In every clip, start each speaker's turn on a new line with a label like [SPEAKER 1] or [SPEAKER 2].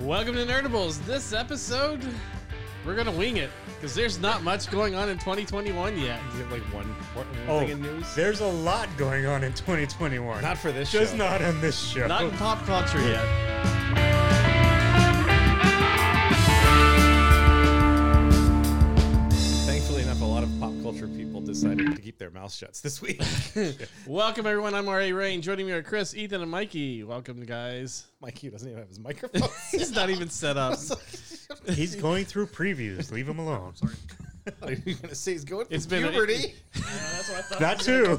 [SPEAKER 1] Welcome to Nerdables. This episode, we're gonna wing it because there's not much going on in 2021 yet.
[SPEAKER 2] You have like one, one
[SPEAKER 3] Oh,
[SPEAKER 2] thing in news?
[SPEAKER 3] There's a lot going on in 2021.
[SPEAKER 2] Not for this
[SPEAKER 3] just
[SPEAKER 2] show.
[SPEAKER 3] not on this show.
[SPEAKER 1] Not in pop culture yet.
[SPEAKER 2] Thankfully enough, a lot of pop culture people decided to keep their mouths shut this week.
[SPEAKER 1] Welcome everyone. I'm R.A. Rain. Joining me are Chris, Ethan, and Mikey. Welcome guys.
[SPEAKER 2] Mikey doesn't even have his microphone.
[SPEAKER 1] He's not even set up.
[SPEAKER 3] He's going through previews. Leave him alone.
[SPEAKER 2] Are you gonna say he's going?
[SPEAKER 1] It's
[SPEAKER 2] It's
[SPEAKER 1] been a-
[SPEAKER 2] puberty.
[SPEAKER 3] That too.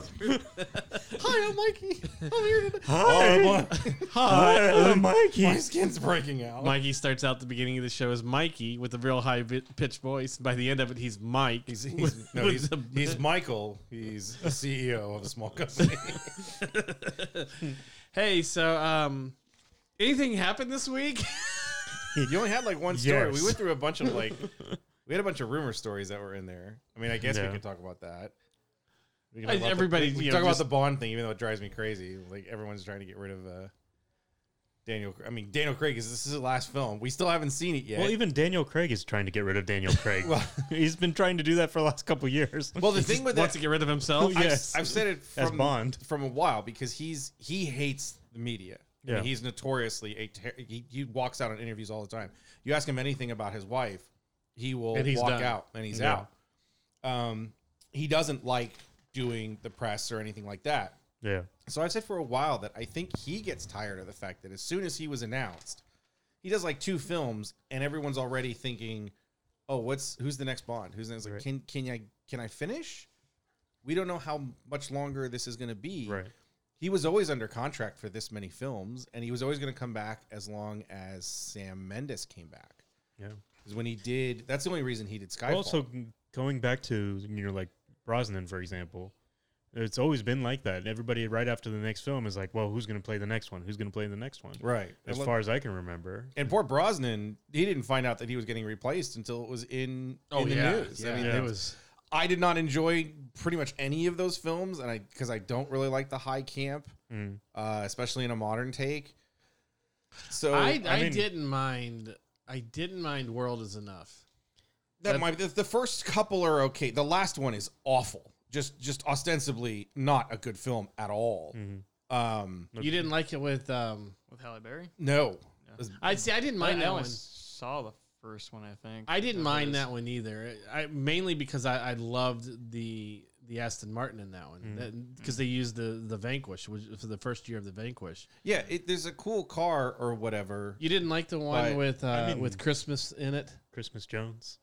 [SPEAKER 2] Hi, I'm Mikey. I'm here today.
[SPEAKER 3] Hi. Oh, Hi, I'm Mikey.
[SPEAKER 2] My skin's breaking out.
[SPEAKER 1] Mikey starts out the beginning of the show as Mikey with a real high vi- pitched voice. By the end of it, he's Mike.
[SPEAKER 2] He's,
[SPEAKER 1] with-
[SPEAKER 2] he's, no,
[SPEAKER 1] with
[SPEAKER 2] he's,
[SPEAKER 1] a-
[SPEAKER 2] he's Michael. He's the CEO of a small company.
[SPEAKER 1] hey, so um, anything happened this week?
[SPEAKER 2] you only had like one story.
[SPEAKER 3] Yes.
[SPEAKER 2] We went through a bunch of like, we had a bunch of rumor stories that were in there. I mean, I guess
[SPEAKER 3] Yeah.
[SPEAKER 2] we could talk about that. We
[SPEAKER 1] I-
[SPEAKER 2] can talk about the-
[SPEAKER 1] everybody,
[SPEAKER 2] we- we
[SPEAKER 1] you
[SPEAKER 2] can
[SPEAKER 1] know,
[SPEAKER 2] talk
[SPEAKER 1] just-
[SPEAKER 2] about the Bond thing, even though it drives me crazy. Like everyone's trying to get rid of uh, Daniel. I mean, Daniel Craig is this is the last film. We still haven't seen it yet.
[SPEAKER 3] Well, even Daniel Craig is trying to get rid of Daniel Craig.
[SPEAKER 2] Well-
[SPEAKER 3] He's been trying to do that for the last couple years.
[SPEAKER 2] well, the thing with
[SPEAKER 1] Wants
[SPEAKER 2] that,
[SPEAKER 1] to get rid of himself.
[SPEAKER 3] Yeah.
[SPEAKER 2] I've,
[SPEAKER 3] Yes.
[SPEAKER 2] I've said it from
[SPEAKER 3] As Bond.
[SPEAKER 2] from a while because he's he hates the media. I mean,
[SPEAKER 3] Yeah.
[SPEAKER 2] he's notoriously a ter- he, he walks out on interviews all the time. You ask him anything about his wife, he will
[SPEAKER 1] And he's
[SPEAKER 2] walk
[SPEAKER 1] done.
[SPEAKER 2] out and he's
[SPEAKER 3] Yeah.
[SPEAKER 2] out. Um, he doesn't like doing the press or anything like that.
[SPEAKER 3] yeah.
[SPEAKER 2] So I've said for a while that I think he gets tired of the fact that as soon as he was announced, he does like two films and everyone's already thinking, "Oh, what's who's the next Bond? Who's the next? Like,
[SPEAKER 3] Right.
[SPEAKER 2] can can I can I finish? We don't know how much longer this is going to be.
[SPEAKER 3] Right.
[SPEAKER 2] He was always under contract for this many films, and he was always going to come back as long as Sam Mendes came back.
[SPEAKER 3] Yeah.
[SPEAKER 2] 'Cause when he did, that's the only reason he did Skyfall.
[SPEAKER 3] also g- going back to you know like Brosnan for example, it's always been like that. Everybody right after the next film is like, well, who's going to play the next one? Who's going to play the next one?
[SPEAKER 2] right
[SPEAKER 3] As
[SPEAKER 2] And
[SPEAKER 3] far as I can remember,
[SPEAKER 2] And poor Brosnan, he didn't find out that he was getting replaced until it was in,
[SPEAKER 1] Oh,
[SPEAKER 2] in the
[SPEAKER 1] yeah.
[SPEAKER 2] news.
[SPEAKER 1] Yeah.
[SPEAKER 2] I mean,
[SPEAKER 3] Yeah.
[SPEAKER 2] it
[SPEAKER 3] It
[SPEAKER 2] was. I did not enjoy pretty much any of those films, and I because I don't really like the high camp,
[SPEAKER 3] Mm.
[SPEAKER 2] uh, especially in a modern take. So
[SPEAKER 1] I, I,
[SPEAKER 3] I mean-
[SPEAKER 1] didn't mind. I didn't mind. World is enough.
[SPEAKER 2] that might the, the first couple are okay. The last one is awful. Just just ostensibly not a good film at all.
[SPEAKER 3] Mhm.
[SPEAKER 2] Um,
[SPEAKER 1] You didn't like it with um.
[SPEAKER 4] with Halle Berry.
[SPEAKER 2] no,
[SPEAKER 1] I see. I didn't
[SPEAKER 4] I,
[SPEAKER 1] mind that
[SPEAKER 4] only
[SPEAKER 1] one.
[SPEAKER 4] saw the first one, I think.
[SPEAKER 1] I didn't mind
[SPEAKER 4] was-
[SPEAKER 1] that one either. I mainly because I, I loved the the Aston Martin in that
[SPEAKER 3] Mm.
[SPEAKER 1] one because they used the the Vanquish which, for the first year of the Vanquish.
[SPEAKER 2] yeah, it, there's a cool car or whatever.
[SPEAKER 1] You didn't like the one
[SPEAKER 2] Right.
[SPEAKER 1] with uh,
[SPEAKER 3] I mean-
[SPEAKER 1] with Christmas in it.
[SPEAKER 3] Christmas Jones.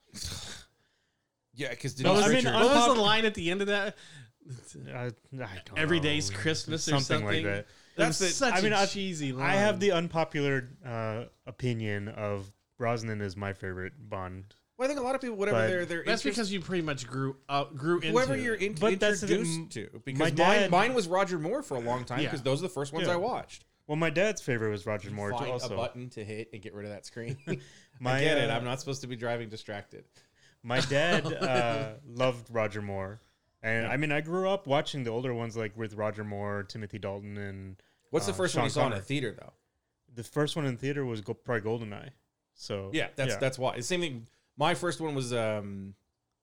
[SPEAKER 2] Yeah, because
[SPEAKER 1] What was,
[SPEAKER 3] I mean,
[SPEAKER 1] what
[SPEAKER 3] I'm
[SPEAKER 1] was
[SPEAKER 3] talk-
[SPEAKER 1] the line at the end of that?
[SPEAKER 3] I, I don't
[SPEAKER 1] Every
[SPEAKER 3] know.
[SPEAKER 1] day's Christmas or something.
[SPEAKER 3] Oh, like that.
[SPEAKER 1] That's
[SPEAKER 2] That's it.
[SPEAKER 1] such
[SPEAKER 3] I mean,
[SPEAKER 1] a
[SPEAKER 3] I-
[SPEAKER 1] cheesy line.
[SPEAKER 3] I have the unpopular uh, opinion of Brosnan is my favorite Bond,
[SPEAKER 2] Well, I think a lot of people, whatever
[SPEAKER 3] But-
[SPEAKER 2] they're they're
[SPEAKER 1] That's because you pretty much grew up, grew into
[SPEAKER 2] whoever
[SPEAKER 1] it.
[SPEAKER 2] you're in,
[SPEAKER 3] But that's the thing,
[SPEAKER 2] introduced to. Because
[SPEAKER 3] my
[SPEAKER 2] mine,
[SPEAKER 3] dad-
[SPEAKER 2] mine was Roger Moore for a long time
[SPEAKER 1] Yeah.
[SPEAKER 2] because those are the first ones
[SPEAKER 3] Yeah.
[SPEAKER 2] I watched.
[SPEAKER 3] Well, my dad's favorite was Roger Moore too,
[SPEAKER 2] Find a
[SPEAKER 3] also.
[SPEAKER 2] button to hit and get rid of that screen.
[SPEAKER 3] My,
[SPEAKER 2] I get it.
[SPEAKER 3] uh,
[SPEAKER 2] I'm not supposed to be driving distracted.
[SPEAKER 3] My dad uh, loved Roger Moore, and I mean, I grew up watching the older ones like with Roger Moore, Timothy Dalton, and
[SPEAKER 2] What's the
[SPEAKER 3] Uh,
[SPEAKER 2] first one
[SPEAKER 3] Sean
[SPEAKER 2] you saw in
[SPEAKER 3] Connery.
[SPEAKER 2] a theater though?
[SPEAKER 3] the first one in theater was Go- probably Goldeneye. So
[SPEAKER 2] Yeah, that's that's why. The same thing. My first one was um,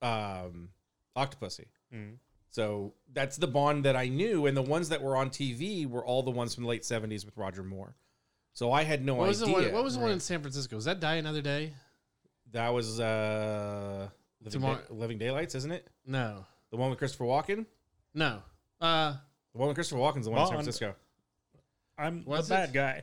[SPEAKER 2] um, Octopussy.
[SPEAKER 1] Mm-hmm.
[SPEAKER 3] Mm.
[SPEAKER 2] So that's the Bond that I knew, and the ones that were on TV were all the ones from the late '70s with Roger Moore. So I had no
[SPEAKER 1] What was the
[SPEAKER 2] idea.
[SPEAKER 1] one? What was the one in San Francisco? Was that Die Another Day?
[SPEAKER 2] that was uh, Living,
[SPEAKER 1] Tomorrow-
[SPEAKER 2] Da- Living Daylights, isn't it?
[SPEAKER 1] No,
[SPEAKER 2] The one with Christopher Walken.
[SPEAKER 1] no. Uh,
[SPEAKER 2] The one with Christopher Walken's the one in San
[SPEAKER 3] Bond.
[SPEAKER 2] Francisco.
[SPEAKER 3] I'm
[SPEAKER 1] Was
[SPEAKER 3] the bad
[SPEAKER 1] it?
[SPEAKER 3] guy.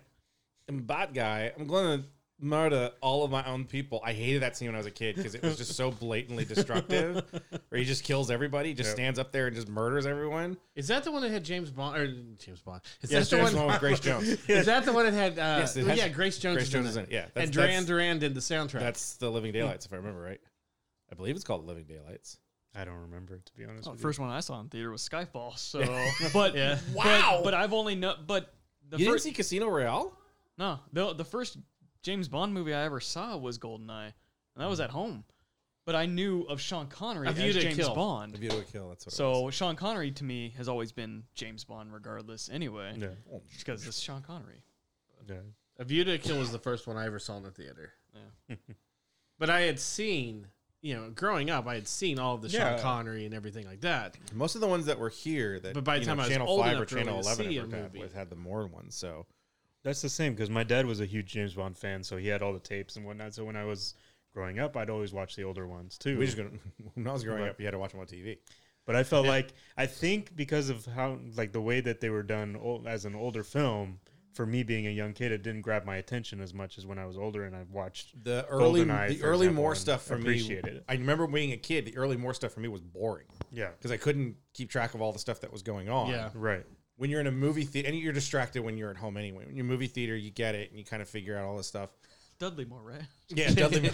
[SPEAKER 2] I'm a bad guy. I'm going to murder all of my own people. I hated that scene when I was a kid because it was just so blatantly destructive. where he just kills everybody, just
[SPEAKER 3] Yeah.
[SPEAKER 2] stands up there and just murders everyone.
[SPEAKER 1] Is that the one that had James Bond or James Bond? Is
[SPEAKER 3] Yes,
[SPEAKER 1] that the
[SPEAKER 3] James
[SPEAKER 1] one?
[SPEAKER 2] The one with Grace Jones.
[SPEAKER 1] Is that the one that had? Uh,
[SPEAKER 2] Yes, it
[SPEAKER 1] well,
[SPEAKER 2] has-
[SPEAKER 1] yeah, Grace Jones.
[SPEAKER 2] Grace
[SPEAKER 1] is
[SPEAKER 2] Jones
[SPEAKER 1] in
[SPEAKER 2] is
[SPEAKER 1] it.
[SPEAKER 2] in it. Yeah, that's-
[SPEAKER 1] and Duran
[SPEAKER 2] that's-
[SPEAKER 1] Duran did the soundtrack.
[SPEAKER 2] That's the Living Daylights, if I remember right. I believe it's called Living Daylights.
[SPEAKER 3] I don't remember to be honest.
[SPEAKER 4] Oh,
[SPEAKER 3] with
[SPEAKER 4] the
[SPEAKER 3] you.
[SPEAKER 4] first one I saw in theater was Skyfall. So, but
[SPEAKER 1] Yeah.
[SPEAKER 4] wow. But, I've only know. But the
[SPEAKER 2] You didn't
[SPEAKER 4] first
[SPEAKER 2] see Casino Royale?
[SPEAKER 4] no, the, the first James Bond movie I ever saw was Goldeneye, and that was at home. But I knew of Sean Connery
[SPEAKER 1] A View
[SPEAKER 4] as
[SPEAKER 1] Hmm. to a
[SPEAKER 4] James
[SPEAKER 1] Kill.
[SPEAKER 2] The
[SPEAKER 4] Bond.
[SPEAKER 2] View to a Kill. That's what. it
[SPEAKER 4] So Sean Connery to me has always been James Bond, regardless. Anyway,
[SPEAKER 3] Yeah,
[SPEAKER 2] was.
[SPEAKER 4] because it's Sean Connery.
[SPEAKER 3] yeah.
[SPEAKER 1] A View to a Kill was the first one I ever saw in the theater. but I had seen, you know, growing up, I had seen all of the
[SPEAKER 2] Yeah.
[SPEAKER 1] Sean Connery and everything like that.
[SPEAKER 2] Most of the ones that were here that
[SPEAKER 1] But by the
[SPEAKER 2] you know,
[SPEAKER 1] time I was
[SPEAKER 2] Channel
[SPEAKER 1] old
[SPEAKER 2] Five
[SPEAKER 1] enough
[SPEAKER 2] or
[SPEAKER 1] to really
[SPEAKER 2] Channel Eleven
[SPEAKER 1] see
[SPEAKER 2] ever
[SPEAKER 1] a
[SPEAKER 2] done
[SPEAKER 1] movie.
[SPEAKER 2] with had the more ones. So
[SPEAKER 3] That's the same because my dad was a huge James Bond fan, so he had all the tapes and whatnot. So when I was growing up, I'd always watch the older ones too.
[SPEAKER 2] we just gonna when I was growing
[SPEAKER 3] Right.
[SPEAKER 2] up, you had to watch them on TV.
[SPEAKER 3] but I felt like I think because of how like the way that they were done old, as an older film. For me being a young kid, it didn't grab my attention as much as when I was older and I watched.
[SPEAKER 2] The early
[SPEAKER 3] GoldenEye,
[SPEAKER 2] the
[SPEAKER 3] for
[SPEAKER 2] early
[SPEAKER 3] example,
[SPEAKER 2] more
[SPEAKER 3] and
[SPEAKER 2] stuff for me.
[SPEAKER 3] appreciated it.
[SPEAKER 2] I remember being a kid. The early more stuff for me was boring
[SPEAKER 3] Yeah,
[SPEAKER 2] because I couldn't keep track of all the stuff that was going on.
[SPEAKER 1] Yeah.
[SPEAKER 3] right.
[SPEAKER 2] when you're in a movie theater, and you're distracted when you're at home anyway. When you're in a movie theater, you get it and you kind of figure out all this stuff.
[SPEAKER 4] Dudley Moore, right?
[SPEAKER 2] Yeah, Dudley,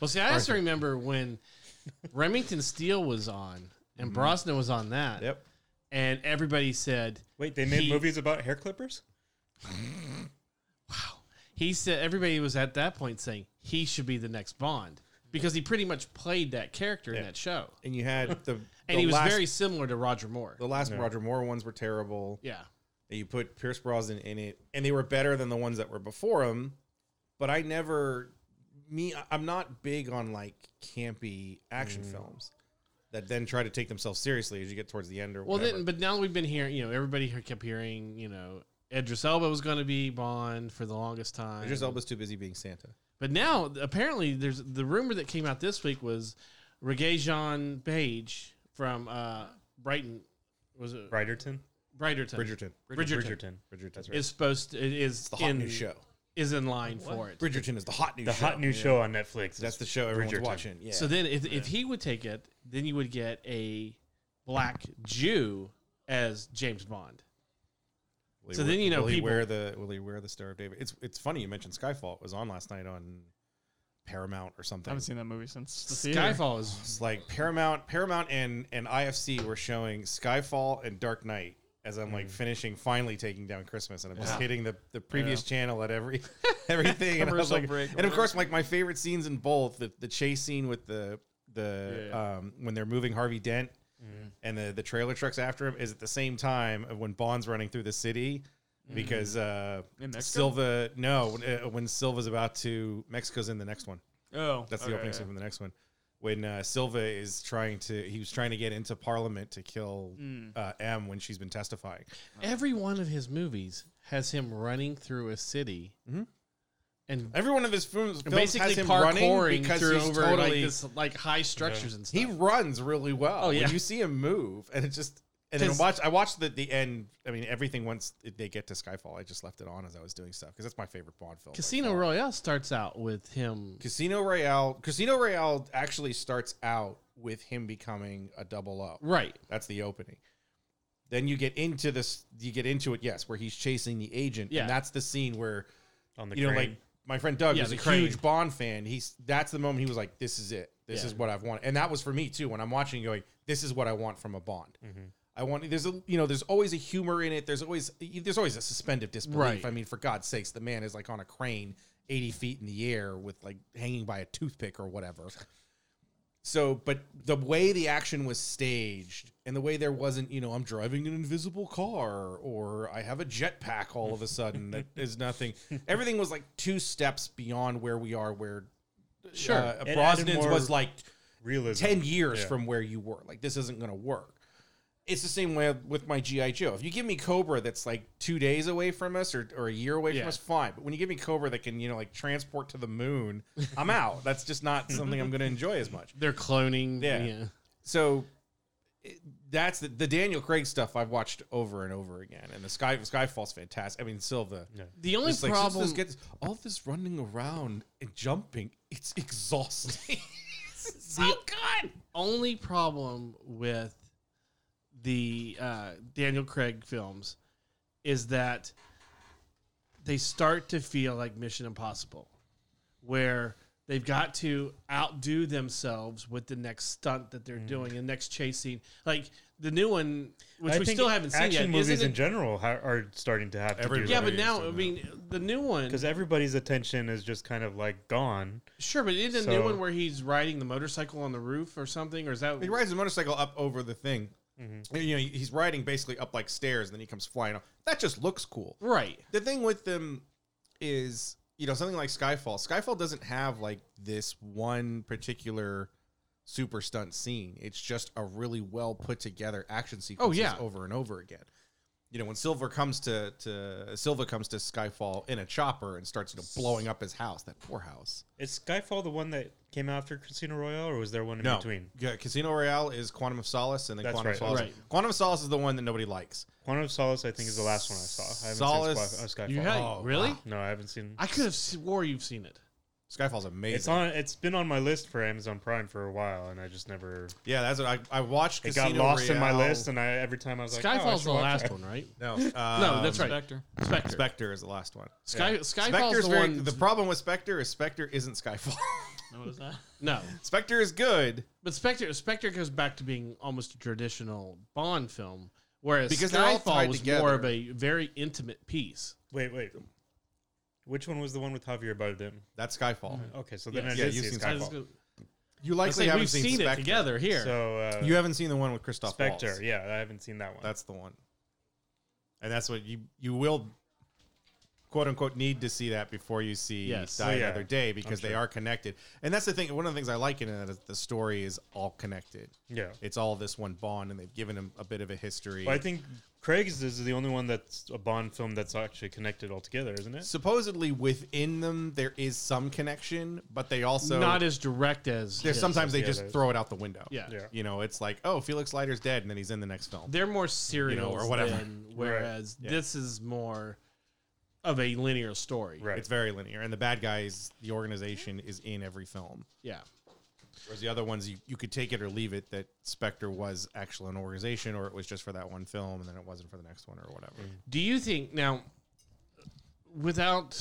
[SPEAKER 1] Well, see, I also remember when Remington Steele was on and Brosnan was on that.
[SPEAKER 2] Mm-hmm. yep.
[SPEAKER 1] And everybody said,
[SPEAKER 3] Wait, they made
[SPEAKER 1] He-
[SPEAKER 3] movies about hair clippers?
[SPEAKER 1] he said, everybody was at that point saying he should be the next Bond because he pretty much played that character in
[SPEAKER 2] Yeah.
[SPEAKER 1] that show.
[SPEAKER 2] And you had the
[SPEAKER 1] And
[SPEAKER 2] the
[SPEAKER 1] he was
[SPEAKER 2] last,
[SPEAKER 1] very similar to Roger Moore.
[SPEAKER 2] the last
[SPEAKER 3] Yeah.
[SPEAKER 2] Roger Moore ones were terrible.
[SPEAKER 1] Yeah.
[SPEAKER 2] You put Pierce Brosnan in it, and they were better than the ones that were before him. But I never, me, I- I'm not big on like campy action
[SPEAKER 1] Mm.
[SPEAKER 2] films that then try to take themselves seriously as you get towards the end or
[SPEAKER 1] Well,
[SPEAKER 2] whatever.
[SPEAKER 1] then, but now we've been hearing, you know, everybody here kept hearing, you know, Edris Elba was going to be Bond for the longest time.
[SPEAKER 2] Idris Elba's too busy being Santa.
[SPEAKER 1] But now, apparently, there's the rumor that came out this week was Reggae Jean Page from uh, Brighton, was it
[SPEAKER 3] Brighterton?
[SPEAKER 1] Brighterton?
[SPEAKER 2] Bridgerton.
[SPEAKER 1] Bridgerton.
[SPEAKER 2] Bridgerton. That's right.
[SPEAKER 1] is supposed to, it is
[SPEAKER 2] It's the hot
[SPEAKER 1] in,
[SPEAKER 2] new show.
[SPEAKER 1] is in line for it.
[SPEAKER 2] Bridgerton is the hot new
[SPEAKER 3] The
[SPEAKER 2] show.
[SPEAKER 3] hot new show on Netflix. is
[SPEAKER 2] That's the show everyone's
[SPEAKER 3] Bridgerton.
[SPEAKER 2] watching. Yeah.
[SPEAKER 1] So then, if, if he would take it, then you would get a black Jew as James Bond.
[SPEAKER 2] Will he
[SPEAKER 1] so
[SPEAKER 2] wear-
[SPEAKER 1] then, you know,
[SPEAKER 2] will he
[SPEAKER 1] people-
[SPEAKER 2] wear the will he wear the Star of David? It's it's funny you mentioned Skyfall. It was on last night on Paramount or
[SPEAKER 4] I
[SPEAKER 2] something.
[SPEAKER 4] haven't seen that movie since the theater.
[SPEAKER 1] Skyfall is
[SPEAKER 2] It's like Paramount, Paramount, and and IFC were showing Skyfall and Dark Knight as I'm like finishing, finally taking down Christmas, and I'm just
[SPEAKER 4] Mm. Yeah.
[SPEAKER 2] hitting the, the previous channel at every everything, and I was
[SPEAKER 4] Commercial
[SPEAKER 2] like,
[SPEAKER 4] break or
[SPEAKER 2] and of
[SPEAKER 4] whatever.
[SPEAKER 2] course, like my favorite scenes in both the the chase scene with the the
[SPEAKER 4] Yeah, Mm.
[SPEAKER 2] um when they're moving Harvey Dent. And the, the trailer trucks after him is at the same time of when Bond's running through the city because uh,
[SPEAKER 4] Mm. In Mexico?
[SPEAKER 2] Silva no when, uh, when Silva's about to Mexico's in the next one
[SPEAKER 4] Oh,
[SPEAKER 2] that's the
[SPEAKER 4] okay,
[SPEAKER 2] opening
[SPEAKER 4] yeah.
[SPEAKER 2] scene from the next one. When uh, Silva is trying to, he was trying to get into Parliament to kill
[SPEAKER 1] Mm.
[SPEAKER 2] uh, M when she's been testifying.
[SPEAKER 1] every one of his movies has him running through a city and
[SPEAKER 2] Every one of his films, films
[SPEAKER 1] basically
[SPEAKER 2] Mm-hmm. has him running
[SPEAKER 1] parkouring
[SPEAKER 2] because
[SPEAKER 1] through
[SPEAKER 2] he's
[SPEAKER 1] over like
[SPEAKER 2] totally
[SPEAKER 1] this like high structures and stuff.
[SPEAKER 2] he runs really well.
[SPEAKER 1] Oh, yeah.
[SPEAKER 2] when you see him move, and it just and then
[SPEAKER 1] 'Cause-
[SPEAKER 2] watch. I watched the the end. I mean, everything once they get to Skyfall, I just left it on as I was doing stuff because that's my favorite Bond film. by
[SPEAKER 1] Casino
[SPEAKER 2] far.
[SPEAKER 1] Royale starts out with him.
[SPEAKER 2] Casino Royale. Casino Royale actually starts out with him becoming a double O.
[SPEAKER 1] Right.
[SPEAKER 2] That's the opening. Then you get into this. You get into it, yes, where he's chasing the agent,
[SPEAKER 1] Yeah.
[SPEAKER 2] and that's the scene where
[SPEAKER 3] On the
[SPEAKER 2] you know,
[SPEAKER 3] crane.
[SPEAKER 2] like my friend Doug
[SPEAKER 1] Yeah,
[SPEAKER 2] is a
[SPEAKER 1] the crane.
[SPEAKER 2] huge Bond fan. He's that's the moment he was like, "This is it. This
[SPEAKER 1] Yeah.
[SPEAKER 2] is what I've wanted." And that was for me too. When I'm watching, going, "This is what I want from a Bond."
[SPEAKER 1] Mm-hmm.
[SPEAKER 2] I want there's a you know there's always a humor in it. There's always there's always a suspended disbelief.
[SPEAKER 1] Right.
[SPEAKER 2] I mean, for God's sakes, the man is like on a crane, eighty feet in the air, with like hanging by a toothpick or whatever. So, but the way the action was staged and the way there wasn't, you know, I'm driving an invisible car or I have a jetpack all of a sudden that is nothing. Everything was like two steps beyond where we are, where
[SPEAKER 1] Sure.
[SPEAKER 2] uh,
[SPEAKER 3] added
[SPEAKER 2] Brosnan's
[SPEAKER 3] more-
[SPEAKER 2] was like
[SPEAKER 3] realism.
[SPEAKER 2] 10 years
[SPEAKER 3] Yeah.
[SPEAKER 2] from where you were. Like, this isn't going to work. It's the same way with my G.I. Joe. If you give me Cobra that's like two days away from us or, or a year away
[SPEAKER 1] Yeah.
[SPEAKER 2] from us, fine. But when you give me Cobra that can, you know, like transport to the moon, I'm out. That's just not something I'm going to enjoy as much
[SPEAKER 1] They're cloning.
[SPEAKER 2] Yeah.
[SPEAKER 1] Yeah.
[SPEAKER 2] so it- that's the, the Daniel Craig stuff I've watched over and over again, and the Sky Skyfall's fantastic. I mean Silva,
[SPEAKER 1] The only
[SPEAKER 2] it's like,
[SPEAKER 1] problem.
[SPEAKER 2] Silva's gets all this running around and jumping. It's exhausting.
[SPEAKER 1] so good. Only problem with the uh, Daniel Craig films is that they start to feel like Mission Impossible, where they've got to outdo themselves with the next stunt that
[SPEAKER 3] Mm.
[SPEAKER 1] they're doing, the next chase scene. Like the new one, which
[SPEAKER 3] I
[SPEAKER 1] we
[SPEAKER 3] think
[SPEAKER 1] still haven't seen yet.
[SPEAKER 3] Action movies
[SPEAKER 1] isn't
[SPEAKER 3] in
[SPEAKER 1] it-
[SPEAKER 3] general ha- are starting to have to do
[SPEAKER 2] Everybody-
[SPEAKER 1] yeah,
[SPEAKER 3] that.
[SPEAKER 1] but now I mean the new one.
[SPEAKER 3] because everybody's attention is just kind of like gone.
[SPEAKER 1] Sure, but isn't the
[SPEAKER 3] So-
[SPEAKER 1] new one where he's riding the motorcycle on the roof or something? Or is that
[SPEAKER 2] he rides a motorcycle up over the thing.
[SPEAKER 3] Mhm.
[SPEAKER 1] Mm-hmm.
[SPEAKER 2] And, you know, he's riding basically up like stairs, and then he comes flying off. That just looks cool.
[SPEAKER 1] Right.
[SPEAKER 2] The thing with them is, you know, something like Skyfall. Skyfall doesn't have like this one particular super stunt scene. It's just a really well put together action sequence.
[SPEAKER 1] Oh, yeah.
[SPEAKER 2] over and over again. You know, when Silver comes to to Silva comes to Skyfall in a chopper and starts you know, blowing up his house, that poor house.
[SPEAKER 3] Is Skyfall the one that came after Casino Royale, or was there one in between?
[SPEAKER 2] Yeah, Casino Royale is Quantum of Solace, and then
[SPEAKER 3] That's
[SPEAKER 2] Quantum of
[SPEAKER 3] right.
[SPEAKER 2] Solace.
[SPEAKER 1] Right.
[SPEAKER 2] Quantum of Solace is the one that nobody likes.
[SPEAKER 3] Quantum of Solace, I think, is the last one I saw. I haven't
[SPEAKER 2] Solace-
[SPEAKER 3] seen uh, Skyfall. Skyfall.
[SPEAKER 1] You had,
[SPEAKER 2] Oh,
[SPEAKER 1] really?
[SPEAKER 2] wow.
[SPEAKER 3] No, I haven't seen.
[SPEAKER 1] I could have swore you've seen it.
[SPEAKER 2] Skyfall's amazing.
[SPEAKER 3] It's on. It's been on my list for Amazon Prime for a while, and I just never.
[SPEAKER 2] yeah, that's what I, I watched.
[SPEAKER 3] It got
[SPEAKER 2] Casino
[SPEAKER 3] lost in my
[SPEAKER 2] Royale.
[SPEAKER 3] list, and I every time I was like, oh, I
[SPEAKER 1] Skyfall's
[SPEAKER 3] should
[SPEAKER 1] the
[SPEAKER 3] watch
[SPEAKER 1] last
[SPEAKER 3] that.
[SPEAKER 1] one, right?
[SPEAKER 2] No,
[SPEAKER 1] No, that's
[SPEAKER 2] um,
[SPEAKER 1] right.
[SPEAKER 4] Spectre.
[SPEAKER 1] Spectre.
[SPEAKER 2] Spectre is the last one.
[SPEAKER 1] Sky,
[SPEAKER 3] Yeah.
[SPEAKER 1] Skyfall's
[SPEAKER 2] Spectre's
[SPEAKER 1] the
[SPEAKER 2] very.
[SPEAKER 1] one.
[SPEAKER 2] The problem with Spectre is Spectre isn't Skyfall.
[SPEAKER 4] No, it is not.
[SPEAKER 1] no,
[SPEAKER 2] Spectre is good
[SPEAKER 1] but Spectre Spectre goes back to being almost a traditional Bond film, whereas
[SPEAKER 2] Because they're all
[SPEAKER 1] Skyfall
[SPEAKER 2] tied
[SPEAKER 1] was
[SPEAKER 2] together.
[SPEAKER 1] more of a very intimate piece.
[SPEAKER 3] Wait, wait. Which one was the one with Javier Bardem?
[SPEAKER 2] That's Skyfall.
[SPEAKER 1] Mm-hmm.
[SPEAKER 3] Okay, so then
[SPEAKER 1] Yes.
[SPEAKER 3] I
[SPEAKER 2] Yeah,
[SPEAKER 3] did
[SPEAKER 2] you've
[SPEAKER 3] see
[SPEAKER 2] seen
[SPEAKER 1] I
[SPEAKER 3] Skyfall.
[SPEAKER 1] was
[SPEAKER 2] Skyfall.
[SPEAKER 1] gonna-
[SPEAKER 2] You
[SPEAKER 1] I was
[SPEAKER 2] likely
[SPEAKER 1] saying,
[SPEAKER 2] haven't
[SPEAKER 1] we've seen,
[SPEAKER 2] Spectre.
[SPEAKER 1] it together here.
[SPEAKER 3] So uh,
[SPEAKER 2] You haven't seen the one with Christoph
[SPEAKER 3] Spectre,
[SPEAKER 2] Waltz.
[SPEAKER 3] yeah, I haven't seen that one.
[SPEAKER 2] That's the one. And that's what you you will quote unquote need to see that before you see
[SPEAKER 1] Yes.
[SPEAKER 2] Die
[SPEAKER 3] Oh, yeah.
[SPEAKER 2] Another Day
[SPEAKER 3] I'm
[SPEAKER 2] because they
[SPEAKER 3] sure.
[SPEAKER 2] are connected. And that's the thing. One of the things I like in it is the story is all connected.
[SPEAKER 3] yeah.
[SPEAKER 2] It's all this one bond, and they've given him a bit of a history.
[SPEAKER 3] But I think Craig's is the only one that's a Bond film that's actually connected altogether, isn't it?
[SPEAKER 2] Supposedly within them there is some connection, but they also
[SPEAKER 1] not as direct as
[SPEAKER 2] there's
[SPEAKER 1] his.
[SPEAKER 2] sometimes they
[SPEAKER 3] Yeah,
[SPEAKER 2] just
[SPEAKER 3] there's-
[SPEAKER 2] throw it out the window.
[SPEAKER 1] Yeah.
[SPEAKER 3] Yeah.
[SPEAKER 2] You know, it's like, oh, Felix Leiter's dead, and then he's in the next film.
[SPEAKER 1] they're more serial
[SPEAKER 2] or whatever.
[SPEAKER 1] whereas
[SPEAKER 2] Yeah.
[SPEAKER 1] this is more of a linear story.
[SPEAKER 3] Right.
[SPEAKER 2] It's very linear, and the bad guys, the organization, is in every film.
[SPEAKER 1] Yeah.
[SPEAKER 2] Whereas the other ones, you, you could take it or leave it that Spectre was actually an organization or it was just for that one film and then it wasn't for the next one or whatever.
[SPEAKER 1] Do you think now, without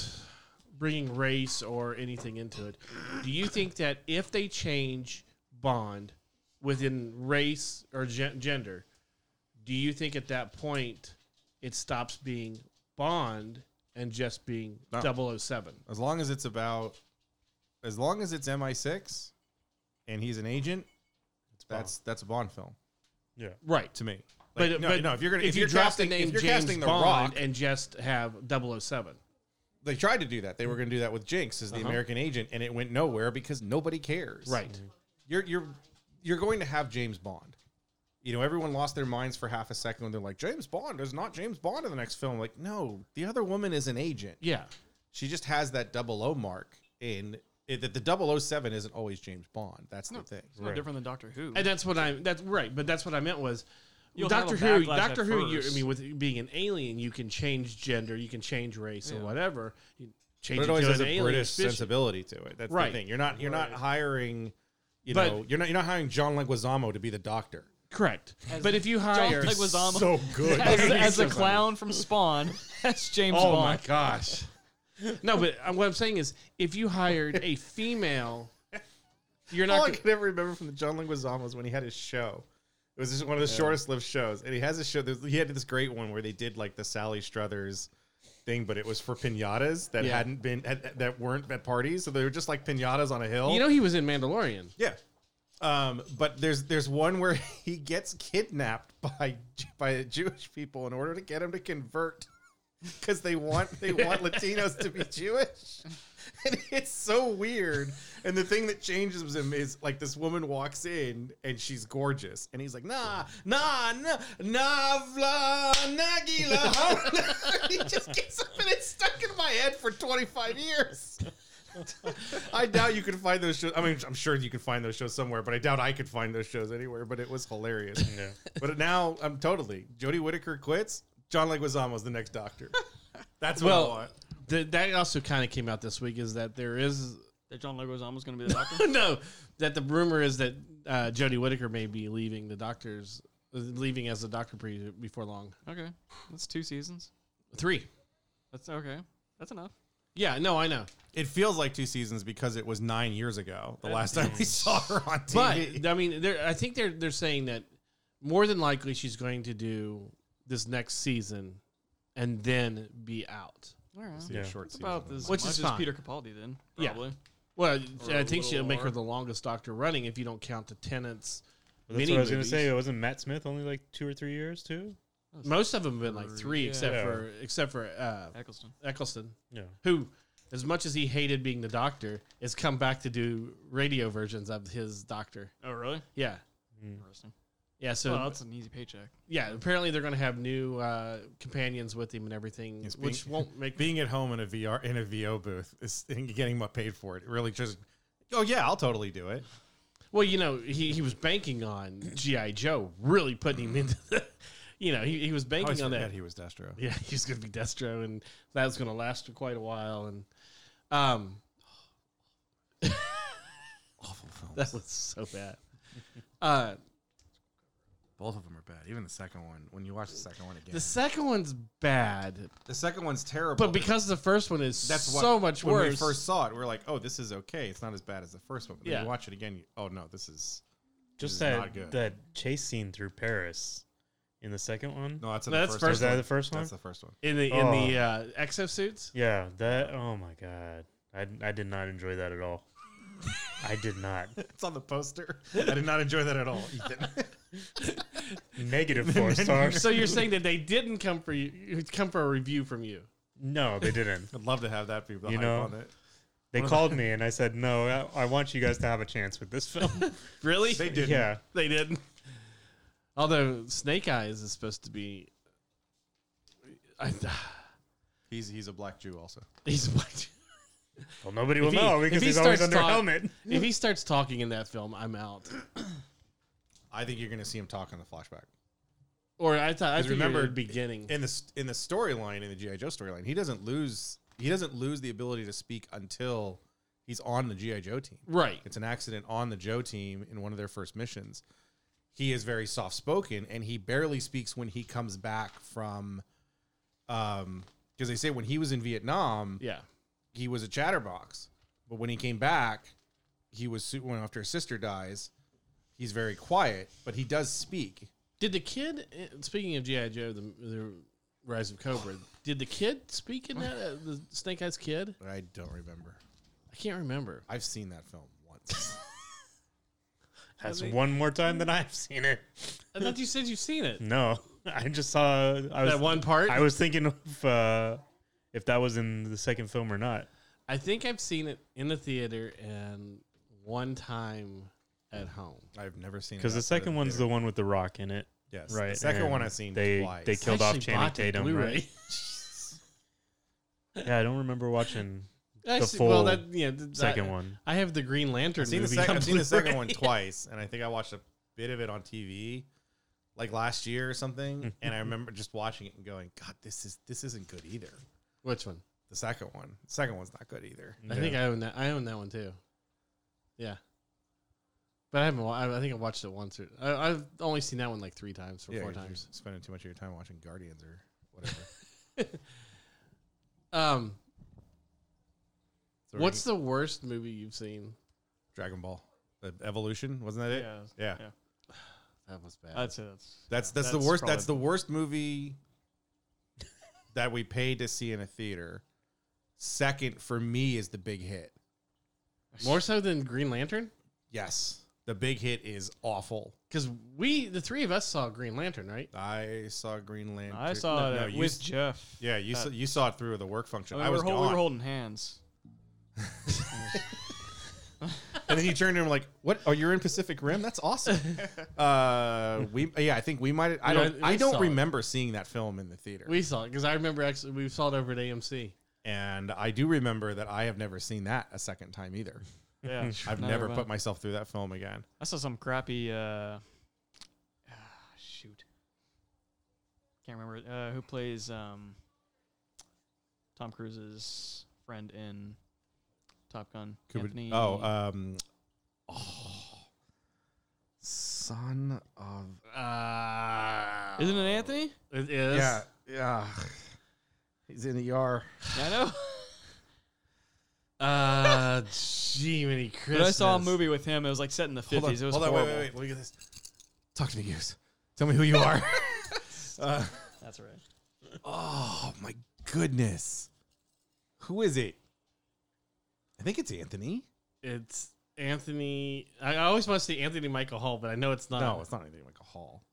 [SPEAKER 1] bringing race or anything into it, do you think that if they change Bond within race or gen- gender, do you think at that point it stops being Bond and just being
[SPEAKER 2] No.
[SPEAKER 1] 007?
[SPEAKER 2] As long as it's about, as long as it's MI6 and he's an agent, that's that's a Bond film
[SPEAKER 1] Right.
[SPEAKER 2] to me. Like,
[SPEAKER 1] But,
[SPEAKER 2] no,
[SPEAKER 1] but
[SPEAKER 2] no, if you're gonna
[SPEAKER 1] if, you
[SPEAKER 2] you're
[SPEAKER 1] drop
[SPEAKER 2] casting,
[SPEAKER 1] the name
[SPEAKER 2] if you're
[SPEAKER 1] James
[SPEAKER 2] casting the
[SPEAKER 1] Bond
[SPEAKER 2] Rock,
[SPEAKER 1] and just have 007.
[SPEAKER 2] they tried to do that. They were going to do that with Jinx as the
[SPEAKER 1] Uh-huh.
[SPEAKER 2] American agent, and it went nowhere because nobody cares.
[SPEAKER 1] Right.
[SPEAKER 2] you're you're you're going to have James Bond. You know, everyone lost their minds for half a second when they're like, James Bond is not James Bond in the next film. Like, no, the other woman is an agent.
[SPEAKER 1] Yeah.
[SPEAKER 2] She just has that double O mark in it, that the 007 isn't always James Bond. That's the thing.
[SPEAKER 4] It's no
[SPEAKER 3] Right.
[SPEAKER 4] different than Doctor Who.
[SPEAKER 1] And that's what I'm that's right, but that's what I meant was
[SPEAKER 4] You'll have
[SPEAKER 1] Doctor
[SPEAKER 4] a
[SPEAKER 1] Who
[SPEAKER 4] backlash
[SPEAKER 1] Doctor
[SPEAKER 4] at
[SPEAKER 1] Who you I
[SPEAKER 4] first.
[SPEAKER 1] mean with being an alien you can change gender, you can change race or whatever. You change
[SPEAKER 2] But it
[SPEAKER 1] it
[SPEAKER 2] always
[SPEAKER 1] to
[SPEAKER 2] has
[SPEAKER 1] an
[SPEAKER 2] a
[SPEAKER 1] alien
[SPEAKER 2] British
[SPEAKER 1] fish-
[SPEAKER 2] sensibility to it. That's
[SPEAKER 1] Right.
[SPEAKER 2] the thing. You're not you're not hiring you
[SPEAKER 1] But-
[SPEAKER 2] know, you're not you're not hiring John Leguizamo to be the doctor.
[SPEAKER 1] Correct. But if you
[SPEAKER 4] John
[SPEAKER 1] hire
[SPEAKER 4] Leguizamo
[SPEAKER 3] So good.
[SPEAKER 4] as, as
[SPEAKER 1] so
[SPEAKER 4] a
[SPEAKER 1] funny.
[SPEAKER 4] clown from Spawn. That's James
[SPEAKER 1] Oh my
[SPEAKER 4] Bond.
[SPEAKER 1] gosh. No, but uh, what I'm saying is if you hired a female you're
[SPEAKER 2] All
[SPEAKER 1] not
[SPEAKER 2] I
[SPEAKER 1] gonna-
[SPEAKER 2] can ever remember from the John Leguizamo was when he had his show. It was just one of the shortest lived shows, and he has a show. there's- He had this great one where they did like the Sally Struthers thing, but it was for pinatas that
[SPEAKER 1] Yeah.
[SPEAKER 2] hadn't been had, that weren't at parties, so they were just like pinatas on a hill.
[SPEAKER 1] you know he was in Mandalorian.
[SPEAKER 2] yeah. Um, but there's there's one where he gets kidnapped by by Jewish people in order to get him to convert because they want they want Latinos to be Jewish. And it's so weird. And the thing that changes him is like this woman walks in and she's gorgeous, and he's like, nah, nah, nah, nah, vla, nagila. he just gets up and it's stuck in my head for 25 years. I doubt you can find those shows. I mean, I'm sure you can find those shows somewhere, but I doubt I could find those shows anywhere. But it was hilarious.
[SPEAKER 3] Yeah.
[SPEAKER 2] But now I'm totally. Jodie Whittaker quits. John Leguizamo's the next Doctor. That's what I
[SPEAKER 1] Well,
[SPEAKER 2] want.
[SPEAKER 1] th- that also kind of came out this week is that there is
[SPEAKER 4] That John Leguizamo's going to be the Doctor.
[SPEAKER 1] no, that the rumor is that uh, Jodie Whittaker may be leaving the doctors, leaving as a doctor pre- before long.
[SPEAKER 4] okay, that's two seasons.
[SPEAKER 1] Three.
[SPEAKER 4] That's okay. That's enough.
[SPEAKER 1] Yeah, no, I know,
[SPEAKER 2] It feels like two seasons because it was nine years ago the last time we saw her on
[SPEAKER 1] but
[SPEAKER 2] TV.
[SPEAKER 1] I mean, they're, I think they're they're saying that more than likely she's going to do this next season and then be out.
[SPEAKER 4] All right.
[SPEAKER 2] See a
[SPEAKER 3] Yeah.
[SPEAKER 2] short
[SPEAKER 4] That's about
[SPEAKER 2] season.
[SPEAKER 4] as
[SPEAKER 1] Which
[SPEAKER 4] much
[SPEAKER 1] is
[SPEAKER 4] as
[SPEAKER 1] fine.
[SPEAKER 4] Peter Capaldi then.
[SPEAKER 1] Yeah.
[SPEAKER 4] Probably.
[SPEAKER 1] Well,
[SPEAKER 4] Or a
[SPEAKER 1] I think she'll
[SPEAKER 4] little
[SPEAKER 1] make her
[SPEAKER 4] more.
[SPEAKER 1] the longest doctor running if you don't count the tenants
[SPEAKER 3] But that's
[SPEAKER 1] Many
[SPEAKER 3] what I was
[SPEAKER 1] movies.
[SPEAKER 3] gonna say. It wasn't Matt Smith only like two or three years too.
[SPEAKER 1] Most of them have been like three,
[SPEAKER 4] Yeah.
[SPEAKER 1] except
[SPEAKER 3] Yeah.
[SPEAKER 1] for except for uh,
[SPEAKER 4] Eccleston.
[SPEAKER 1] Eccleston,
[SPEAKER 3] Yeah,
[SPEAKER 1] who, as much as he hated being the Doctor, has come back to do radio versions of his Doctor.
[SPEAKER 4] Oh, really?
[SPEAKER 1] Yeah,
[SPEAKER 2] Mm.
[SPEAKER 4] Interesting.
[SPEAKER 1] yeah. So
[SPEAKER 4] well, that's an easy paycheck.
[SPEAKER 1] yeah, apparently they're going to have new uh, companions with him and everything,
[SPEAKER 2] Yes, being-
[SPEAKER 1] which won't make
[SPEAKER 2] Being at home in a VR in a VO booth is and getting what paid for it. It Really, just oh yeah, I'll totally do it.
[SPEAKER 1] Well, you know, he, he was banking on GI Joe really putting him into the, you know, he, he was
[SPEAKER 2] I
[SPEAKER 1] banking
[SPEAKER 2] always
[SPEAKER 1] on
[SPEAKER 2] forget
[SPEAKER 1] that.
[SPEAKER 2] he was Destro.
[SPEAKER 1] yeah, he was going to be Destro, and that was going to last for quite a while. And um,
[SPEAKER 2] Awful film.
[SPEAKER 1] that was so bad. Uh,
[SPEAKER 2] Both of them are bad. Even the second one. When you watch the second one again,
[SPEAKER 1] the second one's bad,
[SPEAKER 2] the second one's terrible.
[SPEAKER 1] but because the first one is
[SPEAKER 2] that's what,
[SPEAKER 1] so much
[SPEAKER 2] when
[SPEAKER 1] worse.
[SPEAKER 2] we first saw it, we were like, "Oh, this is okay. It's not as bad as the first one." But then
[SPEAKER 1] Yeah.
[SPEAKER 2] you watch it again. You, oh no, this is
[SPEAKER 3] just
[SPEAKER 2] is
[SPEAKER 3] that
[SPEAKER 2] not good.
[SPEAKER 3] that chase scene through Paris in the second one.
[SPEAKER 2] no. That's in
[SPEAKER 1] That's
[SPEAKER 2] the
[SPEAKER 3] Was
[SPEAKER 1] first
[SPEAKER 2] first.
[SPEAKER 3] that
[SPEAKER 2] one.
[SPEAKER 3] the first one?
[SPEAKER 2] That's the first one.
[SPEAKER 1] in the in the uh, exosuits,
[SPEAKER 3] yeah, that. Oh my god, I I did not enjoy that at all. I did not.
[SPEAKER 2] It's on the poster. I did not enjoy that at all, Ethan.
[SPEAKER 3] Negative four stars.
[SPEAKER 1] so you're saying that they didn't come for you, come for a review from you?
[SPEAKER 3] No, they didn't.
[SPEAKER 2] I'd love to have that be the
[SPEAKER 3] You
[SPEAKER 2] hype
[SPEAKER 3] know?
[SPEAKER 2] on it.
[SPEAKER 3] They called me and I said, "No, I, I want you guys to have a chance with this film."
[SPEAKER 1] Really?
[SPEAKER 2] They didn't.
[SPEAKER 3] Yeah,
[SPEAKER 1] They didn't. Although Snake Eyes is supposed to be, I,
[SPEAKER 2] He's he's a black Jew also.
[SPEAKER 1] he's black.
[SPEAKER 3] well, nobody will
[SPEAKER 1] If he-
[SPEAKER 3] know
[SPEAKER 1] if
[SPEAKER 3] because
[SPEAKER 1] he
[SPEAKER 3] he's always
[SPEAKER 1] starts
[SPEAKER 3] under a
[SPEAKER 1] talk-
[SPEAKER 3] helmet.
[SPEAKER 1] If he starts talking in that film, I'm out.
[SPEAKER 2] I think you're going to see him talk in the flashback.
[SPEAKER 1] Or I thought I
[SPEAKER 2] 'Cause remember-
[SPEAKER 1] remember the beginning.
[SPEAKER 2] In the s- in the storyline in the GI Joe storyline, he doesn't lose he doesn't lose the ability to speak until he's on the GI Joe team.
[SPEAKER 1] right.
[SPEAKER 2] It's an accident on the Joe team in one of their first missions. He is very soft spoken and he barely speaks when he comes back from um because they say when he was in Vietnam,
[SPEAKER 1] Yeah.
[SPEAKER 2] he was a chatterbox. But when he came back, he was su- when after his sister dies, he's very quiet, but he does speak.
[SPEAKER 1] Did the kid? eh, Speaking of GI Joe, the, the Rise of Cobra. Did the kid speak in that? Uh, the Snake Eyes kid?
[SPEAKER 2] But I don't remember.
[SPEAKER 1] I can't remember.
[SPEAKER 2] I've seen that film once.
[SPEAKER 3] That's one more time than I've seen it.
[SPEAKER 1] I thought you said you've seen it.
[SPEAKER 3] No, I just saw. I was
[SPEAKER 1] that one part.
[SPEAKER 3] I was thinking of uh, if that was in the second film or not.
[SPEAKER 1] I think I've seen it in the theater and one time at home.
[SPEAKER 2] I've never seen it
[SPEAKER 3] Because the
[SPEAKER 2] outside of
[SPEAKER 3] second one's
[SPEAKER 2] theater.
[SPEAKER 3] the one with the rock in it,
[SPEAKER 2] yes,
[SPEAKER 3] right?
[SPEAKER 2] The second
[SPEAKER 3] and
[SPEAKER 2] one I've seen
[SPEAKER 3] They
[SPEAKER 2] twice.
[SPEAKER 3] they killed off
[SPEAKER 1] Actually
[SPEAKER 3] Channing
[SPEAKER 1] bought the
[SPEAKER 3] Tatum,
[SPEAKER 1] Blu-ray.
[SPEAKER 3] right? Yeah, I don't remember watching
[SPEAKER 1] Actually,
[SPEAKER 3] full
[SPEAKER 1] well, that yeah, th- that-
[SPEAKER 3] second one.
[SPEAKER 1] I have the Green Lantern
[SPEAKER 2] I've seen the,
[SPEAKER 1] movie.
[SPEAKER 2] sec-
[SPEAKER 1] on
[SPEAKER 2] I've seen the second
[SPEAKER 1] Blu-ray.
[SPEAKER 2] one twice, and I think I watched a bit of it on TV, like last year or something.
[SPEAKER 1] Mm-hmm.
[SPEAKER 2] and I remember just watching it and going, "God, this is this isn't good either."
[SPEAKER 1] Which one?
[SPEAKER 2] The second one, the second one's not good either.
[SPEAKER 1] I think
[SPEAKER 3] Yeah.
[SPEAKER 1] I own that. I own that one too. Yeah, but I haven't. Wa- I I think I watched it once. Or, I, I've only seen that one like three times or
[SPEAKER 2] Yeah,
[SPEAKER 1] four
[SPEAKER 2] 'cause you're
[SPEAKER 1] times.
[SPEAKER 2] Spending too much of your time watching Guardians or whatever.
[SPEAKER 1] Um,
[SPEAKER 2] So
[SPEAKER 1] what's the worst movie you've seen?
[SPEAKER 2] Dragon Ball? The Evolution wasn't that it?
[SPEAKER 4] Yeah.
[SPEAKER 2] Yeah.
[SPEAKER 4] Yeah.
[SPEAKER 1] That was bad.
[SPEAKER 4] I'd say that's
[SPEAKER 2] That's that's the
[SPEAKER 4] That's
[SPEAKER 2] worst.
[SPEAKER 4] probably-
[SPEAKER 2] That's the worst movie that we paid to see in a theater. Second for me is the big hit.
[SPEAKER 1] More so than Green Lantern,
[SPEAKER 2] Yes, the big hit is awful.
[SPEAKER 1] because we, the three of us, saw Green Lantern, right?
[SPEAKER 2] I saw Green Lantern.
[SPEAKER 4] I saw
[SPEAKER 2] No,
[SPEAKER 4] it
[SPEAKER 2] no,
[SPEAKER 4] uh,
[SPEAKER 2] you
[SPEAKER 4] with
[SPEAKER 2] s-
[SPEAKER 4] Jeff.
[SPEAKER 2] Yeah, you
[SPEAKER 4] uh,
[SPEAKER 2] saw, you saw it through the work function.
[SPEAKER 4] I, mean,
[SPEAKER 2] I was
[SPEAKER 4] we, were hol- we
[SPEAKER 2] gone,
[SPEAKER 4] were holding hands.
[SPEAKER 2] and then you turned to him like, "What? Oh, you're in Pacific Rim? That's awesome." uh, we yeah, I think we might. I
[SPEAKER 1] Yeah,
[SPEAKER 2] don't.
[SPEAKER 1] we
[SPEAKER 2] I
[SPEAKER 1] saw
[SPEAKER 2] don't
[SPEAKER 1] it.
[SPEAKER 2] remember seeing that film in the theater.
[SPEAKER 1] We saw it because I remember actually we saw it over at AMC.
[SPEAKER 2] and I do remember that I have never seen that a second time either.
[SPEAKER 4] Yeah,
[SPEAKER 2] I've never put myself through that film again.
[SPEAKER 4] I saw some crappy. Uh, ah, shoot, can't remember it. uh, who plays um, Tom Cruise's friend in Top Gun.
[SPEAKER 2] Cuba-
[SPEAKER 4] Anthony.
[SPEAKER 2] Oh, um, oh, son of
[SPEAKER 1] Uh,
[SPEAKER 4] isn't it Anthony?
[SPEAKER 1] It is.
[SPEAKER 2] yeah, yeah. He's in ER.
[SPEAKER 4] Yeah, I know.
[SPEAKER 1] Uh, gee, many Christmas.
[SPEAKER 4] but I saw a movie with him. It was like set in the
[SPEAKER 2] Hold on,
[SPEAKER 4] fifties. It was
[SPEAKER 2] hold on, wait,
[SPEAKER 4] horrible.
[SPEAKER 2] wait, wait, Look at this. Talk to me, Goose. Tell me who you are. uh,
[SPEAKER 4] That's right.
[SPEAKER 2] oh my goodness, who is it? I think it's Anthony.
[SPEAKER 1] It's Anthony. I I always want to say Anthony Michael Hall, but I know it's not.
[SPEAKER 4] Uh,
[SPEAKER 2] No, it's not anything like a Hall.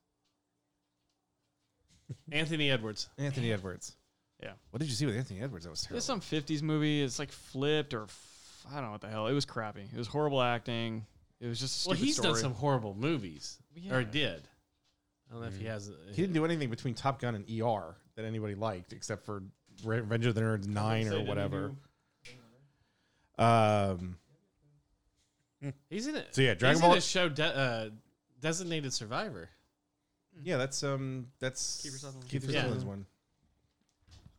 [SPEAKER 1] Anthony Edwards.
[SPEAKER 2] Anthony Edwards.
[SPEAKER 4] Yeah.
[SPEAKER 2] What did you see with Anthony Edwards? That was terrible.
[SPEAKER 4] It's some '50s movie. It's like flipped or f- I don't know what the hell. It was crappy. It was horrible acting. It was just a
[SPEAKER 1] Well,
[SPEAKER 4] stupid
[SPEAKER 1] he's done
[SPEAKER 4] story.
[SPEAKER 1] some horrible movies, or
[SPEAKER 4] Yeah.
[SPEAKER 1] did. I don't know if he has.
[SPEAKER 2] Mm. he didn't do anything between Top Gun and ER that anybody liked, except for Re- Revenge of the Nerds Nine or whatever. Um,
[SPEAKER 1] He's in it.
[SPEAKER 2] So, yeah, Dragon
[SPEAKER 1] he's
[SPEAKER 2] Ball-
[SPEAKER 1] in a show de- uh, designated survivor.
[SPEAKER 2] yeah, that's um, that's
[SPEAKER 4] Kiefer Sutherland.
[SPEAKER 2] Kiefer
[SPEAKER 1] Yeah.
[SPEAKER 2] Sutherland's one.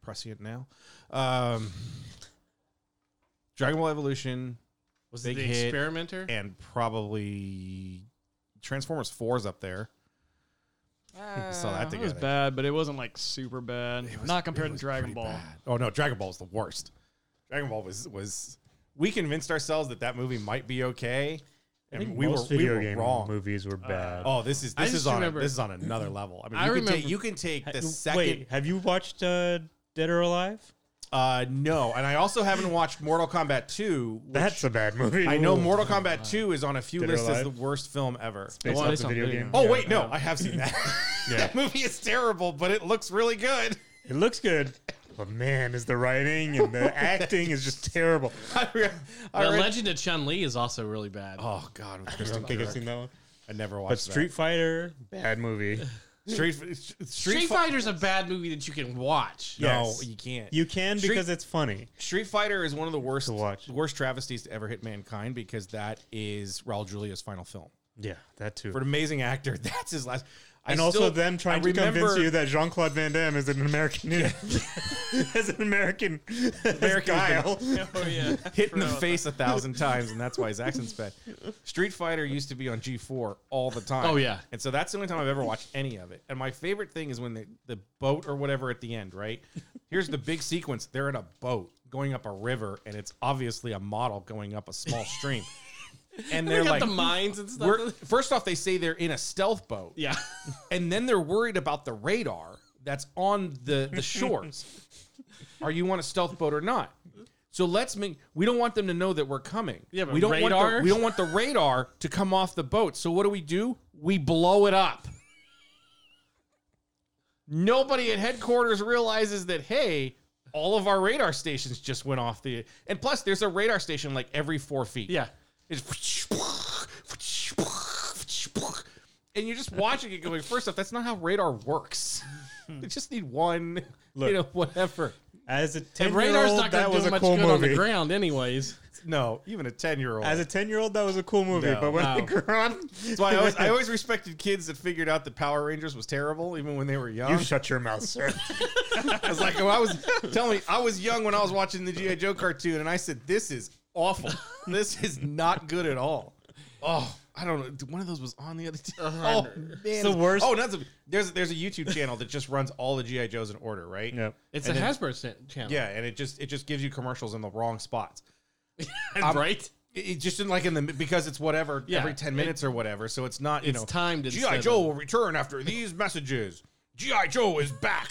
[SPEAKER 2] Prescient now. Um, Dragon Ball Evolution
[SPEAKER 1] Was
[SPEAKER 2] Big
[SPEAKER 1] it the
[SPEAKER 2] hit.
[SPEAKER 1] experimenter?
[SPEAKER 2] and probably Transformers Four is up there. saw that
[SPEAKER 4] Uh, It was
[SPEAKER 2] together.
[SPEAKER 4] bad, but it wasn't like super bad.
[SPEAKER 2] It was-
[SPEAKER 4] Not
[SPEAKER 2] it
[SPEAKER 4] compared to
[SPEAKER 2] was
[SPEAKER 4] Dragon
[SPEAKER 2] pretty
[SPEAKER 4] Ball.
[SPEAKER 2] bad. Oh no, Dragon Ball is the worst. Dragon Ball was was we convinced ourselves that that movie might be okay,
[SPEAKER 3] I
[SPEAKER 2] and
[SPEAKER 3] think
[SPEAKER 2] we were
[SPEAKER 3] most
[SPEAKER 2] we
[SPEAKER 3] video
[SPEAKER 2] were
[SPEAKER 3] game
[SPEAKER 2] wrong.
[SPEAKER 3] movies were bad.
[SPEAKER 2] Oh, this is
[SPEAKER 1] I
[SPEAKER 2] this
[SPEAKER 1] just
[SPEAKER 2] is on a-
[SPEAKER 1] remember-
[SPEAKER 2] this is on another level. I mean,
[SPEAKER 1] I
[SPEAKER 2] you can take
[SPEAKER 1] remember-
[SPEAKER 2] you can take
[SPEAKER 3] Ha-
[SPEAKER 2] the second.
[SPEAKER 3] Wait, have you watched uh, Dead or Alive?
[SPEAKER 2] Uh, no, and I also haven't watched Mortal Kombat Two. Which
[SPEAKER 3] That's a bad movie.
[SPEAKER 2] I know Mortal Kombat Two is on a few
[SPEAKER 3] Dead or
[SPEAKER 2] lists as the
[SPEAKER 3] Alive?
[SPEAKER 2] worst film ever.
[SPEAKER 3] Based
[SPEAKER 4] Well,
[SPEAKER 3] off
[SPEAKER 4] it's
[SPEAKER 3] the
[SPEAKER 4] on
[SPEAKER 3] video
[SPEAKER 4] video.
[SPEAKER 3] game.
[SPEAKER 2] Oh
[SPEAKER 3] Yeah.
[SPEAKER 2] wait, no, I have seen that.
[SPEAKER 3] Yeah.
[SPEAKER 2] that movie is terrible, but it looks really good.
[SPEAKER 3] It looks good, but man, is the writing and the acting is just terrible.
[SPEAKER 2] I, re- I
[SPEAKER 1] the
[SPEAKER 2] read-
[SPEAKER 1] Legend of Chun Li is also really bad.
[SPEAKER 2] oh god, with
[SPEAKER 3] I
[SPEAKER 2] Kristen
[SPEAKER 3] don't think I've
[SPEAKER 2] Kirk.
[SPEAKER 3] seen that one.
[SPEAKER 2] I never watched
[SPEAKER 3] But
[SPEAKER 2] that.
[SPEAKER 3] Street Fighter, bad movie.
[SPEAKER 2] Street Street,
[SPEAKER 1] Street,
[SPEAKER 2] Street Fighter.
[SPEAKER 1] Fighter's a bad movie that you can watch.
[SPEAKER 3] Yeah.
[SPEAKER 2] No,
[SPEAKER 3] Yes.
[SPEAKER 2] you can't.
[SPEAKER 3] You can
[SPEAKER 2] Street-
[SPEAKER 3] because it's funny.
[SPEAKER 2] Street Fighter is one of the worst
[SPEAKER 3] To watch.
[SPEAKER 2] worst travesties to ever hit mankind because that is Raul Julia's final film.
[SPEAKER 3] Yeah, that too.
[SPEAKER 2] For an amazing actor, that's his last. I
[SPEAKER 3] and also
[SPEAKER 2] still-
[SPEAKER 3] them trying
[SPEAKER 2] I
[SPEAKER 3] to convince
[SPEAKER 2] remember-
[SPEAKER 3] you that Jean Claude Van Damme is an American, as an American,
[SPEAKER 2] American's
[SPEAKER 3] American guile.
[SPEAKER 4] Oh yeah.
[SPEAKER 2] hit in the face a thousand times, and that's why his accent's bad. Street Fighter used to be on G4 all the time.
[SPEAKER 1] Oh, yeah.
[SPEAKER 2] And so that's the only time I've ever watched any of it. And my favorite thing is when the, the boat or whatever at the end, right? Here's the big sequence. They're in a boat going up a river, and it's obviously a model going up a small stream. And
[SPEAKER 1] They
[SPEAKER 2] they're
[SPEAKER 1] got
[SPEAKER 2] like,
[SPEAKER 1] the mines and stuff.
[SPEAKER 2] we're, first off, they say they're in a stealth boat.
[SPEAKER 1] yeah.
[SPEAKER 2] And then they're worried about the radar that's on the, the shores. Are you on a stealth boat or not? So let's make. We don't want them to know that we're coming.
[SPEAKER 1] Yeah, but
[SPEAKER 2] we don't want
[SPEAKER 1] radar?
[SPEAKER 2] the, we don't want the radar to come off the boat. So what do we do? We blow it up. Nobody at headquarters realizes that hey, all of our radar stations just went off the. And plus, there's a radar station like every four feet.
[SPEAKER 1] Yeah.
[SPEAKER 2] It's and you're just watching it going, first off, that's not how radar works. they just need one,
[SPEAKER 3] Look.
[SPEAKER 2] you know, whatever.
[SPEAKER 3] As a ten
[SPEAKER 1] And
[SPEAKER 3] year
[SPEAKER 1] radar's
[SPEAKER 3] old,
[SPEAKER 1] not going
[SPEAKER 3] that
[SPEAKER 1] to
[SPEAKER 3] was
[SPEAKER 1] do
[SPEAKER 3] a
[SPEAKER 1] much
[SPEAKER 3] cool
[SPEAKER 1] good on the
[SPEAKER 3] movie.
[SPEAKER 1] ground, anyways.
[SPEAKER 2] No, even a 10 year old.
[SPEAKER 3] As a ten year old, that was a cool movie.
[SPEAKER 2] No.
[SPEAKER 3] but when I
[SPEAKER 1] No.
[SPEAKER 3] grew up,
[SPEAKER 2] That's why I always, I always respected kids that figured out that Power Rangers was terrible, even when they were young.
[SPEAKER 3] you shut your mouth, sir.
[SPEAKER 2] I was like, oh, I was telling you, I was young when I was watching the G.I. Joe cartoon, and I said, this is awful. this is not good at all. Oh, I don't know. One of those was on the other day. Oh, man.
[SPEAKER 3] Uh-huh. the worst.
[SPEAKER 2] Oh, not the, there's, there's a YouTube channel that just runs all the G.I. Joes in order, right?
[SPEAKER 3] yep.
[SPEAKER 1] It's
[SPEAKER 2] And
[SPEAKER 1] a
[SPEAKER 2] then-
[SPEAKER 1] Hasbro sa- channel.
[SPEAKER 2] Yeah, and it just it just gives you commercials in the wrong spots.
[SPEAKER 1] I'm, right?
[SPEAKER 2] It- It just in like in the because it's whatever
[SPEAKER 1] Yeah,
[SPEAKER 2] every ten minutes or whatever, so it's not you
[SPEAKER 1] It's
[SPEAKER 2] know
[SPEAKER 1] timed instead
[SPEAKER 2] GI
[SPEAKER 1] of-
[SPEAKER 2] Joe will return after these messages. GI Joe is back,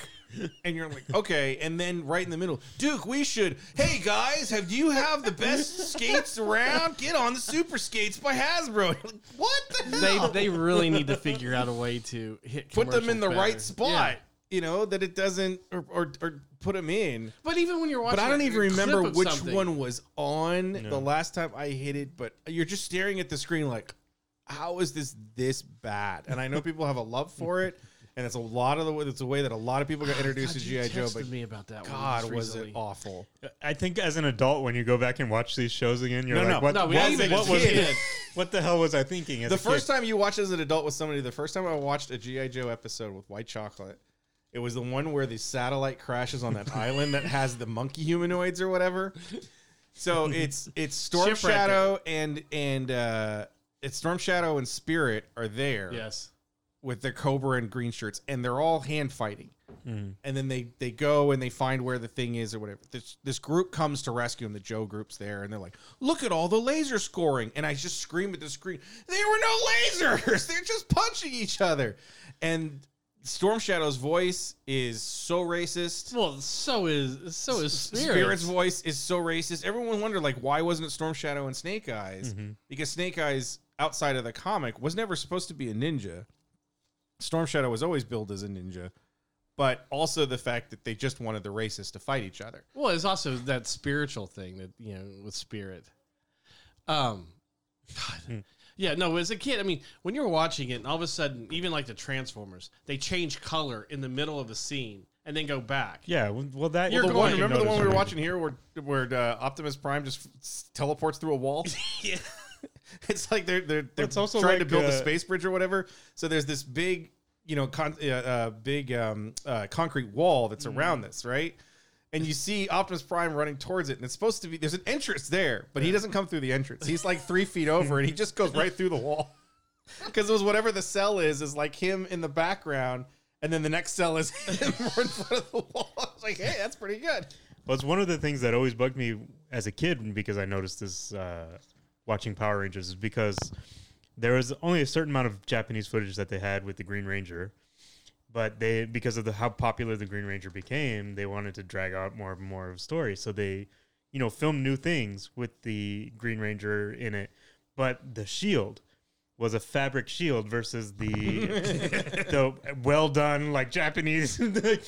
[SPEAKER 2] and you're like okay, and then right in the middle, Duke, we should. Hey guys, have you have the best skates around? Get on the super skates by Hasbro. You're like, what the
[SPEAKER 1] They,
[SPEAKER 2] hell?
[SPEAKER 1] they really need to figure out a way to hit
[SPEAKER 2] put them in
[SPEAKER 1] commercials
[SPEAKER 2] the
[SPEAKER 1] better.
[SPEAKER 2] right spot.
[SPEAKER 1] Yeah.
[SPEAKER 2] You know that it doesn't or or, or put them in.
[SPEAKER 1] But even when you're watching
[SPEAKER 2] But I don't
[SPEAKER 1] a-
[SPEAKER 2] even
[SPEAKER 1] a clip
[SPEAKER 2] remember
[SPEAKER 1] of
[SPEAKER 2] which
[SPEAKER 1] something-
[SPEAKER 2] one was on the last time I hit it, but you're just staring at the screen like, how is this this bad? And I know people have a love for it, and it's a lot of the way, it's a way that a lot of people got introduced
[SPEAKER 1] God,
[SPEAKER 2] to
[SPEAKER 1] you
[SPEAKER 2] GI Joe,
[SPEAKER 1] texted
[SPEAKER 2] but
[SPEAKER 1] me about that
[SPEAKER 2] God,
[SPEAKER 1] one
[SPEAKER 2] was
[SPEAKER 1] just
[SPEAKER 2] it
[SPEAKER 1] recently.
[SPEAKER 2] awful.
[SPEAKER 3] I think as an adult, when you go back and watch these shows again, you're
[SPEAKER 2] No,
[SPEAKER 3] like,
[SPEAKER 2] no.
[SPEAKER 3] what,
[SPEAKER 1] No, we
[SPEAKER 3] what-
[SPEAKER 1] haven't been
[SPEAKER 3] what
[SPEAKER 1] a
[SPEAKER 3] was
[SPEAKER 1] kid.
[SPEAKER 3] what the hell was I thinking? As
[SPEAKER 2] The
[SPEAKER 3] a
[SPEAKER 2] first
[SPEAKER 3] kid?
[SPEAKER 2] time you watch as an adult with somebody, the first time I watched a GI Joe episode with White Chocolate, it was the one where the satellite crashes on that island that has the monkey humanoids or whatever. So it's it's Storm
[SPEAKER 1] Shipwrecker.
[SPEAKER 2] Shadow and and uh, it's Storm Shadow and Spirit are there
[SPEAKER 1] Yes.
[SPEAKER 2] with their Cobra and green shirts, and they're all hand fighting. And then they they go and they find where the thing is or whatever. This this group comes to rescue them. The Joe group's there, and they're like, "Look at all the laser scoring!" And I just scream at the screen, "There were no lasers! They're just punching each other!" And Storm Shadow's voice is so racist.
[SPEAKER 1] Well, so is so is Spirit.
[SPEAKER 2] Spirit's voice is so racist. Everyone wondered like why wasn't it Storm Shadow and Snake Eyes?
[SPEAKER 3] Mhm.
[SPEAKER 2] Because Snake Eyes outside of the comic was never supposed to be a ninja. Storm Shadow was always billed as a ninja. But also the fact that they just wanted the racists to fight each other.
[SPEAKER 1] Well, it's also that spiritual thing that you know with Spirit. Um,
[SPEAKER 2] Hmm.
[SPEAKER 1] God, yeah, no. As a kid, I mean, when you're watching it, and all of a sudden, even like the Transformers, they change color in the middle of a scene and then go back.
[SPEAKER 3] Yeah, well, well, that
[SPEAKER 1] You're
[SPEAKER 2] the
[SPEAKER 1] going-
[SPEAKER 2] one,
[SPEAKER 1] you
[SPEAKER 2] remember the one we were
[SPEAKER 3] noticed.
[SPEAKER 2] watching here where where uh, Optimus Prime just s- teleports through a wall?
[SPEAKER 1] Yeah.
[SPEAKER 2] it's like they're they're, they're
[SPEAKER 3] it's also
[SPEAKER 2] trying to
[SPEAKER 3] like,
[SPEAKER 2] build a
[SPEAKER 3] uh,
[SPEAKER 2] space bridge or whatever. So there's this big, you know, con- uh, uh, big um, uh, concrete wall that's around this, right? And you see Optimus Prime running towards it, and it's supposed to be there's an entrance there, but he doesn't come through the entrance. He's like three feet over, and he just goes right through the wall because it was whatever the cell is is like him in the background. And then the next cell is him in front of the wall. I was like, hey, that's pretty good.
[SPEAKER 3] Well, it's one of the things that always bugged me as a kid because I noticed this uh, watching Power Rangers is because there was only a certain amount of Japanese footage that they had with the Green Ranger, but they because of the how popular the Green Ranger became, they wanted to drag out more and more of a story. So they, you know, filmed new things with the Green Ranger in it, but the shield was a fabric shield versus the the well done like Japanese. I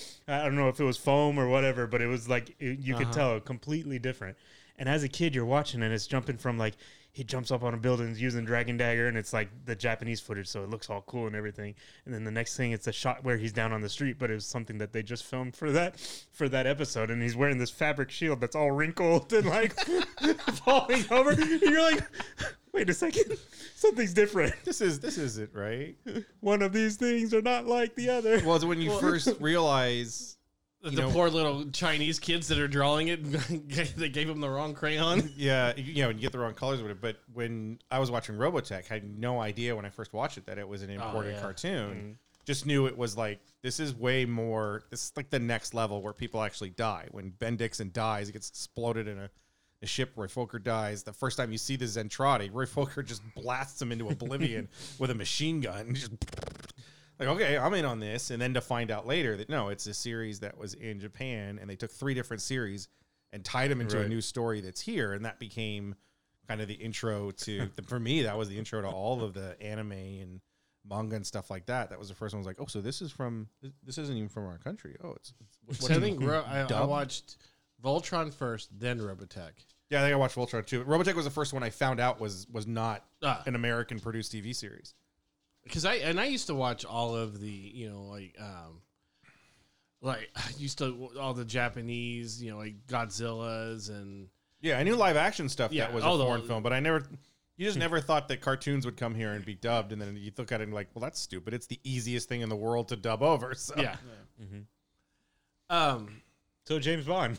[SPEAKER 3] don't know if it was foam or whatever, but it was like it, you could tell completely different. And as a kid, you're watching and it's jumping from like he jumps up on a building he's using Dragon Dagger, and it's like the Japanese footage, so it looks all cool and everything. And then the next thing, it's a shot where he's down on the street, but it was something that they just filmed for that for that episode, and he's wearing this fabric shield that's all wrinkled and like falling over. And you're like, wait a second, something's different.
[SPEAKER 2] This is this is it, right?
[SPEAKER 3] One of these things are not like the other.
[SPEAKER 2] Well, it's when you first realize,
[SPEAKER 1] The,
[SPEAKER 2] You know-
[SPEAKER 1] poor little Chinese kids that are drawing it, they gave them the wrong crayon.
[SPEAKER 2] yeah, you you know, and you get the wrong colors with it. But when I was watching Robotech, I had no idea when I first watched it that it was an imported
[SPEAKER 1] yeah.
[SPEAKER 2] cartoon. Just knew it was like this is way more. This is like the next level where people actually die. When Ben Dixon dies, he gets exploded in a, a ship. Roy Fokker dies. The first time you see the Zentradi, Roy Fokker just blasts him into oblivion with a machine gun. Just like okay i'm in on this and then to find out later that no it's a series that was in japan and they took three different series and tied them into a
[SPEAKER 3] Right.
[SPEAKER 2] new story that's here and that became kind of the intro to the, for me that was the intro to all of the anime and manga and stuff like that that was the first one I was like oh so this is from this isn't even from our country oh it's, it's
[SPEAKER 1] So I think Ro- I, I
[SPEAKER 2] Dumb.
[SPEAKER 1] watched Voltron first, then Robotech.
[SPEAKER 2] yeah i think i watched voltron too robotech was the first one i found out was was not
[SPEAKER 1] Ah.
[SPEAKER 2] an american produced tv series
[SPEAKER 1] because I and I used to watch all of the you know like um like I used to all the Japanese you know like Godzilla's and
[SPEAKER 2] Yeah, I knew live action stuff
[SPEAKER 1] Yeah,
[SPEAKER 2] that was a
[SPEAKER 1] all the-
[SPEAKER 2] foreign film, but I never, you just never thought that cartoons would come here and be dubbed, and then you look at it and like, well, that's stupid. It's the easiest thing in the world to dub over. So.
[SPEAKER 1] yeah.
[SPEAKER 2] Mm-hmm.
[SPEAKER 1] Um,
[SPEAKER 3] So James Bond.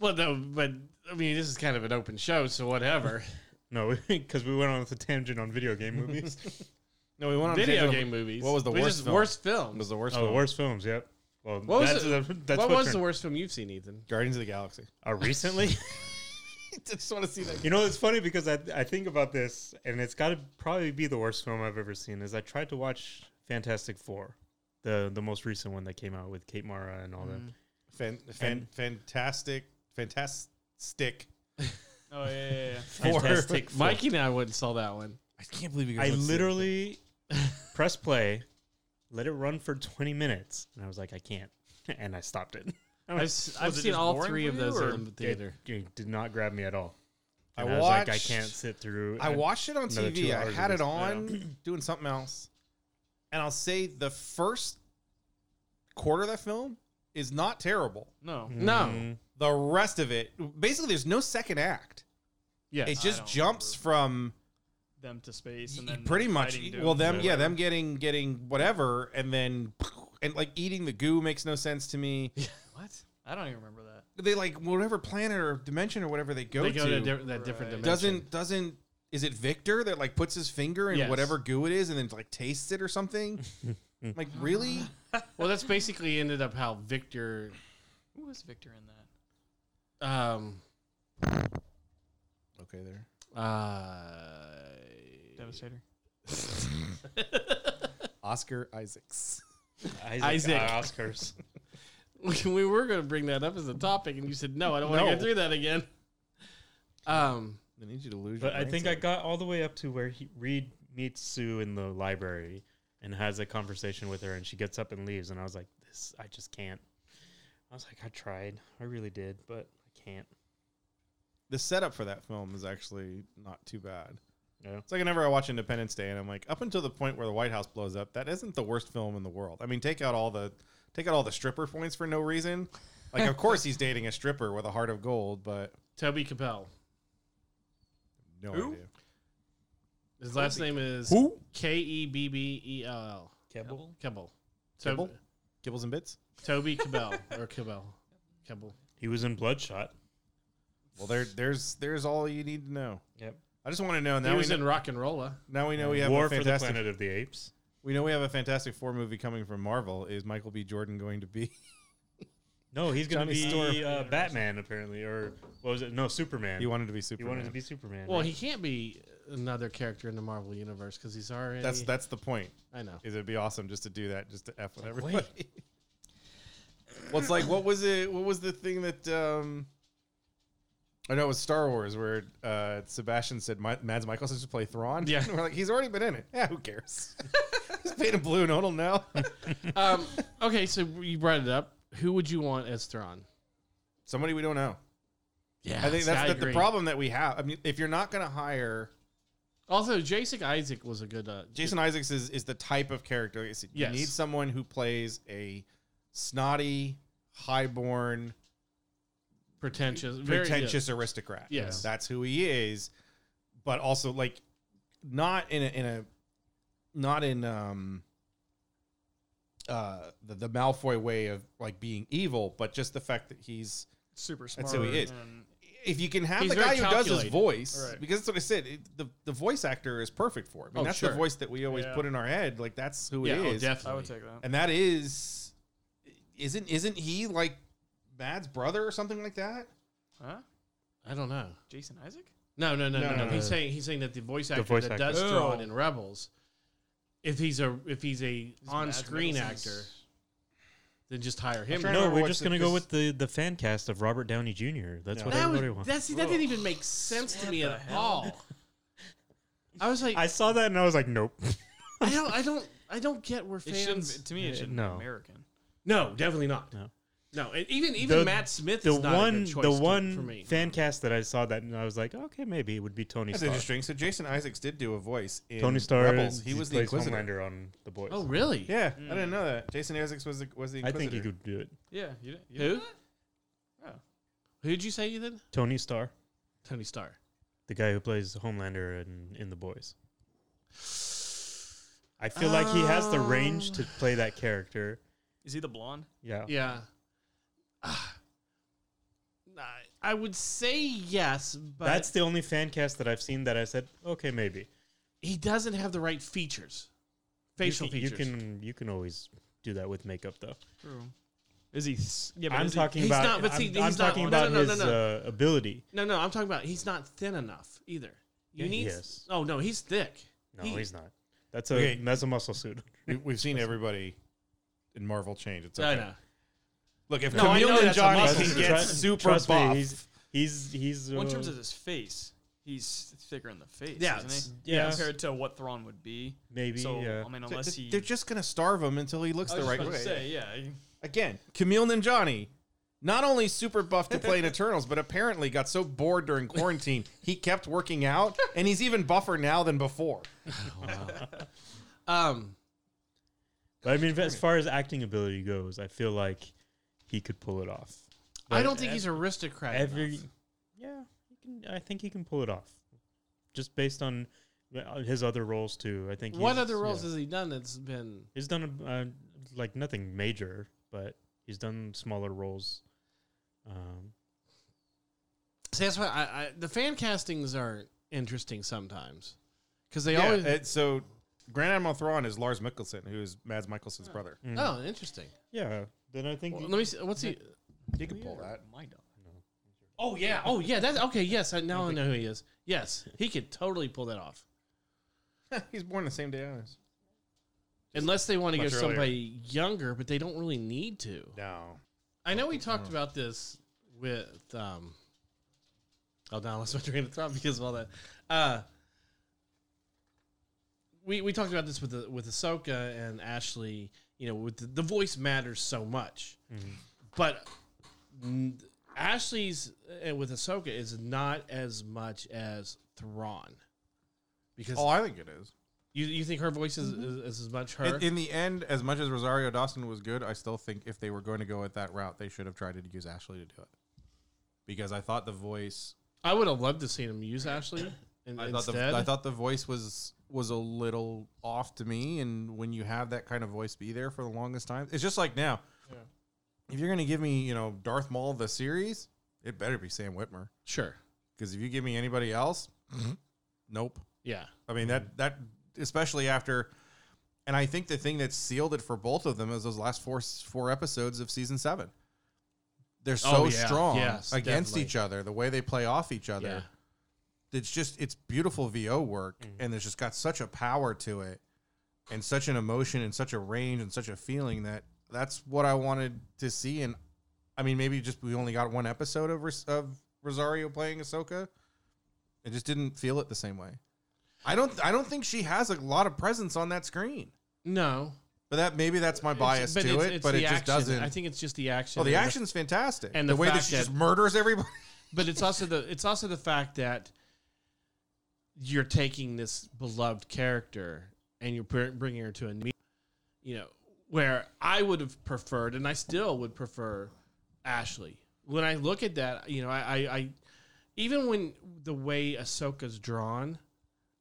[SPEAKER 1] well, no, but I mean, this is kind of an open show, so whatever.
[SPEAKER 3] No, because we went on the tangent on video game movies.
[SPEAKER 2] No, we went on
[SPEAKER 1] Video
[SPEAKER 2] James-
[SPEAKER 1] game movies.
[SPEAKER 2] What was the
[SPEAKER 1] We
[SPEAKER 2] worst
[SPEAKER 1] just-
[SPEAKER 2] film?
[SPEAKER 1] Worst
[SPEAKER 2] What
[SPEAKER 1] film.
[SPEAKER 2] was the worst?
[SPEAKER 3] oh,
[SPEAKER 2] film?
[SPEAKER 3] worst films. Yep. Well,
[SPEAKER 1] What
[SPEAKER 3] that's,
[SPEAKER 1] was it-
[SPEAKER 3] that's
[SPEAKER 1] what
[SPEAKER 3] what
[SPEAKER 1] was the
[SPEAKER 3] turned-
[SPEAKER 1] worst film you've seen, Ethan?
[SPEAKER 2] Guardians of the Galaxy.
[SPEAKER 3] Uh, recently?
[SPEAKER 2] I just want to see that.
[SPEAKER 3] you know, it's funny because I, I think about this, and it's got to probably be the worst film I've ever seen. Is I tried to watch Fantastic Four, the the most recent one that came out with Kate Mara and all them.
[SPEAKER 2] Fan, fan, fantastic, fantastic.
[SPEAKER 4] Oh yeah, yeah, yeah.
[SPEAKER 3] Fantastic Four.
[SPEAKER 1] Mm. Mikey and I went and saw that one.
[SPEAKER 2] I can't believe you
[SPEAKER 3] I literally press play, let it run for twenty minutes, and I was like, I can't, and I stopped it.
[SPEAKER 1] I've, s- I've seen all three of those in the theater.
[SPEAKER 3] It, it did not grab me at all.
[SPEAKER 2] I
[SPEAKER 3] And I, was like, I
[SPEAKER 2] watched-
[SPEAKER 3] can't sit through.
[SPEAKER 2] I
[SPEAKER 3] an-
[SPEAKER 2] watched it on
[SPEAKER 3] another two
[SPEAKER 2] TV. I
[SPEAKER 3] hours
[SPEAKER 2] had
[SPEAKER 3] of
[SPEAKER 2] it
[SPEAKER 3] this.
[SPEAKER 2] on doing something else. And I'll say the first quarter of that film is not terrible.
[SPEAKER 4] No,
[SPEAKER 1] No,
[SPEAKER 3] Mm.
[SPEAKER 2] The rest of it, basically, there's no second act.
[SPEAKER 1] yeah,
[SPEAKER 2] It
[SPEAKER 4] I
[SPEAKER 2] just
[SPEAKER 4] don't
[SPEAKER 2] jumps from
[SPEAKER 4] them to space and then
[SPEAKER 2] pretty much e-
[SPEAKER 4] fighting Doom.
[SPEAKER 2] well them
[SPEAKER 3] or
[SPEAKER 2] yeah them getting getting whatever and then and like eating the goo makes no sense to me.
[SPEAKER 1] what?
[SPEAKER 4] I don't even remember that.
[SPEAKER 2] They like whatever planet or dimension or whatever they go,
[SPEAKER 1] They go to,
[SPEAKER 2] to,
[SPEAKER 1] a different, that different
[SPEAKER 4] Right.
[SPEAKER 1] dimension.
[SPEAKER 2] doesn't doesn't is it Victor that like puts his finger in
[SPEAKER 1] Yes.
[SPEAKER 2] whatever goo it is and then like tastes it or something? like really?
[SPEAKER 1] well, that's basically ended up how Victor
[SPEAKER 4] Who was Victor in that?
[SPEAKER 1] um,
[SPEAKER 2] Okay, there.
[SPEAKER 1] Uh,
[SPEAKER 4] Devastator.
[SPEAKER 2] Oscar Isaacs.
[SPEAKER 3] Isaac,
[SPEAKER 1] Isaac.
[SPEAKER 3] uh, Oscars.
[SPEAKER 1] we were going to bring that up as a topic, and you said no. I don't want to
[SPEAKER 2] No.
[SPEAKER 1] go through that again. Um,
[SPEAKER 2] I need you to lose.
[SPEAKER 3] But
[SPEAKER 2] your
[SPEAKER 3] I
[SPEAKER 2] brain
[SPEAKER 3] think
[SPEAKER 2] cell.
[SPEAKER 3] I got all the way up to where he, Reed meets Sue in the library and has a conversation with her, and she gets up and leaves. And I was like, "This, I just can't." I was like, "I tried, I really did, but I can't."
[SPEAKER 2] the setup for that film is actually not too bad.
[SPEAKER 3] Yeah.
[SPEAKER 2] It's like whenever I watch Independence Day, and I'm like, up until the point where the White House blows up, that isn't the worst film in the world. I mean, take out all the take out all the stripper points for no reason. Like, of course he's dating a stripper with a heart of gold, but
[SPEAKER 1] Toby Capel.
[SPEAKER 2] no
[SPEAKER 1] Who?
[SPEAKER 2] idea.
[SPEAKER 1] His last name is
[SPEAKER 2] Who?
[SPEAKER 1] K E B B E L L.
[SPEAKER 3] Kebble.
[SPEAKER 1] Kebble. Tob-
[SPEAKER 2] Kebble? Kibbles and bits.
[SPEAKER 1] Toby Cabell or Cabell. Kebble.
[SPEAKER 3] He was in Bloodshot.
[SPEAKER 2] Well, there, there's, there's all you need to know.
[SPEAKER 3] Yep.
[SPEAKER 2] I just want to know.
[SPEAKER 1] he
[SPEAKER 2] Now we
[SPEAKER 1] was
[SPEAKER 2] know,
[SPEAKER 1] in Rock and Rolla.
[SPEAKER 2] now we know we have
[SPEAKER 3] War
[SPEAKER 2] a
[SPEAKER 3] for the
[SPEAKER 2] fantastic.
[SPEAKER 3] Planet of the Apes.
[SPEAKER 2] We know we have a Fantastic Four movie coming from Marvel. Is Michael B. Jordan going to be?
[SPEAKER 3] No, he's going
[SPEAKER 2] Johnny
[SPEAKER 3] to be
[SPEAKER 2] Storm.
[SPEAKER 3] uh, Batman apparently, or what was it? No, Superman.
[SPEAKER 2] He wanted to be
[SPEAKER 3] He
[SPEAKER 2] Superman.
[SPEAKER 3] wanted to be Superman.
[SPEAKER 1] Well,
[SPEAKER 3] right?
[SPEAKER 1] he can't be another character in the Marvel universe because he's already.
[SPEAKER 2] That's that's the point.
[SPEAKER 1] I know.
[SPEAKER 2] Is it'd be awesome just to do that, just to f with everybody. What's like? What was it? What was the thing that? um I know it was Star Wars where uh, Sebastian said "Mi- Mads Mikkelsen should play Thrawn.
[SPEAKER 1] Yeah.
[SPEAKER 2] and we're like, he's already been in it. Yeah, who cares? He's paid in blue, no one will know.
[SPEAKER 1] Um, okay, so you brought it up. Who would you want as Thrawn?
[SPEAKER 2] Somebody we don't know.
[SPEAKER 1] Yeah,
[SPEAKER 2] I think that's the, the problem that we have. I mean, if you're not going to hire
[SPEAKER 1] Also, Jason Isaac was a good uh,
[SPEAKER 2] Jason Isaacs is, is the type of character. It's- You
[SPEAKER 1] Yes.
[SPEAKER 2] need someone who plays a snotty, highborn,
[SPEAKER 1] pretentious, very
[SPEAKER 2] pretentious aristocrat.
[SPEAKER 1] Yes.
[SPEAKER 2] that's who he is. But also, like, not in a in a not in um uh the, the Malfoy way of like being evil, but just the fact that he's
[SPEAKER 4] Super smart.
[SPEAKER 2] That's who he is.
[SPEAKER 4] and-
[SPEAKER 2] if you can have
[SPEAKER 1] He's
[SPEAKER 2] the
[SPEAKER 1] very
[SPEAKER 2] guy who does his
[SPEAKER 1] calculated.
[SPEAKER 2] voice,
[SPEAKER 4] Right.
[SPEAKER 2] because that's what I said. It, the the voice actor is perfect for it. I mean,
[SPEAKER 1] Oh,
[SPEAKER 2] that's
[SPEAKER 1] sure.
[SPEAKER 2] the voice that we always
[SPEAKER 4] Yeah.
[SPEAKER 2] put in our head. Like that's who
[SPEAKER 1] Yeah,
[SPEAKER 2] it
[SPEAKER 1] oh,
[SPEAKER 2] is.
[SPEAKER 1] definitely.
[SPEAKER 4] I would take that.
[SPEAKER 2] and that is isn't isn't he like Mad's brother or something like that?
[SPEAKER 4] Huh?
[SPEAKER 1] I don't know.
[SPEAKER 4] Jason Isaac?
[SPEAKER 1] No, no, no, no,
[SPEAKER 3] No,
[SPEAKER 1] no.
[SPEAKER 3] no, no.
[SPEAKER 1] He's saying he's saying that the voice actor
[SPEAKER 3] voice
[SPEAKER 1] that
[SPEAKER 3] actor.
[SPEAKER 1] does
[SPEAKER 4] Oh.
[SPEAKER 1] Thrawn in Rebels, if he's a if he's a
[SPEAKER 4] Is
[SPEAKER 1] on
[SPEAKER 4] Mads
[SPEAKER 1] screen
[SPEAKER 4] Mikkelsen's-
[SPEAKER 1] actor, then just hire him.
[SPEAKER 2] trying to
[SPEAKER 3] no,
[SPEAKER 2] remember
[SPEAKER 3] we're
[SPEAKER 2] what's
[SPEAKER 3] just
[SPEAKER 2] the-
[SPEAKER 3] going to go
[SPEAKER 2] this-
[SPEAKER 3] with the, the fan cast of Robert Downey Jr. That's
[SPEAKER 2] No.
[SPEAKER 3] what
[SPEAKER 1] That was
[SPEAKER 3] everybody wants.
[SPEAKER 1] that, see, that didn't
[SPEAKER 4] Whoa.
[SPEAKER 1] even make sense to
[SPEAKER 4] What
[SPEAKER 1] me
[SPEAKER 4] the
[SPEAKER 1] at
[SPEAKER 4] hell?
[SPEAKER 1] all. I was like,
[SPEAKER 3] I
[SPEAKER 1] I,
[SPEAKER 3] saw that and I was like, nope.
[SPEAKER 1] don't, I don't, I don't get where
[SPEAKER 4] It shouldn't.
[SPEAKER 1] fans.
[SPEAKER 4] be- To me,
[SPEAKER 3] Uh,
[SPEAKER 4] it shouldn't
[SPEAKER 3] no.
[SPEAKER 4] be American.
[SPEAKER 1] no, definitely not.
[SPEAKER 3] No.
[SPEAKER 1] no. And even even
[SPEAKER 3] The-
[SPEAKER 1] Matt Smith
[SPEAKER 3] the
[SPEAKER 1] is not a
[SPEAKER 3] one
[SPEAKER 1] good choice
[SPEAKER 3] the
[SPEAKER 1] to-
[SPEAKER 3] one
[SPEAKER 1] for me.
[SPEAKER 3] fan cast that I saw that and I was like, okay, maybe it would be Tony
[SPEAKER 2] That's
[SPEAKER 3] Stark.
[SPEAKER 2] interesting. So Jason Isaacs did do a voice in
[SPEAKER 3] Tony Stark.
[SPEAKER 2] Rebels. He, was the
[SPEAKER 3] plays
[SPEAKER 2] Inquisitor.
[SPEAKER 3] Homelander on the boys.
[SPEAKER 1] oh, really?
[SPEAKER 2] Yeah, I didn't know that. Jason Isaacs was the was the
[SPEAKER 3] I
[SPEAKER 2] Inquisitor.
[SPEAKER 3] think he could do it.
[SPEAKER 4] Yeah. You, didn't- you
[SPEAKER 1] Who?
[SPEAKER 4] didn't know that?
[SPEAKER 1] Who'd you say you did?
[SPEAKER 3] Tony Stark,
[SPEAKER 1] Tony Starr.
[SPEAKER 3] the guy who plays Homelander in, in the boys. I feel like he has the range
[SPEAKER 2] Uh.
[SPEAKER 3] to play that character.
[SPEAKER 4] Oh. Is he the blonde?
[SPEAKER 3] Yeah.
[SPEAKER 1] Yeah. Ah. I- I would say yes, but
[SPEAKER 3] That's the only fan cast that I've seen that I said, okay, maybe.
[SPEAKER 1] he doesn't have the right features, facial
[SPEAKER 3] you can,
[SPEAKER 1] features.
[SPEAKER 3] You can you can always do that with makeup though.
[SPEAKER 4] True. Is he? s- Yeah, but
[SPEAKER 3] I'm
[SPEAKER 4] is he-
[SPEAKER 3] talking
[SPEAKER 1] he's
[SPEAKER 3] about
[SPEAKER 1] not- but see,
[SPEAKER 3] I'm,
[SPEAKER 1] he's
[SPEAKER 3] I'm
[SPEAKER 1] not-
[SPEAKER 3] talking
[SPEAKER 1] no,
[SPEAKER 3] about
[SPEAKER 1] no, no,
[SPEAKER 3] his
[SPEAKER 1] no, no.
[SPEAKER 3] Uh, ability.
[SPEAKER 1] no, no, I'm talking about he's not thin enough either. You
[SPEAKER 3] Yeah,
[SPEAKER 1] need.
[SPEAKER 3] he is.
[SPEAKER 1] Oh no, he's thick.
[SPEAKER 3] No,
[SPEAKER 1] He-
[SPEAKER 3] he's not. That's a
[SPEAKER 2] Okay.
[SPEAKER 3] mesomuscle suit.
[SPEAKER 2] We, we've seen everybody in Marvel change. It's okay.
[SPEAKER 1] I know.
[SPEAKER 2] Look, if
[SPEAKER 1] No, I know
[SPEAKER 2] Camille and
[SPEAKER 1] that's a
[SPEAKER 2] Johnny
[SPEAKER 1] muscle
[SPEAKER 2] can
[SPEAKER 1] suit.
[SPEAKER 2] get
[SPEAKER 3] Trust-
[SPEAKER 2] super
[SPEAKER 3] trust me,
[SPEAKER 2] buff,
[SPEAKER 3] he's he's he's
[SPEAKER 4] Well, in
[SPEAKER 3] uh,
[SPEAKER 4] terms of his face, he's thicker in the face,
[SPEAKER 1] Yeah,
[SPEAKER 4] isn't he?
[SPEAKER 3] yeah.
[SPEAKER 4] Compared to what Thrawn would be.
[SPEAKER 3] maybe
[SPEAKER 4] so
[SPEAKER 3] yeah.
[SPEAKER 4] I mean,
[SPEAKER 2] th-
[SPEAKER 4] unless
[SPEAKER 2] th-
[SPEAKER 4] he.
[SPEAKER 2] they're just gonna starve him until he looks
[SPEAKER 4] I
[SPEAKER 2] the
[SPEAKER 4] was just
[SPEAKER 2] right
[SPEAKER 4] about
[SPEAKER 2] way.
[SPEAKER 4] to say, yeah. he-
[SPEAKER 2] Again, Camille and Johnny, not only super buff to play in Eternals, but apparently got so bored during quarantine he kept working out, and he's even buffer now than before.
[SPEAKER 1] Um,
[SPEAKER 3] But I mean, as far as acting ability goes, I feel like he could pull it off.
[SPEAKER 1] I
[SPEAKER 3] But
[SPEAKER 1] don't think
[SPEAKER 3] ev-
[SPEAKER 1] he's aristocrat.
[SPEAKER 3] every.
[SPEAKER 1] enough.
[SPEAKER 3] Yeah, he can, I think he can pull it off, just based on uh, his other roles too. I think.
[SPEAKER 1] What
[SPEAKER 3] he's-
[SPEAKER 1] other roles
[SPEAKER 3] yeah.
[SPEAKER 1] has he done that's been?
[SPEAKER 3] He's done uh, like nothing major, but he's done smaller roles. Um,
[SPEAKER 1] See, that's why I, I the fan castings are interesting sometimes because they
[SPEAKER 2] Yeah,
[SPEAKER 1] always.
[SPEAKER 2] uh, so Grand Admiral Thrawn is Lars Mikkelsen, who is Mads Mikkelsen's brother.
[SPEAKER 3] mm.
[SPEAKER 1] oh, interesting.
[SPEAKER 3] yeah. Then I think
[SPEAKER 1] Well, let me see. What's he?
[SPEAKER 2] He can
[SPEAKER 4] Yeah,
[SPEAKER 2] pull that.
[SPEAKER 4] My dog.
[SPEAKER 1] Oh yeah. Oh yeah. That's okay. Yes. I, now I know who he is. Yes, he could totally pull that off.
[SPEAKER 5] He's born the same day I was.
[SPEAKER 1] Unless they want to
[SPEAKER 3] Much
[SPEAKER 1] give
[SPEAKER 3] earlier.
[SPEAKER 1] somebody younger, but they don't really need to.
[SPEAKER 5] No.
[SPEAKER 1] I know we talked about this with um Oh now I lost my train of thought because of all that. Uh we we talked about this with the with Ahsoka and Ashley, you know, with the, the voice matters so much.
[SPEAKER 2] Mm-hmm.
[SPEAKER 1] But n- Ashley's and with Ahsoka is not as much as Thrawn. Because
[SPEAKER 2] Oh, I Mm-hmm. think it is.
[SPEAKER 1] you, you think her voice is, is, is as much her?
[SPEAKER 2] In, in the end, as much as Rosario Dawson was good, I still think if they were going to go at that route, they should have tried to use Ashley to do it. Because I thought the voice,
[SPEAKER 1] I would have loved to see him use Ashley. In,
[SPEAKER 2] I thought
[SPEAKER 1] instead.
[SPEAKER 2] the, I thought the voice was was a little off to me. And when you have that kind of voice be there for the longest time, it's just like now. If you're going to give me, you know, Darth Maul the series, it better be Sam Whitmer.
[SPEAKER 1] sure.
[SPEAKER 2] Because if you give me anybody else,
[SPEAKER 1] Mm-hmm.
[SPEAKER 2] nope.
[SPEAKER 1] Yeah.
[SPEAKER 2] I mean that that especially after, and I think the thing that sealed it for both of them is those last four four episodes of season seven. They're so
[SPEAKER 1] Oh, yeah.
[SPEAKER 2] strong
[SPEAKER 1] Yes,
[SPEAKER 2] against
[SPEAKER 1] definitely.
[SPEAKER 2] each other. The way they play off each other,
[SPEAKER 1] Yeah. Mm-hmm.
[SPEAKER 2] it's just it's beautiful VO work, and it's just got such a power to it, and such an emotion, and such a range, and such a feeling that that's what I wanted to see. And I mean, maybe just we only got one episode of Ros- of Rosario playing Ahsoka. It just didn't feel it the same way. I don't I don't think she has a lot of presence on that screen.
[SPEAKER 1] No.
[SPEAKER 2] But that maybe that's my bias
[SPEAKER 1] It's-
[SPEAKER 2] to
[SPEAKER 1] it's-
[SPEAKER 2] it,
[SPEAKER 1] it's
[SPEAKER 2] but
[SPEAKER 1] the
[SPEAKER 2] it just
[SPEAKER 1] action.
[SPEAKER 2] doesn't.
[SPEAKER 1] I think it's just the action.
[SPEAKER 2] well, the
[SPEAKER 1] and
[SPEAKER 2] action's fantastic,
[SPEAKER 1] and
[SPEAKER 2] and the,
[SPEAKER 1] the
[SPEAKER 2] way that
[SPEAKER 1] fact
[SPEAKER 2] she
[SPEAKER 1] that-
[SPEAKER 2] just murders everybody.
[SPEAKER 1] but it's also the it's also the fact that you're taking this beloved character and you're br- bringing her to a new, you know, where I would have preferred, and I still would prefer Ashley. When I look at that, you know, I, I, I even when the way Ahsoka's drawn,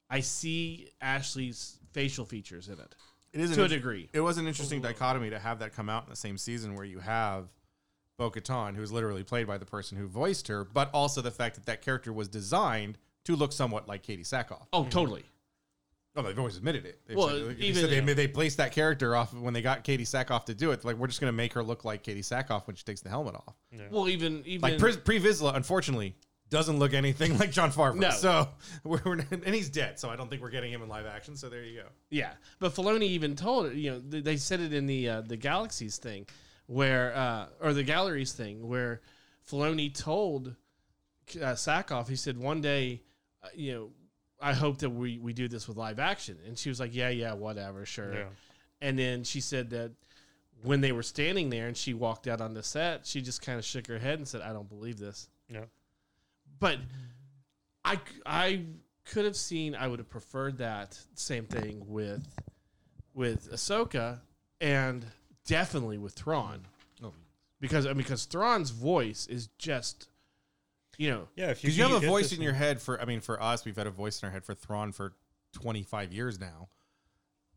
[SPEAKER 1] I see Ashley's facial features in it
[SPEAKER 2] It is
[SPEAKER 1] to a degree.
[SPEAKER 2] It was an interesting dichotomy to have that come out in the same season where you have Bo Katan, who's literally played by the person who voiced her, but also the fact that that character was designed to look somewhat like Katie Sackhoff.
[SPEAKER 1] Oh, totally.
[SPEAKER 2] No, they've always admitted it. They've
[SPEAKER 1] Well,
[SPEAKER 2] said- they
[SPEAKER 1] even-
[SPEAKER 2] said they, they placed that character off when they got Katie Sackhoff to do it. Like, we're just going to make her look like Katie Sackhoff when she takes the helmet off.
[SPEAKER 1] Well, even even
[SPEAKER 2] Like, Pre, Pre Vizsla, unfortunately, doesn't look anything like John Favreau.
[SPEAKER 1] No.
[SPEAKER 2] So, we're, we're, and he's dead, so I don't think we're getting him in live action. So, there you go.
[SPEAKER 1] Yeah, but Filoni even told it. You know, th- they said it in the uh, the galaxies thing, where uh, or the galleries thing, where Filoni told uh, Sackhoff, he said, "One day, uh, you know, I hope that we we do this with live action." And she was like, "Yeah, yeah, whatever, sure."
[SPEAKER 3] Yeah.
[SPEAKER 1] And then she said that when they were standing there and she walked out on the set, she just kind of shook her head and said, "I don't believe this."
[SPEAKER 3] Yeah.
[SPEAKER 1] But I c- I could have seen. I would have preferred that same thing with with Ahsoka and definitely with Thrawn
[SPEAKER 2] Oh,
[SPEAKER 1] because I mean because Thrawn's voice is just you know
[SPEAKER 3] Yeah, if
[SPEAKER 2] Because you
[SPEAKER 3] can
[SPEAKER 2] have a
[SPEAKER 3] get
[SPEAKER 2] voice
[SPEAKER 3] this
[SPEAKER 2] in your head for, I mean, for us, we've had a voice in our head for Thrawn for 25 years now.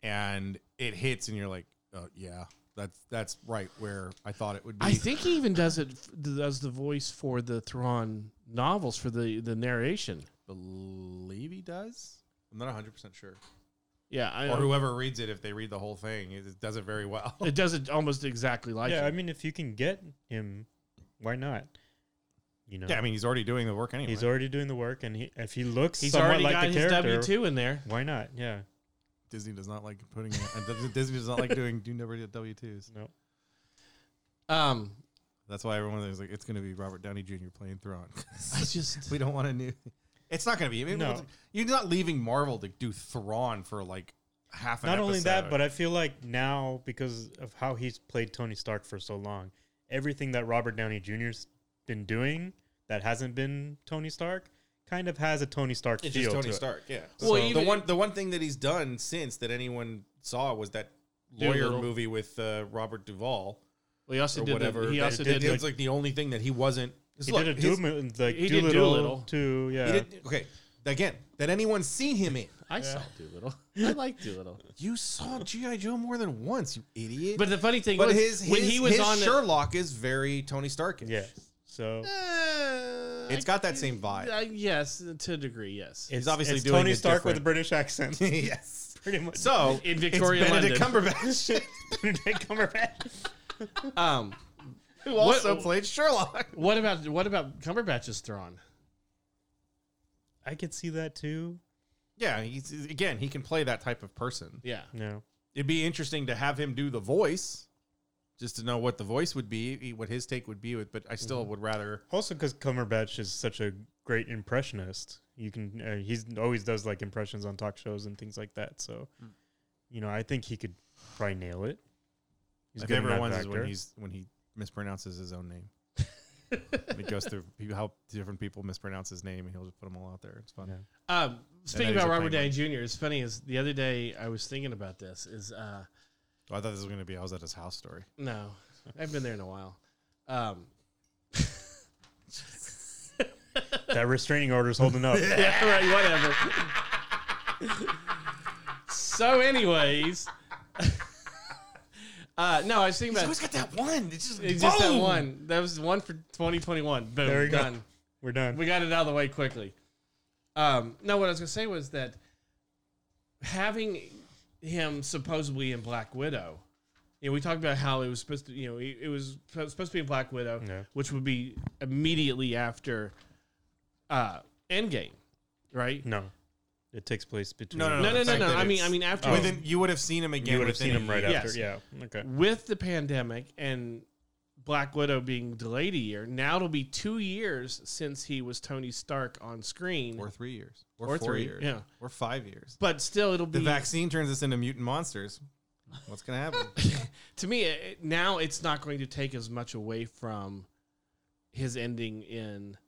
[SPEAKER 2] And it hits, and you're like, oh, yeah, that's, that's right where I thought it would be.
[SPEAKER 1] I think he even does it f- does the voice for the Thrawn novels for the the narration.
[SPEAKER 2] believe he does. I'm not 100% sure.
[SPEAKER 1] Yeah, I
[SPEAKER 2] Or whoever reads it, if they read the whole thing, it it does it very well.
[SPEAKER 1] it does it almost exactly like
[SPEAKER 3] yeah, I
[SPEAKER 1] it.
[SPEAKER 3] mean, if you can get him, why not? You know,
[SPEAKER 2] Yeah, I mean, he's already doing the work anyway.
[SPEAKER 3] he's already doing the work, and he, if he looks
[SPEAKER 1] He's
[SPEAKER 3] somewhat
[SPEAKER 1] already
[SPEAKER 3] like
[SPEAKER 1] got
[SPEAKER 3] the
[SPEAKER 1] his
[SPEAKER 3] character,
[SPEAKER 1] W two in there.
[SPEAKER 3] why not? Yeah,
[SPEAKER 2] Disney does not like putting it, and Disney does not like doing do never did W twos.
[SPEAKER 3] no,
[SPEAKER 1] Um,
[SPEAKER 2] That's why everyone is like, it's going to be Robert Downey Jr. playing Thrawn.
[SPEAKER 1] I just
[SPEAKER 2] We don't want a new. It's not going to be. I mean,
[SPEAKER 3] No.
[SPEAKER 2] You're not leaving Marvel to do Thrawn for like half an
[SPEAKER 3] not only that,
[SPEAKER 2] episode.
[SPEAKER 3] but I feel like now because of how he's played Tony Stark for so long, everything that Robert Downey Jr.'s been doing that hasn't been Tony Stark kind of has a Tony Stark
[SPEAKER 5] It's
[SPEAKER 3] feel
[SPEAKER 5] just
[SPEAKER 3] to
[SPEAKER 5] Tony
[SPEAKER 3] it.
[SPEAKER 5] Stark. Yeah.
[SPEAKER 1] Well,
[SPEAKER 2] So the
[SPEAKER 1] even-
[SPEAKER 2] one the one thing that he's done since that anyone saw was that lawyer
[SPEAKER 1] Doolittle.
[SPEAKER 2] movie with uh, Robert Duvall
[SPEAKER 1] well, he
[SPEAKER 2] or
[SPEAKER 1] also did
[SPEAKER 2] whatever.
[SPEAKER 1] the, he
[SPEAKER 2] that-
[SPEAKER 1] also
[SPEAKER 2] that-
[SPEAKER 1] did,
[SPEAKER 2] that
[SPEAKER 1] the-
[SPEAKER 2] was like the only thing that he wasn't.
[SPEAKER 3] He
[SPEAKER 2] look,
[SPEAKER 3] did a
[SPEAKER 2] his-
[SPEAKER 3] Doom, like
[SPEAKER 1] he did
[SPEAKER 3] Doolittle,
[SPEAKER 1] Doolittle.
[SPEAKER 3] too. Yeah,
[SPEAKER 2] he did- okay, again that anyone's seen him in.
[SPEAKER 1] I saw Doolittle. I like Doolittle.
[SPEAKER 2] You saw GI Joe more than once, you idiot.
[SPEAKER 1] But the funny thing
[SPEAKER 2] But
[SPEAKER 1] was
[SPEAKER 2] his, his
[SPEAKER 1] when he was
[SPEAKER 2] his
[SPEAKER 1] on the-
[SPEAKER 2] Sherlock is very Tony Stark.
[SPEAKER 3] yeah. So
[SPEAKER 1] Uh,
[SPEAKER 2] It's
[SPEAKER 1] I-
[SPEAKER 2] got that same vibe.
[SPEAKER 1] Uh, yes, to a degree, yes.
[SPEAKER 2] He's obviously
[SPEAKER 3] it's
[SPEAKER 2] doing
[SPEAKER 3] Tony
[SPEAKER 2] it
[SPEAKER 3] Stark with a
[SPEAKER 2] different.
[SPEAKER 3] British accent.
[SPEAKER 2] yes.
[SPEAKER 3] Pretty much.
[SPEAKER 2] So
[SPEAKER 1] In Victoria,
[SPEAKER 2] it's Benedict
[SPEAKER 1] London.
[SPEAKER 2] Cumberbatch,
[SPEAKER 3] Benedict Cumberbatch.
[SPEAKER 1] Um,
[SPEAKER 2] who also
[SPEAKER 1] What-
[SPEAKER 2] played Sherlock.
[SPEAKER 1] what about what about Cumberbatch's Thrawn?
[SPEAKER 3] I could see that too.
[SPEAKER 2] Yeah, he's, again, he can play that type of person.
[SPEAKER 1] Yeah.
[SPEAKER 3] No.
[SPEAKER 2] It'd be interesting to have him do the voice, just to know what the voice would be, e, what his take would be. With, but I still would rather.
[SPEAKER 3] Also, because Cumberbatch is such a great impressionist, you can uh, he's always does like impressions on talk shows and things like that. So, you know, I think he could probably nail it. He's
[SPEAKER 2] My
[SPEAKER 3] good
[SPEAKER 2] favorite
[SPEAKER 3] enough
[SPEAKER 2] ones is when
[SPEAKER 3] actor.
[SPEAKER 2] he's when he mispronounces his own name. it goes through people- how different people mispronounce his name, and he'll just put them all out there. It's fun.
[SPEAKER 3] Yeah.
[SPEAKER 1] Um, speaking
[SPEAKER 2] he's
[SPEAKER 1] about
[SPEAKER 2] a
[SPEAKER 1] Robert Downey
[SPEAKER 2] penguin.
[SPEAKER 1] Jr., it's funny is the other day I was thinking about this. Is uh,
[SPEAKER 2] Oh, I thought this was gonna be I was at his house story.
[SPEAKER 1] no, I've been there in a while. Um,
[SPEAKER 3] that restraining order's holding up.
[SPEAKER 1] yeah, right, whatever. so, anyways, uh, no, I was thinking about
[SPEAKER 2] got that one. It's just,
[SPEAKER 1] it's just that one. That was one for 2021. Boom,
[SPEAKER 3] There we go.
[SPEAKER 1] done.
[SPEAKER 3] We're done.
[SPEAKER 1] We got it out of the way quickly. Um, no, what I was gonna say was that having him supposedly in Black Widow, you know, we talked about how it was supposed to, you know, it it was supposed to be in Black Widow,
[SPEAKER 3] Yeah.
[SPEAKER 1] which would be immediately after uh, Endgame, right?
[SPEAKER 3] No, it takes place between.
[SPEAKER 2] No, no,
[SPEAKER 1] No, no,
[SPEAKER 2] the
[SPEAKER 1] no,
[SPEAKER 2] fact
[SPEAKER 1] no.
[SPEAKER 2] that
[SPEAKER 1] I mean,
[SPEAKER 2] it's- Oh.
[SPEAKER 1] I mean, after
[SPEAKER 2] Within, you would have seen him again.
[SPEAKER 3] Oh. You would have
[SPEAKER 2] within
[SPEAKER 3] seen
[SPEAKER 2] a
[SPEAKER 3] him right
[SPEAKER 2] year.
[SPEAKER 3] after. Yeah. Okay.
[SPEAKER 1] with the pandemic and Black Widow being delayed a year, now it'll be two years since he was Tony Stark on screen,
[SPEAKER 2] or three years, or,
[SPEAKER 1] Or
[SPEAKER 2] four
[SPEAKER 1] three,
[SPEAKER 2] years,
[SPEAKER 1] yeah.
[SPEAKER 2] or five years.
[SPEAKER 1] but still, it'll be
[SPEAKER 2] The vaccine turns us into mutant monsters. What's gonna happen?
[SPEAKER 1] to me it, it- now it's not going to take as much away from his ending in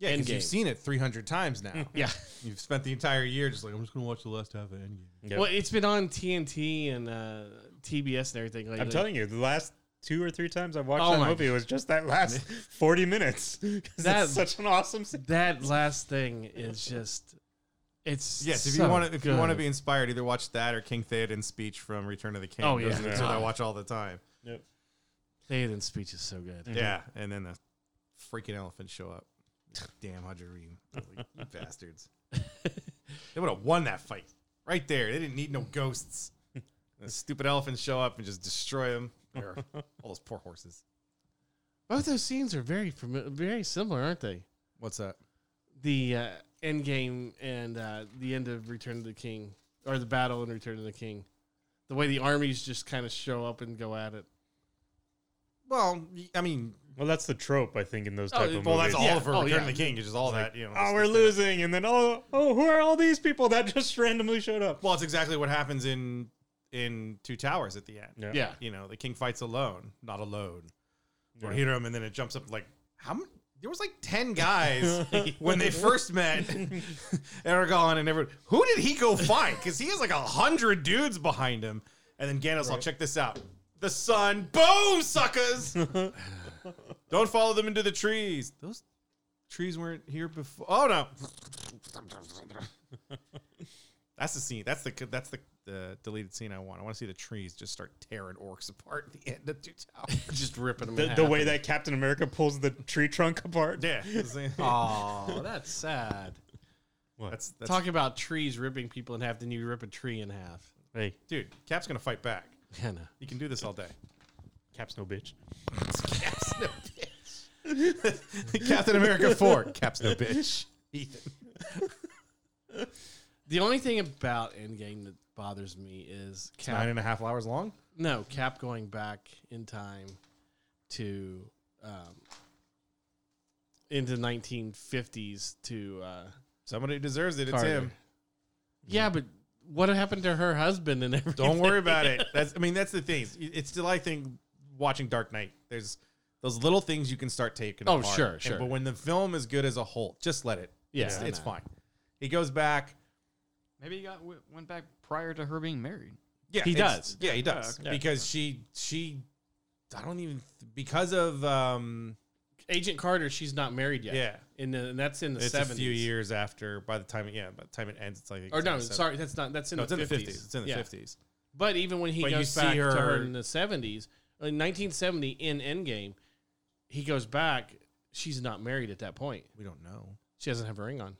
[SPEAKER 2] Yeah, because
[SPEAKER 1] Endgame.
[SPEAKER 2] you've seen it three hundred times now.
[SPEAKER 1] yeah.
[SPEAKER 2] you've spent the entire year just like I'm just gonna watch the last half of Endgame.
[SPEAKER 3] Yeah.
[SPEAKER 1] Well, it's been on TNT and uh, TBS and everything lately.
[SPEAKER 3] I'm telling you, the last two or three times I've watched
[SPEAKER 1] Oh
[SPEAKER 3] that
[SPEAKER 1] my
[SPEAKER 3] movie, it was just that last 40 minutes. 'Cause
[SPEAKER 1] That-
[SPEAKER 3] it's such an awesome scene.
[SPEAKER 1] that last thing is just it's
[SPEAKER 2] Yes, if
[SPEAKER 1] so
[SPEAKER 2] you want to, if you want to
[SPEAKER 1] good.
[SPEAKER 2] be inspired, either watch that or King Theoden's speech from Return of the King.
[SPEAKER 1] Oh,
[SPEAKER 2] Those
[SPEAKER 1] yeah.
[SPEAKER 2] are the two that I
[SPEAKER 1] Yeah.
[SPEAKER 2] watch all the time.
[SPEAKER 1] Theoden's speech is so good.
[SPEAKER 2] Yeah, and then the freaking elephants show up. Damn, Hajarim, like, you bastards! They would have won that fight right there. They didn't need no ghosts. The stupid elephants show up and just destroy them. Or all those poor horses.
[SPEAKER 1] Both those scenes are very fami- very similar, aren't they?
[SPEAKER 2] What's that?
[SPEAKER 1] The uh, end game and uh, the end of Return of the King, or the battle in Return of the King, the way the armies just kind of show up and go at it.
[SPEAKER 2] Well, y- I mean,
[SPEAKER 3] Well, that's the trope, I think, in those type of
[SPEAKER 2] well,
[SPEAKER 3] movies.
[SPEAKER 2] that's all
[SPEAKER 1] Yeah.
[SPEAKER 2] of her
[SPEAKER 1] Oh,
[SPEAKER 2] Return
[SPEAKER 1] yeah.
[SPEAKER 2] of the King. It's just all that. You know,
[SPEAKER 3] Oh,
[SPEAKER 2] it's-
[SPEAKER 3] we're
[SPEAKER 2] it's-
[SPEAKER 3] losing, and then oh, oh, who are all these people that just randomly showed up?
[SPEAKER 2] Well, it's exactly what happens in in Two Towers at the end.
[SPEAKER 3] Yeah.
[SPEAKER 1] Yeah.
[SPEAKER 2] You know, the king fights alone, not alone.
[SPEAKER 3] Yeah.
[SPEAKER 2] Or hit him, and then it jumps up like how? m- There was like ten guys when they first met, Aragon and everyone. Who did he go find? Because he has like a hundred dudes behind him, and then Gandalf's like, check this out. The sun, boom, suckers! Don't follow them into the trees. Those trees weren't here before. Oh no, that's the scene. That's the that's the, the deleted scene I want. I want to see the trees just start tearing orcs apart at the end of Two Towers.
[SPEAKER 1] just ripping them.
[SPEAKER 3] The, the way that Captain America pulls the tree trunk apart.
[SPEAKER 2] yeah,
[SPEAKER 1] Oh, that's sad.
[SPEAKER 2] that's, that's
[SPEAKER 1] Talk about trees ripping people in half, then you rip a tree in half.
[SPEAKER 3] Hey,
[SPEAKER 2] dude. Cap's gonna fight back.
[SPEAKER 1] Yeah, no.
[SPEAKER 2] You can do this all day.
[SPEAKER 3] Cap's no bitch.
[SPEAKER 2] Cap's no bitch. Captain America four. Cap's no bitch. Ethan.
[SPEAKER 1] The only thing about Endgame that bothers me is Cap.
[SPEAKER 2] Nine and a half hours long.
[SPEAKER 1] No, Cap going back in time to um, into 1950s to. Uh,
[SPEAKER 2] Somebody deserves it. It's
[SPEAKER 1] Carter.
[SPEAKER 2] him.
[SPEAKER 1] yeah, but what happened to her husband and everything?
[SPEAKER 2] Mm-hmm. Don't worry about it. That's I mean that's the thing. It's still I think watching Dark Knight. There's those little things you can start taking.
[SPEAKER 1] Oh,
[SPEAKER 2] apart.
[SPEAKER 1] sure,
[SPEAKER 2] And-
[SPEAKER 1] sure.
[SPEAKER 2] but when the film is good as a whole, just let it.
[SPEAKER 1] Yeah,
[SPEAKER 2] it's,
[SPEAKER 1] I
[SPEAKER 2] it's
[SPEAKER 1] know.
[SPEAKER 2] fine. He goes back.
[SPEAKER 4] Maybe he got w- went back prior to her being married.
[SPEAKER 2] Yeah,
[SPEAKER 1] He
[SPEAKER 2] it's-
[SPEAKER 1] does.
[SPEAKER 2] Yeah, he does
[SPEAKER 3] okay.
[SPEAKER 2] because she she. I don't even because of um
[SPEAKER 1] Agent Carter, she's not married yet.
[SPEAKER 2] yeah.
[SPEAKER 1] and, and that's in the
[SPEAKER 2] It's
[SPEAKER 1] 70s.
[SPEAKER 2] a few years after. By the time it- yeah, by the time it ends, it's like
[SPEAKER 1] Or
[SPEAKER 2] it's
[SPEAKER 1] no,
[SPEAKER 2] in the seven-
[SPEAKER 1] sorry, that's not. That's in
[SPEAKER 2] no, it's
[SPEAKER 1] the
[SPEAKER 2] in the
[SPEAKER 1] 50s.
[SPEAKER 2] fifties. It's in the
[SPEAKER 1] Yeah.
[SPEAKER 2] fifties.
[SPEAKER 1] But even when he
[SPEAKER 2] But you
[SPEAKER 1] goes
[SPEAKER 2] see
[SPEAKER 1] back to her
[SPEAKER 2] her-
[SPEAKER 1] in the seventies, in nineteen seventy in Endgame, he goes back. She's not married at that point.
[SPEAKER 2] We don't know.
[SPEAKER 1] She doesn't have a ring on.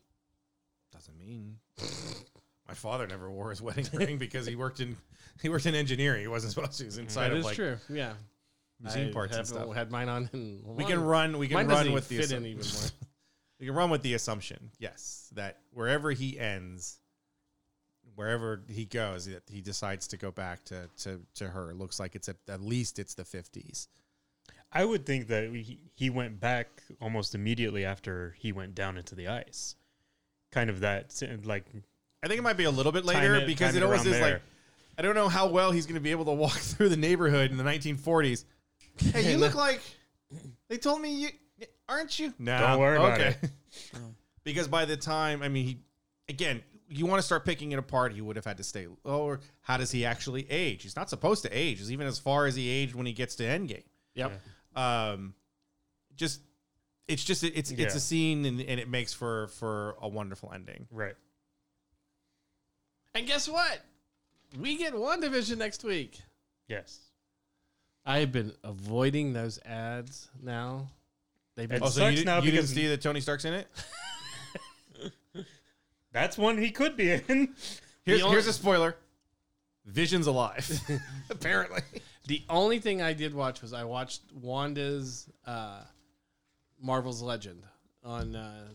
[SPEAKER 2] Doesn't mean my father never wore his wedding ring because he worked in he worked in engineering. He wasn't supposed to. He was inside
[SPEAKER 1] That
[SPEAKER 2] of
[SPEAKER 1] is
[SPEAKER 2] like
[SPEAKER 1] true. Yeah,
[SPEAKER 2] machine
[SPEAKER 1] I
[SPEAKER 2] parts and
[SPEAKER 1] haven't
[SPEAKER 2] stuff.
[SPEAKER 1] Had mine on. In
[SPEAKER 2] We can run. We
[SPEAKER 1] Mine
[SPEAKER 2] can
[SPEAKER 1] doesn't
[SPEAKER 2] run
[SPEAKER 1] even
[SPEAKER 2] with the
[SPEAKER 1] fit in
[SPEAKER 2] assum-
[SPEAKER 1] even more.
[SPEAKER 2] we can run with the assumption. Yes, that wherever he ends, wherever he goes, that he decides to go back to to to her. It looks like it's at, at least it's the fifties.
[SPEAKER 3] I would think that he, he went back almost immediately after he went down into the ice. Kind of that, si- like
[SPEAKER 2] I think it might be a little bit
[SPEAKER 3] Time
[SPEAKER 2] later
[SPEAKER 3] it-
[SPEAKER 2] because
[SPEAKER 3] time it
[SPEAKER 2] it always
[SPEAKER 3] around
[SPEAKER 2] is like
[SPEAKER 3] there.
[SPEAKER 2] I don't know how well he's going to be able to walk through the neighborhood in the 1940s. Hey, you look like they told me you aren't you? No,
[SPEAKER 3] Don't worry about
[SPEAKER 2] because by the time I mean he again, you want to start picking it apart. He would have had to stay lower. How does he actually age? He's not supposed to age. He's even as far as he aged when he gets to Endgame.
[SPEAKER 1] Yep.
[SPEAKER 2] Um, just it's just it's it's
[SPEAKER 3] Yeah.
[SPEAKER 2] a scene and, and it makes for for a wonderful ending.
[SPEAKER 3] right.
[SPEAKER 1] And guess what? We get one division next week.
[SPEAKER 3] Yes.
[SPEAKER 1] I've been avoiding those ads now. They've been
[SPEAKER 3] It
[SPEAKER 2] Oh, so you,
[SPEAKER 3] sucks
[SPEAKER 2] did-
[SPEAKER 3] now
[SPEAKER 2] you didn't
[SPEAKER 3] because
[SPEAKER 2] see that Tony Stark's in it.
[SPEAKER 3] that's one he could be in.
[SPEAKER 2] Here's,
[SPEAKER 1] The only-
[SPEAKER 2] here's a spoiler. Vision's alive, apparently.
[SPEAKER 1] the only thing I did watch was I watched Wanda's uh, Marvel's Legend on uh,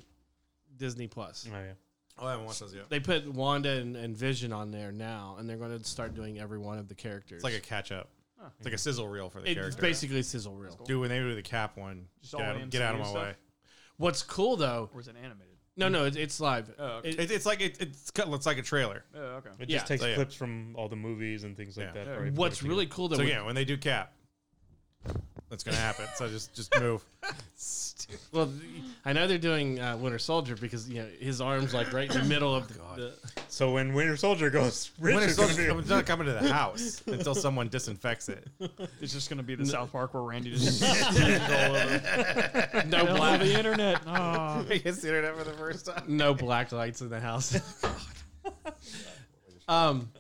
[SPEAKER 1] Disney Plus.
[SPEAKER 3] oh yeah.
[SPEAKER 2] Oh, I haven't watched those yet.
[SPEAKER 1] They put Wanda and, and Vision on there now, and they're going to start doing every one of the characters.
[SPEAKER 2] It's like a catch up. It's like a sizzle reel for the
[SPEAKER 1] It- it's
[SPEAKER 2] character.
[SPEAKER 1] basically sizzle reel.
[SPEAKER 2] Dude, when they do the cap one,
[SPEAKER 4] Just
[SPEAKER 2] get
[SPEAKER 4] all
[SPEAKER 2] out,
[SPEAKER 4] the
[SPEAKER 2] get out of my
[SPEAKER 4] MCU
[SPEAKER 2] way.
[SPEAKER 4] stuff?
[SPEAKER 1] What's cool though?
[SPEAKER 4] Or is it animated?
[SPEAKER 1] No, no, it, it's live.
[SPEAKER 4] Oh, okay.
[SPEAKER 1] It-
[SPEAKER 2] It, it's like it, it's cut- it's like a trailer.
[SPEAKER 4] Oh, okay.
[SPEAKER 3] It just
[SPEAKER 1] Yeah.
[SPEAKER 3] takes
[SPEAKER 2] So, yeah.
[SPEAKER 3] clips from all the movies and things like
[SPEAKER 2] Yeah.
[SPEAKER 3] that.
[SPEAKER 4] Yeah.
[SPEAKER 3] probably put
[SPEAKER 1] what's
[SPEAKER 3] it together.
[SPEAKER 1] really cool though?
[SPEAKER 2] So
[SPEAKER 1] with-
[SPEAKER 2] yeah, when they do cap, that's gonna happen. so just just move.
[SPEAKER 1] Well, th- I know they're doing uh, Winter Soldier because you know his arms like right in the middle
[SPEAKER 2] Oh,
[SPEAKER 1] of the. the-
[SPEAKER 3] So when Winter Soldier goes, Rich
[SPEAKER 2] Winter
[SPEAKER 3] is gonna
[SPEAKER 2] Soldier's
[SPEAKER 3] be-
[SPEAKER 2] com- not coming to the house until someone disinfects it.
[SPEAKER 4] It's just gonna be the South Park where Randy just all over.
[SPEAKER 1] no
[SPEAKER 4] All over
[SPEAKER 1] black,
[SPEAKER 4] the internet. Ah.
[SPEAKER 2] He hits the internet for the first time.
[SPEAKER 1] no black lights in the house. um,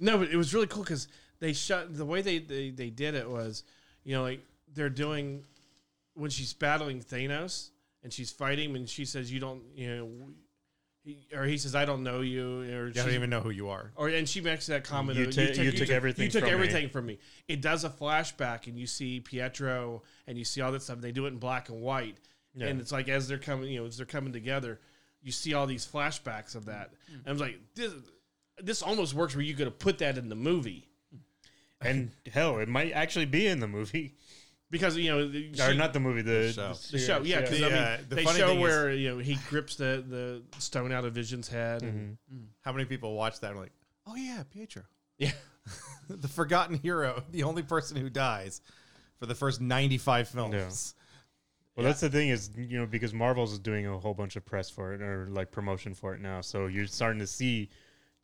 [SPEAKER 1] no, but it was really cool because they shut the way they, they they did it was, you know, like they're doing when she's battling Thanos and she's fighting him and she says you don't you know. w- He, or he says, "I don't know you," or
[SPEAKER 2] You
[SPEAKER 1] she's-
[SPEAKER 2] don't even know who you are.
[SPEAKER 1] or and she makes that comment.
[SPEAKER 3] You
[SPEAKER 1] of,
[SPEAKER 3] ta- you took everything
[SPEAKER 1] You took
[SPEAKER 3] from me."
[SPEAKER 1] everything from me. It does a flashback, and you see Pietro, and you see all that stuff. And they do it in black and white, and it's like as they're coming, you know, as they're coming together, you see all these flashbacks of that. And I was like, this, this almost works where you could have put that in the movie
[SPEAKER 3] and hell, it might actually be in the movie
[SPEAKER 1] because you know, the-
[SPEAKER 3] or
[SPEAKER 1] she-
[SPEAKER 3] not the movie, the,
[SPEAKER 2] show.
[SPEAKER 1] the show, yeah. Because
[SPEAKER 2] The,
[SPEAKER 1] I mean,
[SPEAKER 2] uh, the
[SPEAKER 1] they
[SPEAKER 2] funny
[SPEAKER 1] show
[SPEAKER 2] thing is-
[SPEAKER 1] where you know he grips the the stone out of Vision's head,
[SPEAKER 3] Mm-hmm.
[SPEAKER 1] and
[SPEAKER 2] How many people watch that and are like, oh yeah, Pietro. Yeah. the forgotten hero, the only person who dies for the first 95 films.
[SPEAKER 3] Well, that's the thing is, you know, because Marvel's is doing a whole bunch of press for it or like promotion for it now. So you're starting to see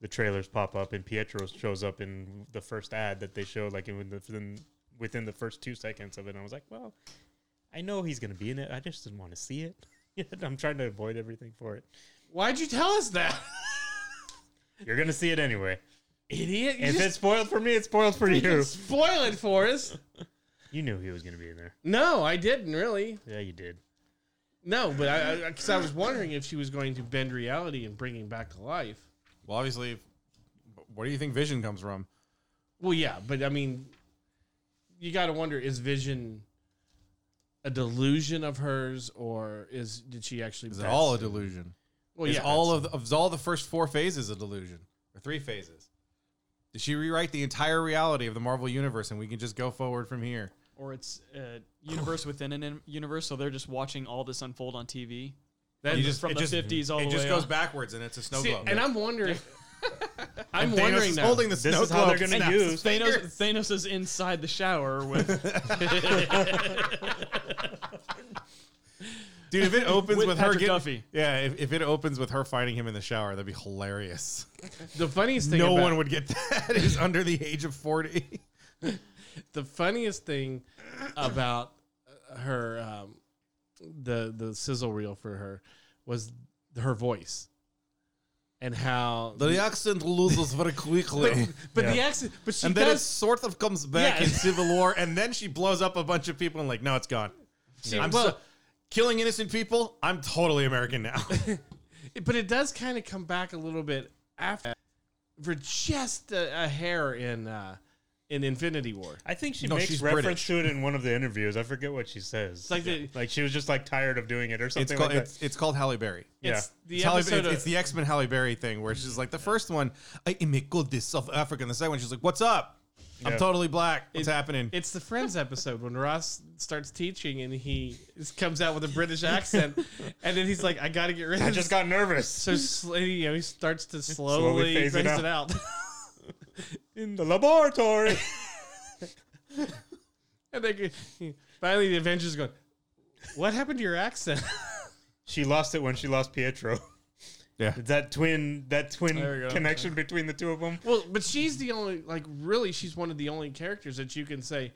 [SPEAKER 3] the trailers pop up, and Pietro shows up in the first ad that they showed, like in the, within, within the first two seconds of it. And I was like, well, I know he's going to be in it. I just didn't want to see it. I'm trying to avoid everything for it.
[SPEAKER 1] why'd you tell us that,
[SPEAKER 3] You're going to see it anyway.
[SPEAKER 1] idiot? You
[SPEAKER 3] If
[SPEAKER 1] just
[SPEAKER 3] it's spoiled for me, it's spoiled for you.
[SPEAKER 1] spoil it for us.
[SPEAKER 3] You knew he was going to be in there.
[SPEAKER 1] No, I didn't really.
[SPEAKER 3] Yeah, you did.
[SPEAKER 1] No, but I because I, was wondering if she was going to bend reality and bringing back to life.
[SPEAKER 2] Well, obviously, where do you think Vision comes from?
[SPEAKER 1] Well, yeah, but I mean, you got to wonder: is Vision a delusion of hers, or is did she actually?
[SPEAKER 2] Is it all a delusion?
[SPEAKER 1] well,
[SPEAKER 2] is
[SPEAKER 1] yeah,
[SPEAKER 2] all of, the, of all the first four phases a delusion? Or three phases? Did she rewrite the entire reality of the Marvel Universe and we can just go forward from here?
[SPEAKER 4] Or it's a universe within an in- universe, so they're just watching all this unfold on TV.
[SPEAKER 1] That-
[SPEAKER 2] You
[SPEAKER 4] from
[SPEAKER 2] it
[SPEAKER 4] the 50s all
[SPEAKER 2] It
[SPEAKER 4] the
[SPEAKER 2] just
[SPEAKER 4] way
[SPEAKER 2] goes
[SPEAKER 4] up.
[SPEAKER 2] backwards and it's a snow
[SPEAKER 1] See,
[SPEAKER 2] globe.
[SPEAKER 1] and I'm wondering. I'm
[SPEAKER 2] Thanos
[SPEAKER 1] wondering
[SPEAKER 2] is
[SPEAKER 1] now.
[SPEAKER 2] holding the
[SPEAKER 3] This
[SPEAKER 2] snow
[SPEAKER 3] is how they're
[SPEAKER 2] globe.
[SPEAKER 3] going to use.
[SPEAKER 4] Thanos, Thanos is inside the shower with
[SPEAKER 2] Dude, if it opens
[SPEAKER 4] With
[SPEAKER 2] with, her
[SPEAKER 4] Patrick
[SPEAKER 2] getting,
[SPEAKER 4] Duffy.
[SPEAKER 2] yeah, if, if it opens with her finding him in the shower, that'd be hilarious.
[SPEAKER 1] the funniest thing.
[SPEAKER 2] no
[SPEAKER 1] about-
[SPEAKER 2] one would get that. Is under the age of forty.
[SPEAKER 1] the funniest thing about uh, her um, the the sizzle reel for her was her voice and how
[SPEAKER 2] The accent loses very quickly,
[SPEAKER 1] but the
[SPEAKER 3] Yeah.
[SPEAKER 1] accent but she
[SPEAKER 2] and then it
[SPEAKER 1] does
[SPEAKER 2] sort of comes back
[SPEAKER 1] Yeah.
[SPEAKER 2] in Civil War, and then she blows up a bunch of people and like, no, it's gone.
[SPEAKER 1] she,
[SPEAKER 2] I'm
[SPEAKER 1] well
[SPEAKER 2] so, killing innocent people. I'm totally American now.
[SPEAKER 1] it- but it does kind of come back a little bit after for just a, a hair in uh in Infinity War.
[SPEAKER 3] I think she
[SPEAKER 6] No,
[SPEAKER 3] makes
[SPEAKER 6] she's
[SPEAKER 3] reference
[SPEAKER 6] British.
[SPEAKER 3] to it in one of the interviews. I forget what she says.
[SPEAKER 1] It's like the
[SPEAKER 3] like she was just like tired of doing it or something
[SPEAKER 2] It's called
[SPEAKER 3] like
[SPEAKER 2] it's, it's called Halle Berry.
[SPEAKER 3] Yeah.
[SPEAKER 1] it's the
[SPEAKER 2] It's, Halle, it's,
[SPEAKER 1] episode of,
[SPEAKER 2] it's the X Men Halle Berry thing where she's like the first one, I am a good South Africa, and the second one she's like, "What's up?
[SPEAKER 3] Yeah.
[SPEAKER 2] I'm totally black. What's
[SPEAKER 1] It-
[SPEAKER 2] happening?"
[SPEAKER 1] It's the Friends episode when Ross starts teaching and he is- comes out with a British accent, and then he's like, "I got to get rid
[SPEAKER 3] that.
[SPEAKER 1] of
[SPEAKER 3] I
[SPEAKER 1] this."
[SPEAKER 3] just got nervous.
[SPEAKER 1] so sl- you know, he starts to slowly
[SPEAKER 3] phase
[SPEAKER 1] phase
[SPEAKER 3] it
[SPEAKER 1] it out.
[SPEAKER 3] In the laboratory.
[SPEAKER 1] and then he- finally, the Avengers going, "What happened to your accent?"
[SPEAKER 3] she lost it when she lost Pietro.
[SPEAKER 2] Yeah.
[SPEAKER 3] That twin that twin
[SPEAKER 1] There we go.
[SPEAKER 3] connection between the two of them.
[SPEAKER 1] well, but she's the only like really, she's one of the only characters that you can say,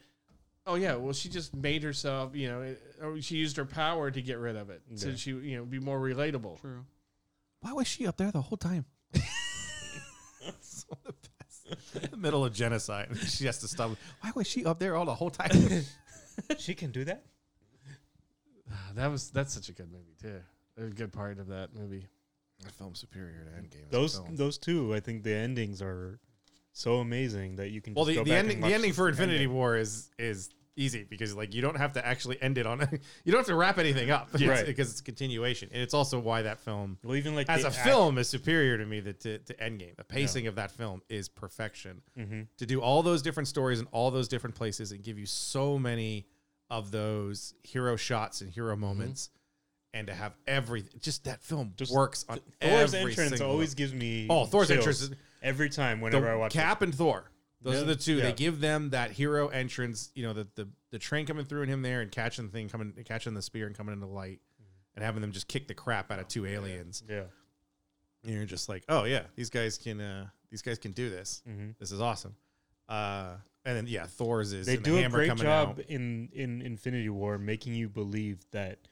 [SPEAKER 1] "Oh yeah, well she just made herself," you know, or she used her power to get rid of it, so
[SPEAKER 3] Yeah.
[SPEAKER 1] she you know be more relatable.
[SPEAKER 4] True.
[SPEAKER 2] Why was she up there the whole time? It's one of the best. In the middle of genocide, she has to stop. Why was she up there all the whole time?
[SPEAKER 3] She can do that?
[SPEAKER 1] Ah, That was that's such a good movie too. A good part of that movie.
[SPEAKER 2] That film superior to Endgame. as a
[SPEAKER 3] Those
[SPEAKER 2] film.
[SPEAKER 3] those two, I think the endings are so amazing that you can
[SPEAKER 2] Well,
[SPEAKER 3] just
[SPEAKER 2] the,
[SPEAKER 3] go
[SPEAKER 2] the
[SPEAKER 3] back
[SPEAKER 2] ending
[SPEAKER 3] and
[SPEAKER 2] the
[SPEAKER 3] watch
[SPEAKER 2] ending for
[SPEAKER 3] the
[SPEAKER 2] Infinity
[SPEAKER 3] ending.
[SPEAKER 2] War is is easy because like you don't have to actually end it on you don't have to wrap anything up
[SPEAKER 3] Right.
[SPEAKER 2] because it's a continuation and it's also why that film
[SPEAKER 3] Well, even like
[SPEAKER 2] as
[SPEAKER 3] the
[SPEAKER 2] a
[SPEAKER 3] act-
[SPEAKER 2] film is superior to me that to, to Endgame. The pacing of that film is perfection.
[SPEAKER 3] Mm-hmm.
[SPEAKER 2] To do all those different stories in all those different places and give you so many of those hero shots and
[SPEAKER 3] Mm-hmm.
[SPEAKER 2] hero moments, and to have every just that film
[SPEAKER 3] Just
[SPEAKER 2] works on
[SPEAKER 3] Thor's
[SPEAKER 2] every
[SPEAKER 3] entrance
[SPEAKER 2] single
[SPEAKER 3] always gives me
[SPEAKER 2] Oh, Thor's
[SPEAKER 3] chills
[SPEAKER 2] entrance is-
[SPEAKER 3] every time
[SPEAKER 2] the
[SPEAKER 3] whenever I watch
[SPEAKER 2] Cap and Thor. Those
[SPEAKER 3] Yeah.
[SPEAKER 2] are the two.
[SPEAKER 3] Yeah.
[SPEAKER 2] They give them that hero entrance. You know, the, the the train coming through and him there and catching the thing coming, catching the spear and coming into light, and having them just kick the crap out of two aliens.
[SPEAKER 3] it. Mm-hmm. Yeah.
[SPEAKER 2] And you're just like, oh yeah, these guys can uh, these guys can do this.
[SPEAKER 1] Mm-hmm.
[SPEAKER 3] Mhm.
[SPEAKER 2] This is awesome. Uh, and then yeah, Thor's is
[SPEAKER 3] they
[SPEAKER 2] and the
[SPEAKER 3] do a
[SPEAKER 2] hammer
[SPEAKER 3] great
[SPEAKER 2] coming
[SPEAKER 3] job
[SPEAKER 2] out.
[SPEAKER 3] in in Infinity War making you believe that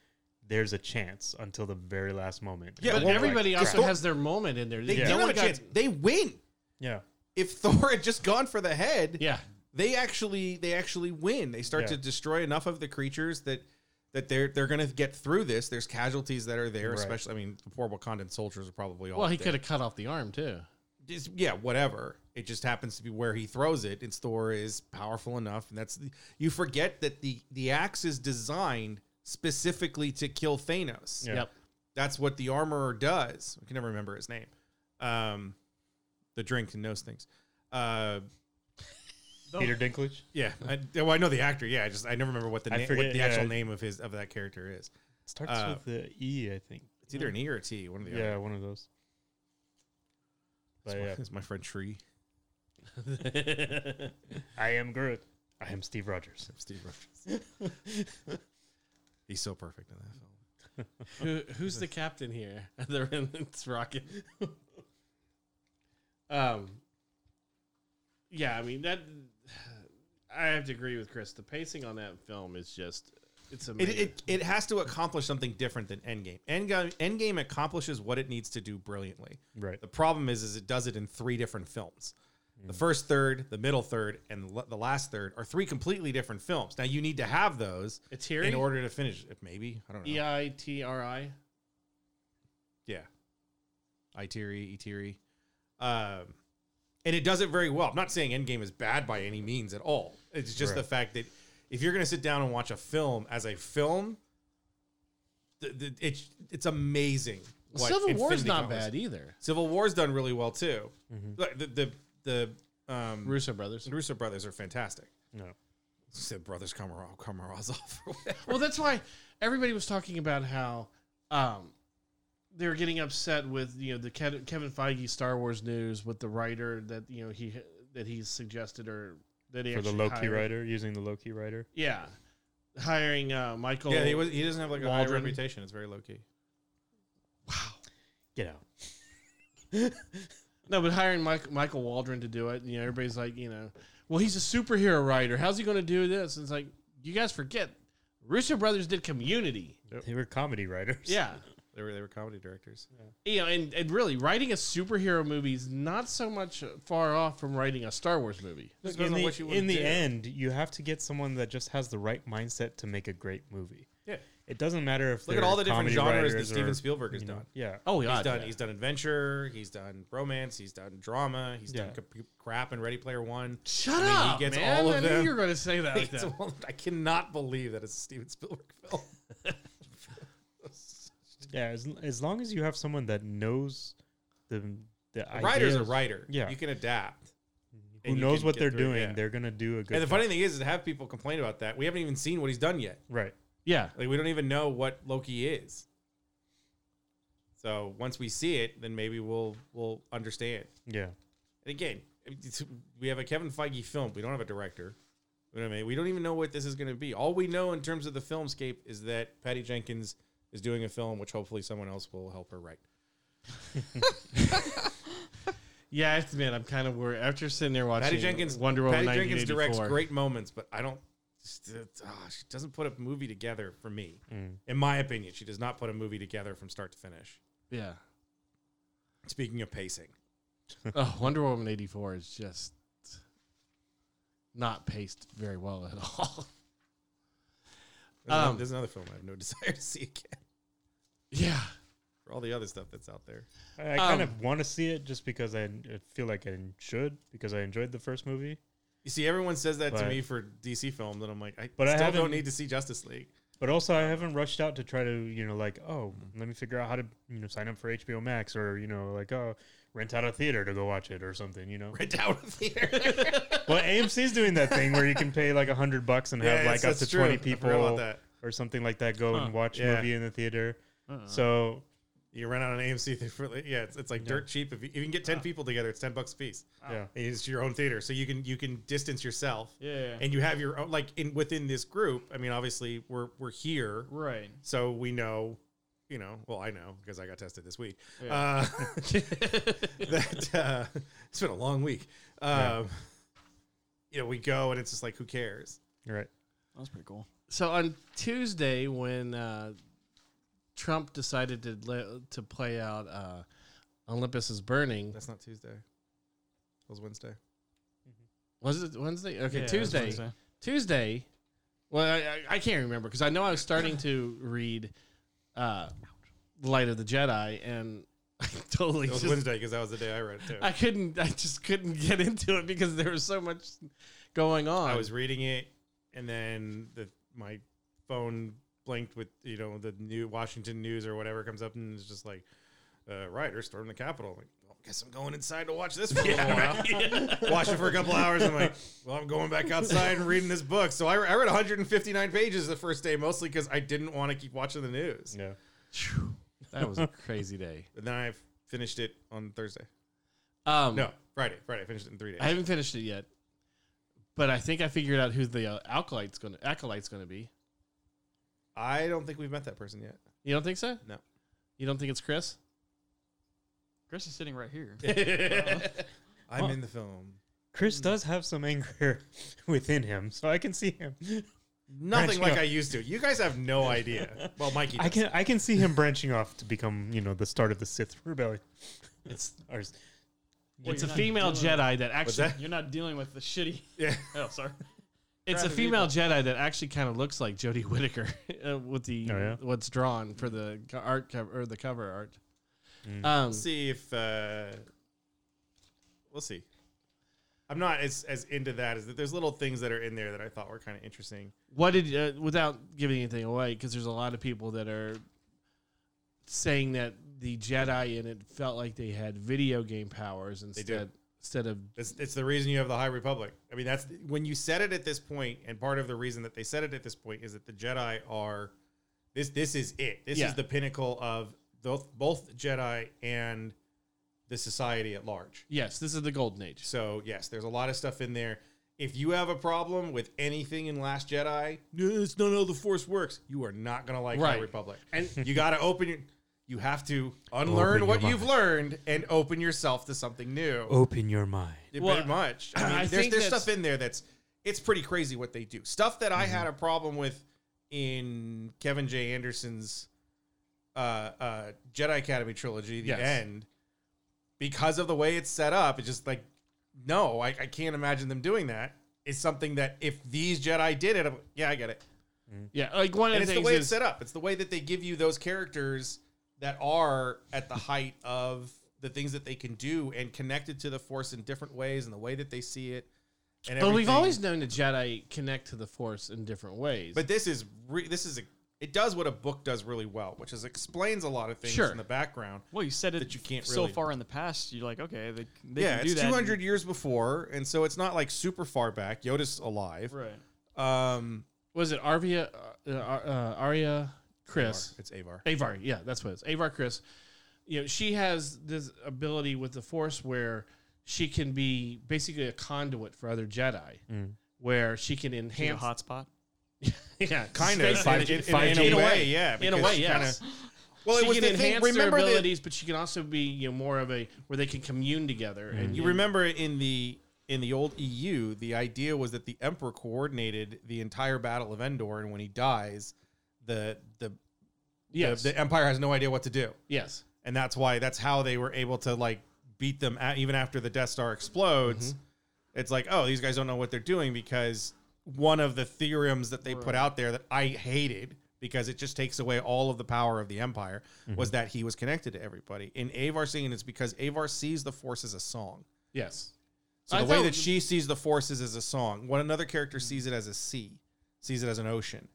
[SPEAKER 3] there's a chance until the very last moment.
[SPEAKER 2] Yeah,
[SPEAKER 3] And
[SPEAKER 1] But
[SPEAKER 3] you're like,
[SPEAKER 1] everybody
[SPEAKER 2] like,
[SPEAKER 1] also
[SPEAKER 2] Thor-
[SPEAKER 1] has their moment in there.
[SPEAKER 2] They
[SPEAKER 1] No
[SPEAKER 2] do have
[SPEAKER 1] one
[SPEAKER 2] a
[SPEAKER 1] got-
[SPEAKER 2] chance. They win.
[SPEAKER 3] yeah,
[SPEAKER 2] If Thor had just gone for the head,
[SPEAKER 1] Yeah,
[SPEAKER 2] they actually they actually win. They start
[SPEAKER 3] Yeah.
[SPEAKER 2] to destroy enough of the creatures that that they're they're going to get through this. There's casualties that are there,
[SPEAKER 3] Right.
[SPEAKER 2] especially. I mean, the poor Wakandan soldiers are probably all.
[SPEAKER 1] well, he
[SPEAKER 2] dead.
[SPEAKER 1] could have cut off the arm too.
[SPEAKER 2] Just- yeah, whatever. It just happens to be where he throws it. And Thor is powerful enough, and that's the, you forget that the the axe is designed specifically to kill Thanos.
[SPEAKER 3] Yeah.
[SPEAKER 1] Yep.
[SPEAKER 2] That's what the armorer does. I can never remember his name. Um, the drink and knows things. Uh,
[SPEAKER 3] Peter Dinklage.
[SPEAKER 2] Yeah, I, well, I know the actor. Yeah, I just I never remember what the
[SPEAKER 3] I
[SPEAKER 2] na-
[SPEAKER 3] forget,
[SPEAKER 2] what the
[SPEAKER 3] yeah.
[SPEAKER 2] actual name of his of that character is.
[SPEAKER 3] starts
[SPEAKER 2] Uh,
[SPEAKER 3] with the E, I think.
[SPEAKER 2] It's either an E or a T, one of the
[SPEAKER 3] Yeah, one of those. But
[SPEAKER 2] other.
[SPEAKER 3] yeah,
[SPEAKER 2] It's my friend Tree.
[SPEAKER 3] I am Groot. I am Steve Rogers.
[SPEAKER 2] Steve Rogers. He's so perfect in that film.
[SPEAKER 1] Who, who's the captain here? They're in it's Rocket. um. Yeah, I mean that. I have to agree with Chris. The pacing on that film is just. It's
[SPEAKER 2] It,
[SPEAKER 1] amazing.
[SPEAKER 2] it it has to accomplish something different than Endgame. Endgame Endgame accomplishes what it needs to do brilliantly.
[SPEAKER 3] Right.
[SPEAKER 2] The problem is, is it does it in three different films. The first third, the middle third, and the la- the last third are three completely different films. Now you need to have those
[SPEAKER 1] it's
[SPEAKER 2] in
[SPEAKER 1] here.
[SPEAKER 2] order to finish. it. Maybe I don't know.
[SPEAKER 1] E I T R I.
[SPEAKER 2] Yeah. Iteri, Iteri. Um, and it does it very well. I'm not saying Endgame is bad by any means at all. It's just the
[SPEAKER 3] Right.
[SPEAKER 2] fact that if you're going to sit down and watch a film as a film, the, the, it's it's amazing. what
[SPEAKER 1] Civil War's
[SPEAKER 2] Infinity
[SPEAKER 1] not
[SPEAKER 2] Gauntlet is.
[SPEAKER 1] bad Mm-hmm. either.
[SPEAKER 2] Civil War's done really well too. Like, The the the um,
[SPEAKER 1] Russo
[SPEAKER 2] Russo.
[SPEAKER 1] brothers.
[SPEAKER 2] brothers are fantastic.
[SPEAKER 3] No.
[SPEAKER 2] Said brothers Kamarov Kamarazov or whatever.
[SPEAKER 1] Well, that's why everybody was talking about how um, they were getting upset with you know the Ke- Kevin Feige Star Wars news with the writer that you know he that he suggested or that he
[SPEAKER 3] For the
[SPEAKER 1] actually
[SPEAKER 3] Loki
[SPEAKER 1] hired.
[SPEAKER 3] writer, using the Loki writer.
[SPEAKER 1] Yeah, hiring uh, Michael.
[SPEAKER 2] Yeah, he was, he doesn't have like a high
[SPEAKER 1] Waldron.
[SPEAKER 2] reputation. It's very low key.
[SPEAKER 3] Get out.
[SPEAKER 1] no, but hiring Mike, Michael Waldron to do it. You know, everybody's like, you know, well, he's a superhero writer. How's he going to do this? And it's like you guys forget. Russo Brothers did Community.
[SPEAKER 3] They were comedy writers.
[SPEAKER 1] Yeah.
[SPEAKER 2] They were they were comedy directors.
[SPEAKER 1] You know, and, and really, writing a superhero movie is not so much far off from writing a Star Wars movie.
[SPEAKER 2] Just
[SPEAKER 3] in
[SPEAKER 2] depends on
[SPEAKER 3] the,
[SPEAKER 2] what you wanna
[SPEAKER 3] in the
[SPEAKER 2] do.
[SPEAKER 3] end, you have to get someone that just has the right mindset to make a great movie.
[SPEAKER 2] Yeah.
[SPEAKER 3] It doesn't matter if
[SPEAKER 2] Look
[SPEAKER 3] they're
[SPEAKER 2] at all the different
[SPEAKER 3] comedy
[SPEAKER 2] genres that
[SPEAKER 3] writers
[SPEAKER 2] Steven
[SPEAKER 3] or,
[SPEAKER 2] Spielberg has
[SPEAKER 3] you know,
[SPEAKER 2] done.
[SPEAKER 3] Yeah,
[SPEAKER 1] Oh,
[SPEAKER 2] He's
[SPEAKER 1] yeah.
[SPEAKER 2] done. He's done adventure. He's done romance. He's done drama. He's done
[SPEAKER 3] Yeah.
[SPEAKER 2] c- crap and Ready Player One.
[SPEAKER 1] Shut
[SPEAKER 2] mean, he
[SPEAKER 1] up,
[SPEAKER 2] gets
[SPEAKER 1] man.
[SPEAKER 2] all of
[SPEAKER 1] I knew
[SPEAKER 2] them.
[SPEAKER 1] you were going to say that like
[SPEAKER 2] It's
[SPEAKER 1] that.
[SPEAKER 2] all- I cannot believe that it's a Steven Spielberg film.
[SPEAKER 3] yeah. As, as long as you have someone that knows the the
[SPEAKER 2] A writer's a
[SPEAKER 3] ideas,
[SPEAKER 2] writer.
[SPEAKER 3] Yeah.
[SPEAKER 2] you can adapt.
[SPEAKER 3] who
[SPEAKER 2] and you
[SPEAKER 3] knows
[SPEAKER 2] can
[SPEAKER 3] what
[SPEAKER 2] get
[SPEAKER 3] they're
[SPEAKER 2] through it,
[SPEAKER 3] doing.
[SPEAKER 2] yeah.
[SPEAKER 3] They're gonna do a good.
[SPEAKER 2] and the
[SPEAKER 3] job.
[SPEAKER 2] funny thing is, is to have people complain about that. We haven't even seen what he's done yet.
[SPEAKER 3] right?
[SPEAKER 1] Yeah.
[SPEAKER 2] Like we don't even know what Loki is. So once we see it, then maybe we'll we'll understand.
[SPEAKER 3] Yeah,
[SPEAKER 2] And again, it's- we have a Kevin Feige film. We don't have a director. You know what I mean? We don't even know what this is going to be. All we know in terms of the filmscape is that Patty Jenkins is doing a film, which hopefully someone else will help her write.
[SPEAKER 1] Yeah, I have to admit, I'm kind of worried. After sitting there watching
[SPEAKER 2] Patty Jenkins,
[SPEAKER 1] Wonder Woman
[SPEAKER 2] Patty Jenkins directs
[SPEAKER 1] 1984.
[SPEAKER 2] great moments, but I don't. Just, uh, ah, she doesn't put a movie together for me,
[SPEAKER 1] Mm.
[SPEAKER 2] in my opinion. She does not put a movie together from start to finish.
[SPEAKER 1] Yeah.
[SPEAKER 2] Speaking of pacing,
[SPEAKER 1] Oh, Wonder Woman 84 is just not paced very well at all.
[SPEAKER 2] there's, another,
[SPEAKER 1] Um,
[SPEAKER 2] there's another film I have no desire to see again.
[SPEAKER 1] Yeah.
[SPEAKER 2] For all the other stuff that's out there,
[SPEAKER 3] I, I kind
[SPEAKER 1] Um,
[SPEAKER 3] of want to see it just because I I feel like I should because I enjoyed the first movie.
[SPEAKER 2] you see, everyone says that to
[SPEAKER 3] But-
[SPEAKER 2] me for DC films, and I'm like, I
[SPEAKER 3] But I
[SPEAKER 2] still don't
[SPEAKER 3] haven't-
[SPEAKER 2] need to see Justice League.
[SPEAKER 3] But also, I haven't rushed out to try to, you know, like, oh,
[SPEAKER 2] Mm-hmm.
[SPEAKER 3] let me figure out how to, you know, sign up for HBO Max or, you know, like, oh, rent out a theater to go watch it or something, you know.
[SPEAKER 2] Rent out a theater.
[SPEAKER 3] well, AMC's doing that thing where you can pay like a hundred bucks and have
[SPEAKER 2] Yeah,
[SPEAKER 3] like
[SPEAKER 2] that's-
[SPEAKER 3] up to
[SPEAKER 2] that's true.
[SPEAKER 3] twenty
[SPEAKER 2] I forgot about
[SPEAKER 3] people
[SPEAKER 2] that.
[SPEAKER 3] or something like that go
[SPEAKER 4] Huh.
[SPEAKER 3] and watch
[SPEAKER 2] Yeah.
[SPEAKER 3] a movie in the theater.
[SPEAKER 2] Uh-uh.
[SPEAKER 3] So
[SPEAKER 2] You rent out an AMC theater. For, yeah, it's, it's like dirt cheap. If you, if you can get ten people together, it's ten bucks a piece.
[SPEAKER 3] yeah,
[SPEAKER 2] And It's your own theater, so you can you can distance yourself.
[SPEAKER 4] Yeah.
[SPEAKER 2] and you have your own like in within this group i mean obviously we're we're here
[SPEAKER 4] right.
[SPEAKER 2] so we know you know well i know because i got tested this week uh, that uh, it's been a long week um you know we go and it's just like who cares
[SPEAKER 3] you're right.
[SPEAKER 4] That was pretty cool.
[SPEAKER 1] So on Tuesday, when uh, Trump decided to le- to play out uh, Olympus is Burning,
[SPEAKER 2] that's not tuesday it was wednesday
[SPEAKER 1] was it Wednesday? Okay,
[SPEAKER 4] Yeah, it was
[SPEAKER 1] Tuesday.
[SPEAKER 4] Wednesday.
[SPEAKER 1] Tuesday. Well, I, I- I can't remember because I know I was starting to read uh, Light of the Jedi, and I totally
[SPEAKER 2] it was
[SPEAKER 1] just
[SPEAKER 2] wednesday because that was the day i read it too
[SPEAKER 1] I couldn't. I just couldn't get into it because there was so much going on.
[SPEAKER 2] I was reading it, and then the my phone blinked with you know the new Washington news or whatever comes up, and it's just like, uh, "Rioters stormed the Capitol." I'm like, well, guess I'm going inside to watch this for a little while. Watch it for a couple hours. I'm like, well, I'm going back outside and reading this book. So I, I read 159 pages the first day, mostly because I didn't want to keep watching the news.
[SPEAKER 3] Yeah,
[SPEAKER 1] Phew, that was a crazy day.
[SPEAKER 2] And then I finished it on Thursday.
[SPEAKER 1] Um,
[SPEAKER 2] No, Friday. Friday. I finished it in three days.
[SPEAKER 1] I haven't finished it yet, but I think I figured out who the uh, acolyte's going to acolyte's going to be.
[SPEAKER 2] I don't think we've met that person yet.
[SPEAKER 1] You don't think so?
[SPEAKER 2] No.
[SPEAKER 1] You don't think it's Chris?
[SPEAKER 4] Chris is sitting right here.
[SPEAKER 2] I'm in the film.
[SPEAKER 3] Chris does have some anger within him, so I can see him.
[SPEAKER 2] Nothing
[SPEAKER 3] Branching
[SPEAKER 2] like
[SPEAKER 3] out.
[SPEAKER 2] I used to. You guys have no idea. Well, Mikey,
[SPEAKER 3] I
[SPEAKER 2] does.
[SPEAKER 3] can I can see him branching off to become, you know, the start of the Sith rebellion. It's or s-
[SPEAKER 4] Well,
[SPEAKER 1] it's a
[SPEAKER 4] you're not
[SPEAKER 1] female
[SPEAKER 4] dealing-
[SPEAKER 1] Jedi that actually.
[SPEAKER 2] that?
[SPEAKER 4] You're not dealing with the shitty.
[SPEAKER 2] Yeah.
[SPEAKER 4] Oh, sorry.
[SPEAKER 1] It's a
[SPEAKER 4] Crap of
[SPEAKER 1] female Jedi that actually kind of looks like Jodie Whittaker uh, with the
[SPEAKER 3] Oh, yeah?
[SPEAKER 1] what's drawn for the co- art cover or the cover art.
[SPEAKER 3] Mm.
[SPEAKER 1] Um,
[SPEAKER 2] We'll see if uh, we'll see. I'm not as as into that as that. There's little things that are in there that I thought were kind of interesting.
[SPEAKER 1] what did uh, without giving anything away because there's a lot of people that are saying that the Jedi in it felt like they had video game powers
[SPEAKER 2] do.
[SPEAKER 1] instead instead of
[SPEAKER 2] It's, it's the reason you have the High Republic. I mean, that's when you said it at this point, and part of the reason that they said it at this point is that the Jedi are this. This is it. This
[SPEAKER 1] Yeah.
[SPEAKER 2] is the pinnacle of both both Jedi and the society at large.
[SPEAKER 1] yes, this is the golden age.
[SPEAKER 2] So yes, there's a lot of stuff in there. If you have a problem with anything in Last Jedi, "No, it's not how the Force works. You are not gonna like High
[SPEAKER 1] Right.
[SPEAKER 2] Republic, and you got to open your. You have to unlearn
[SPEAKER 3] Open
[SPEAKER 2] what
[SPEAKER 3] your
[SPEAKER 2] you've
[SPEAKER 3] mind.
[SPEAKER 2] learned and open yourself to something new.
[SPEAKER 3] open your mind.
[SPEAKER 2] Yeah,
[SPEAKER 1] Well,
[SPEAKER 2] pretty much. I mean,
[SPEAKER 1] I
[SPEAKER 2] there's
[SPEAKER 1] think
[SPEAKER 2] there's
[SPEAKER 1] that's-
[SPEAKER 2] stuff in there that's it's pretty crazy what they do. Stuff that I
[SPEAKER 1] Mm-hmm.
[SPEAKER 2] had a problem with in Kevin J. Anderson's uh, uh, Jedi Academy trilogy, the
[SPEAKER 1] Yes.
[SPEAKER 2] end, because of the way it's set up. It's just like, no, I, I can't imagine them doing that. It's something that if these Jedi did it, I'm, yeah, I get it.
[SPEAKER 1] Yeah, like one of the
[SPEAKER 2] Mm. and it's the
[SPEAKER 1] things
[SPEAKER 2] way
[SPEAKER 1] is
[SPEAKER 2] it's set up. It's the way that they give you those characters that are at the height of the things that they can do and connected to the Force in different ways and the way that they see it. And
[SPEAKER 1] But we've
[SPEAKER 2] everything.
[SPEAKER 1] always known the Jedi connect to the Force in different ways.
[SPEAKER 2] But this is re- this is a, it does what a book does really well, which is explains a lot of things
[SPEAKER 1] Sure.
[SPEAKER 2] in the background.
[SPEAKER 4] Well, you said it
[SPEAKER 2] That you can't
[SPEAKER 4] so
[SPEAKER 2] really-
[SPEAKER 4] far in the past. You're like, okay, they, they
[SPEAKER 2] yeah,
[SPEAKER 4] can do
[SPEAKER 2] it's
[SPEAKER 4] that.
[SPEAKER 2] 200 years before, and so it's not like super far back. Yoda's alive.
[SPEAKER 4] Right.
[SPEAKER 2] Um,
[SPEAKER 1] was it Arvia, uh, uh, Arya, Chris?
[SPEAKER 2] Avar. It's Avar.
[SPEAKER 1] Avar, yeah, that's what it is. Avar Chris. You know, she has this ability with the Force where she can be basically a conduit for other Jedi,
[SPEAKER 2] Mm.
[SPEAKER 1] where she can
[SPEAKER 4] She's a
[SPEAKER 1] enhance.
[SPEAKER 4] hotspot.
[SPEAKER 1] yeah,
[SPEAKER 2] Kind of.
[SPEAKER 1] space energy.
[SPEAKER 2] in, in-
[SPEAKER 3] five
[SPEAKER 2] in
[SPEAKER 3] G.
[SPEAKER 2] a way, yeah.
[SPEAKER 1] In a
[SPEAKER 2] because
[SPEAKER 1] way,
[SPEAKER 2] she
[SPEAKER 1] yes.
[SPEAKER 2] kinda- well, it
[SPEAKER 1] she
[SPEAKER 2] was
[SPEAKER 1] can
[SPEAKER 2] the thing.
[SPEAKER 1] enhance
[SPEAKER 2] Remember
[SPEAKER 1] their
[SPEAKER 2] the,
[SPEAKER 1] abilities, but she can also be you know more of a where they can commune together. And
[SPEAKER 2] Mm. You remember in the in the old EU, the idea was that the emperor coordinated the entire battle of Endor, and when he dies, the the
[SPEAKER 1] yes,
[SPEAKER 2] the, the empire has no idea what to do,
[SPEAKER 1] yes,
[SPEAKER 2] and that's why that's how they were able to like beat them at, even after the Death Star explodes. It's like, oh, these guys don't know what they're doing because one of the theorems that they put out there that I hated because it just takes away all of the power of the empire was that he was connected to everybody. In Avar singing, it's because Avar sees the force as a song.
[SPEAKER 1] yes.
[SPEAKER 2] So
[SPEAKER 1] I
[SPEAKER 2] the way
[SPEAKER 1] thought-
[SPEAKER 2] that she sees the forces as a song, one another
[SPEAKER 4] Hmm.
[SPEAKER 2] character sees it as a sea, sees it as an ocean,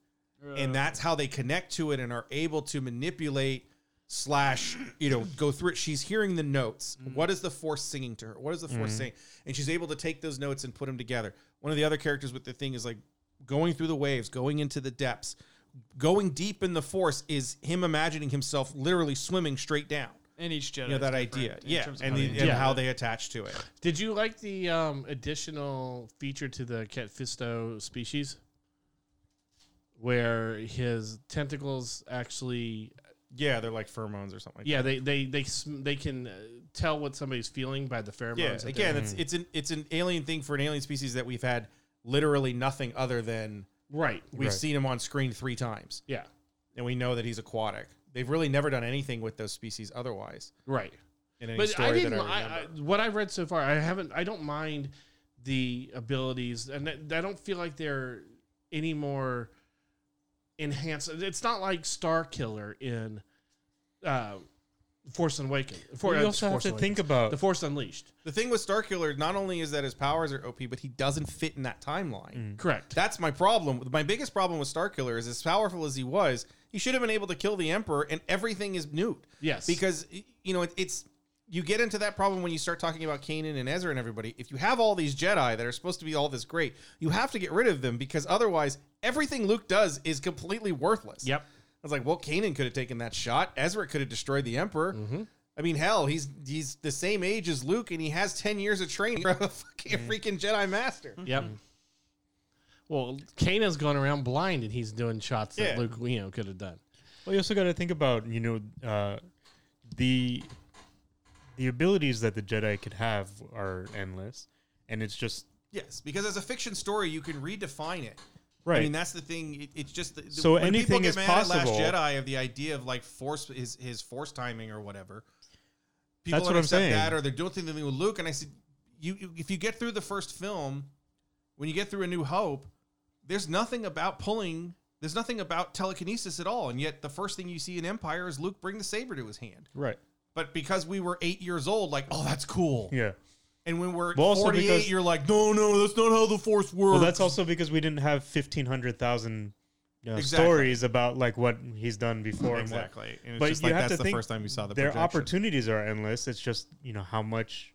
[SPEAKER 4] Uh, Oh.
[SPEAKER 2] and that's how they connect to it and are able to manipulate slash you know go through it. She's hearing the notes.
[SPEAKER 4] Hmm.
[SPEAKER 2] What is the force singing to her? What is the force saying? And she's able to take those notes and put them together. One of the other characters with the thing is like going through the waves, going into the depths, going deep in the force is him imagining himself literally swimming straight down.
[SPEAKER 4] And each Jedi.
[SPEAKER 2] You know
[SPEAKER 4] is
[SPEAKER 2] that
[SPEAKER 4] different
[SPEAKER 2] idea,
[SPEAKER 4] in
[SPEAKER 2] yeah,
[SPEAKER 4] terms of
[SPEAKER 2] and,
[SPEAKER 4] how
[SPEAKER 2] the,
[SPEAKER 4] they
[SPEAKER 2] and
[SPEAKER 4] do
[SPEAKER 2] how
[SPEAKER 4] it.
[SPEAKER 2] they attach to it.
[SPEAKER 1] Did you like the um, additional feature to the Catfisto species, where his tentacles actually?
[SPEAKER 2] Yeah, they're like pheromones or something. Like
[SPEAKER 1] Yeah, they they they sm- they can uh, tell what somebody's feeling by the pheromones.
[SPEAKER 2] yeah
[SPEAKER 1] that
[SPEAKER 2] again
[SPEAKER 1] they're-
[SPEAKER 2] it's it's an it's an alien thing for an alien species that we've had literally nothing other than
[SPEAKER 1] right.
[SPEAKER 2] we've
[SPEAKER 3] Right.
[SPEAKER 2] seen him on screen three times
[SPEAKER 1] Yeah,
[SPEAKER 2] and we know that he's aquatic they've really never done anything with those species otherwise
[SPEAKER 1] right.
[SPEAKER 2] in any
[SPEAKER 1] But
[SPEAKER 2] story
[SPEAKER 1] I didn't.
[SPEAKER 2] that
[SPEAKER 1] I
[SPEAKER 2] I
[SPEAKER 1] I,
[SPEAKER 2] remember.
[SPEAKER 1] what I've read so far, I haven't. I don't mind the abilities, and I I don't feel like they're any more enhanced. It's not like Star Killer in uh, Force Awakens. For,
[SPEAKER 3] Well,
[SPEAKER 1] uh,
[SPEAKER 3] you also have
[SPEAKER 1] Force
[SPEAKER 3] to
[SPEAKER 1] Awakens.
[SPEAKER 3] think about
[SPEAKER 1] The Force Unleashed.
[SPEAKER 2] the thing with starkiller not only is that his powers are op but he doesn't fit in that timeline
[SPEAKER 1] Correct.
[SPEAKER 2] That's my problem. My biggest problem with Starkiller is as powerful as he was, he should have been able to kill the Emperor, and everything is nuked.
[SPEAKER 1] Yes.
[SPEAKER 2] because y- you know it, it's you get into that problem when you start talking about Kanan and Ezra and everybody. If you have all these Jedi that are supposed to be all this great, you have to get rid of them because otherwise, everything Luke does is completely worthless.
[SPEAKER 1] Yep.
[SPEAKER 2] I was like, well, Kanan could have taken that shot. Ezra could have destroyed the Emperor.
[SPEAKER 1] Mm-hmm.
[SPEAKER 2] I mean, hell, he's he's the same age as Luke, and he has ten years of training from a fucking freaking Jedi Master.
[SPEAKER 1] Yep. Well, Kanan's going around blind, and he's doing shots that
[SPEAKER 2] Yeah.
[SPEAKER 1] Luke, you know, could have done.
[SPEAKER 3] Well, you also got to think about you know uh, the the abilities that the Jedi could have are endless, and it's just
[SPEAKER 2] Yes, because as a fiction story, you can redefine it.
[SPEAKER 3] right.
[SPEAKER 2] I mean, that's the thing. It, it's just the,
[SPEAKER 3] So
[SPEAKER 2] when people
[SPEAKER 3] anything
[SPEAKER 2] get
[SPEAKER 3] is
[SPEAKER 2] mad
[SPEAKER 3] possible.
[SPEAKER 2] At Last Jedi of the idea of like force his his force timing or whatever. People
[SPEAKER 3] That's
[SPEAKER 2] don't
[SPEAKER 3] what I'm
[SPEAKER 2] accept
[SPEAKER 3] saying.
[SPEAKER 2] that, or they're doing things with Luke. And I said, you, you if you get through the first film, when you get through A New Hope, there's nothing about pulling. There's nothing about telekinesis at all, and yet the first thing you see in Empire is Luke bring the saber to his hand.
[SPEAKER 3] right.
[SPEAKER 2] But because we were eight years old, like, oh, that's cool.
[SPEAKER 3] Yeah.
[SPEAKER 2] And when we're
[SPEAKER 3] Well, also
[SPEAKER 2] 48,
[SPEAKER 3] because-
[SPEAKER 2] you're like, no, no, that's not how the Force works.
[SPEAKER 3] Well, that's also because we didn't have fifteen hundred thousand you know,
[SPEAKER 2] Exactly.
[SPEAKER 3] stories about like what he's done before. and what-
[SPEAKER 2] exactly. And it's
[SPEAKER 3] But
[SPEAKER 2] just
[SPEAKER 3] you
[SPEAKER 2] like
[SPEAKER 3] have
[SPEAKER 2] that's
[SPEAKER 3] to
[SPEAKER 2] the
[SPEAKER 3] think
[SPEAKER 2] first time you saw the
[SPEAKER 3] Their
[SPEAKER 2] projection.
[SPEAKER 3] opportunities are endless. It's just you know how much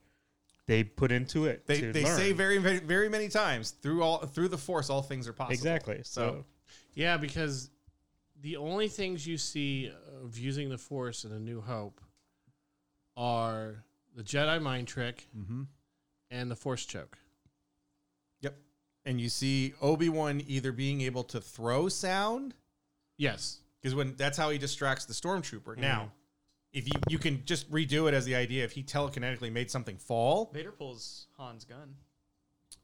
[SPEAKER 3] they put into it.
[SPEAKER 2] They,
[SPEAKER 3] to
[SPEAKER 2] they
[SPEAKER 3] learn.
[SPEAKER 2] say very very very many times through all through the force all things are possible.
[SPEAKER 3] exactly. So,
[SPEAKER 1] Yeah, because the only things you see of using the Force in A New Hope are the Jedi mind trick
[SPEAKER 2] Mhm.
[SPEAKER 1] and the Force choke.
[SPEAKER 2] Yep. And you see Obi Wan either being able to throw sound
[SPEAKER 1] Yes.
[SPEAKER 2] because when that's how he distracts the stormtrooper.
[SPEAKER 3] Mm-hmm.
[SPEAKER 2] Now, if you you can just redo it as the idea if he telekinetically made something fall,
[SPEAKER 4] Vader pulls Han's gun.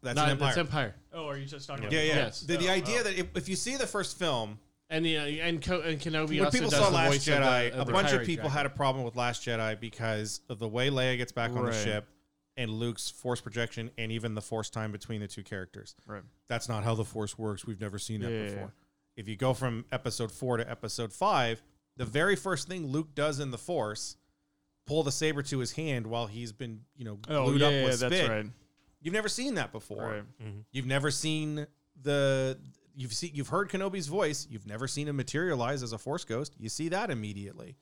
[SPEAKER 2] that's
[SPEAKER 1] Not-
[SPEAKER 2] an empire.
[SPEAKER 1] That's Empire.
[SPEAKER 4] Oh, are you just talking about
[SPEAKER 2] yeah, yeah.
[SPEAKER 1] Yes.
[SPEAKER 2] The, the
[SPEAKER 4] Oh,
[SPEAKER 2] idea that if, if you see the first film,
[SPEAKER 1] And the uh, and, Co- and Kenobi
[SPEAKER 2] when
[SPEAKER 1] also
[SPEAKER 2] people
[SPEAKER 1] does
[SPEAKER 2] saw
[SPEAKER 1] the
[SPEAKER 2] Last
[SPEAKER 1] voice of the-
[SPEAKER 2] Jedi,
[SPEAKER 1] of
[SPEAKER 2] a
[SPEAKER 1] the
[SPEAKER 2] bunch of
[SPEAKER 1] pirate
[SPEAKER 2] people
[SPEAKER 1] dragon.
[SPEAKER 2] had a problem with Last Jedi because of the way Leia gets back on the
[SPEAKER 4] Right.
[SPEAKER 2] ship and Luke's force projection and even the force time between the two characters.
[SPEAKER 4] Right.
[SPEAKER 2] That's not how the force works. We've never seen that
[SPEAKER 4] Yeah, yeah,
[SPEAKER 2] before. if you go from episode four to episode five, the very first thing Luke does in the Force, pull the saber to his hand while he's been, you know, glued
[SPEAKER 4] Oh,
[SPEAKER 2] up
[SPEAKER 4] yeah, yeah,
[SPEAKER 2] with
[SPEAKER 4] that's
[SPEAKER 2] spit.
[SPEAKER 4] right.
[SPEAKER 2] You've never seen that before.
[SPEAKER 4] Right.
[SPEAKER 2] You've never seen the you've seen you've heard Kenobi's voice. You've never seen him materialize as a Force ghost. You see that immediately.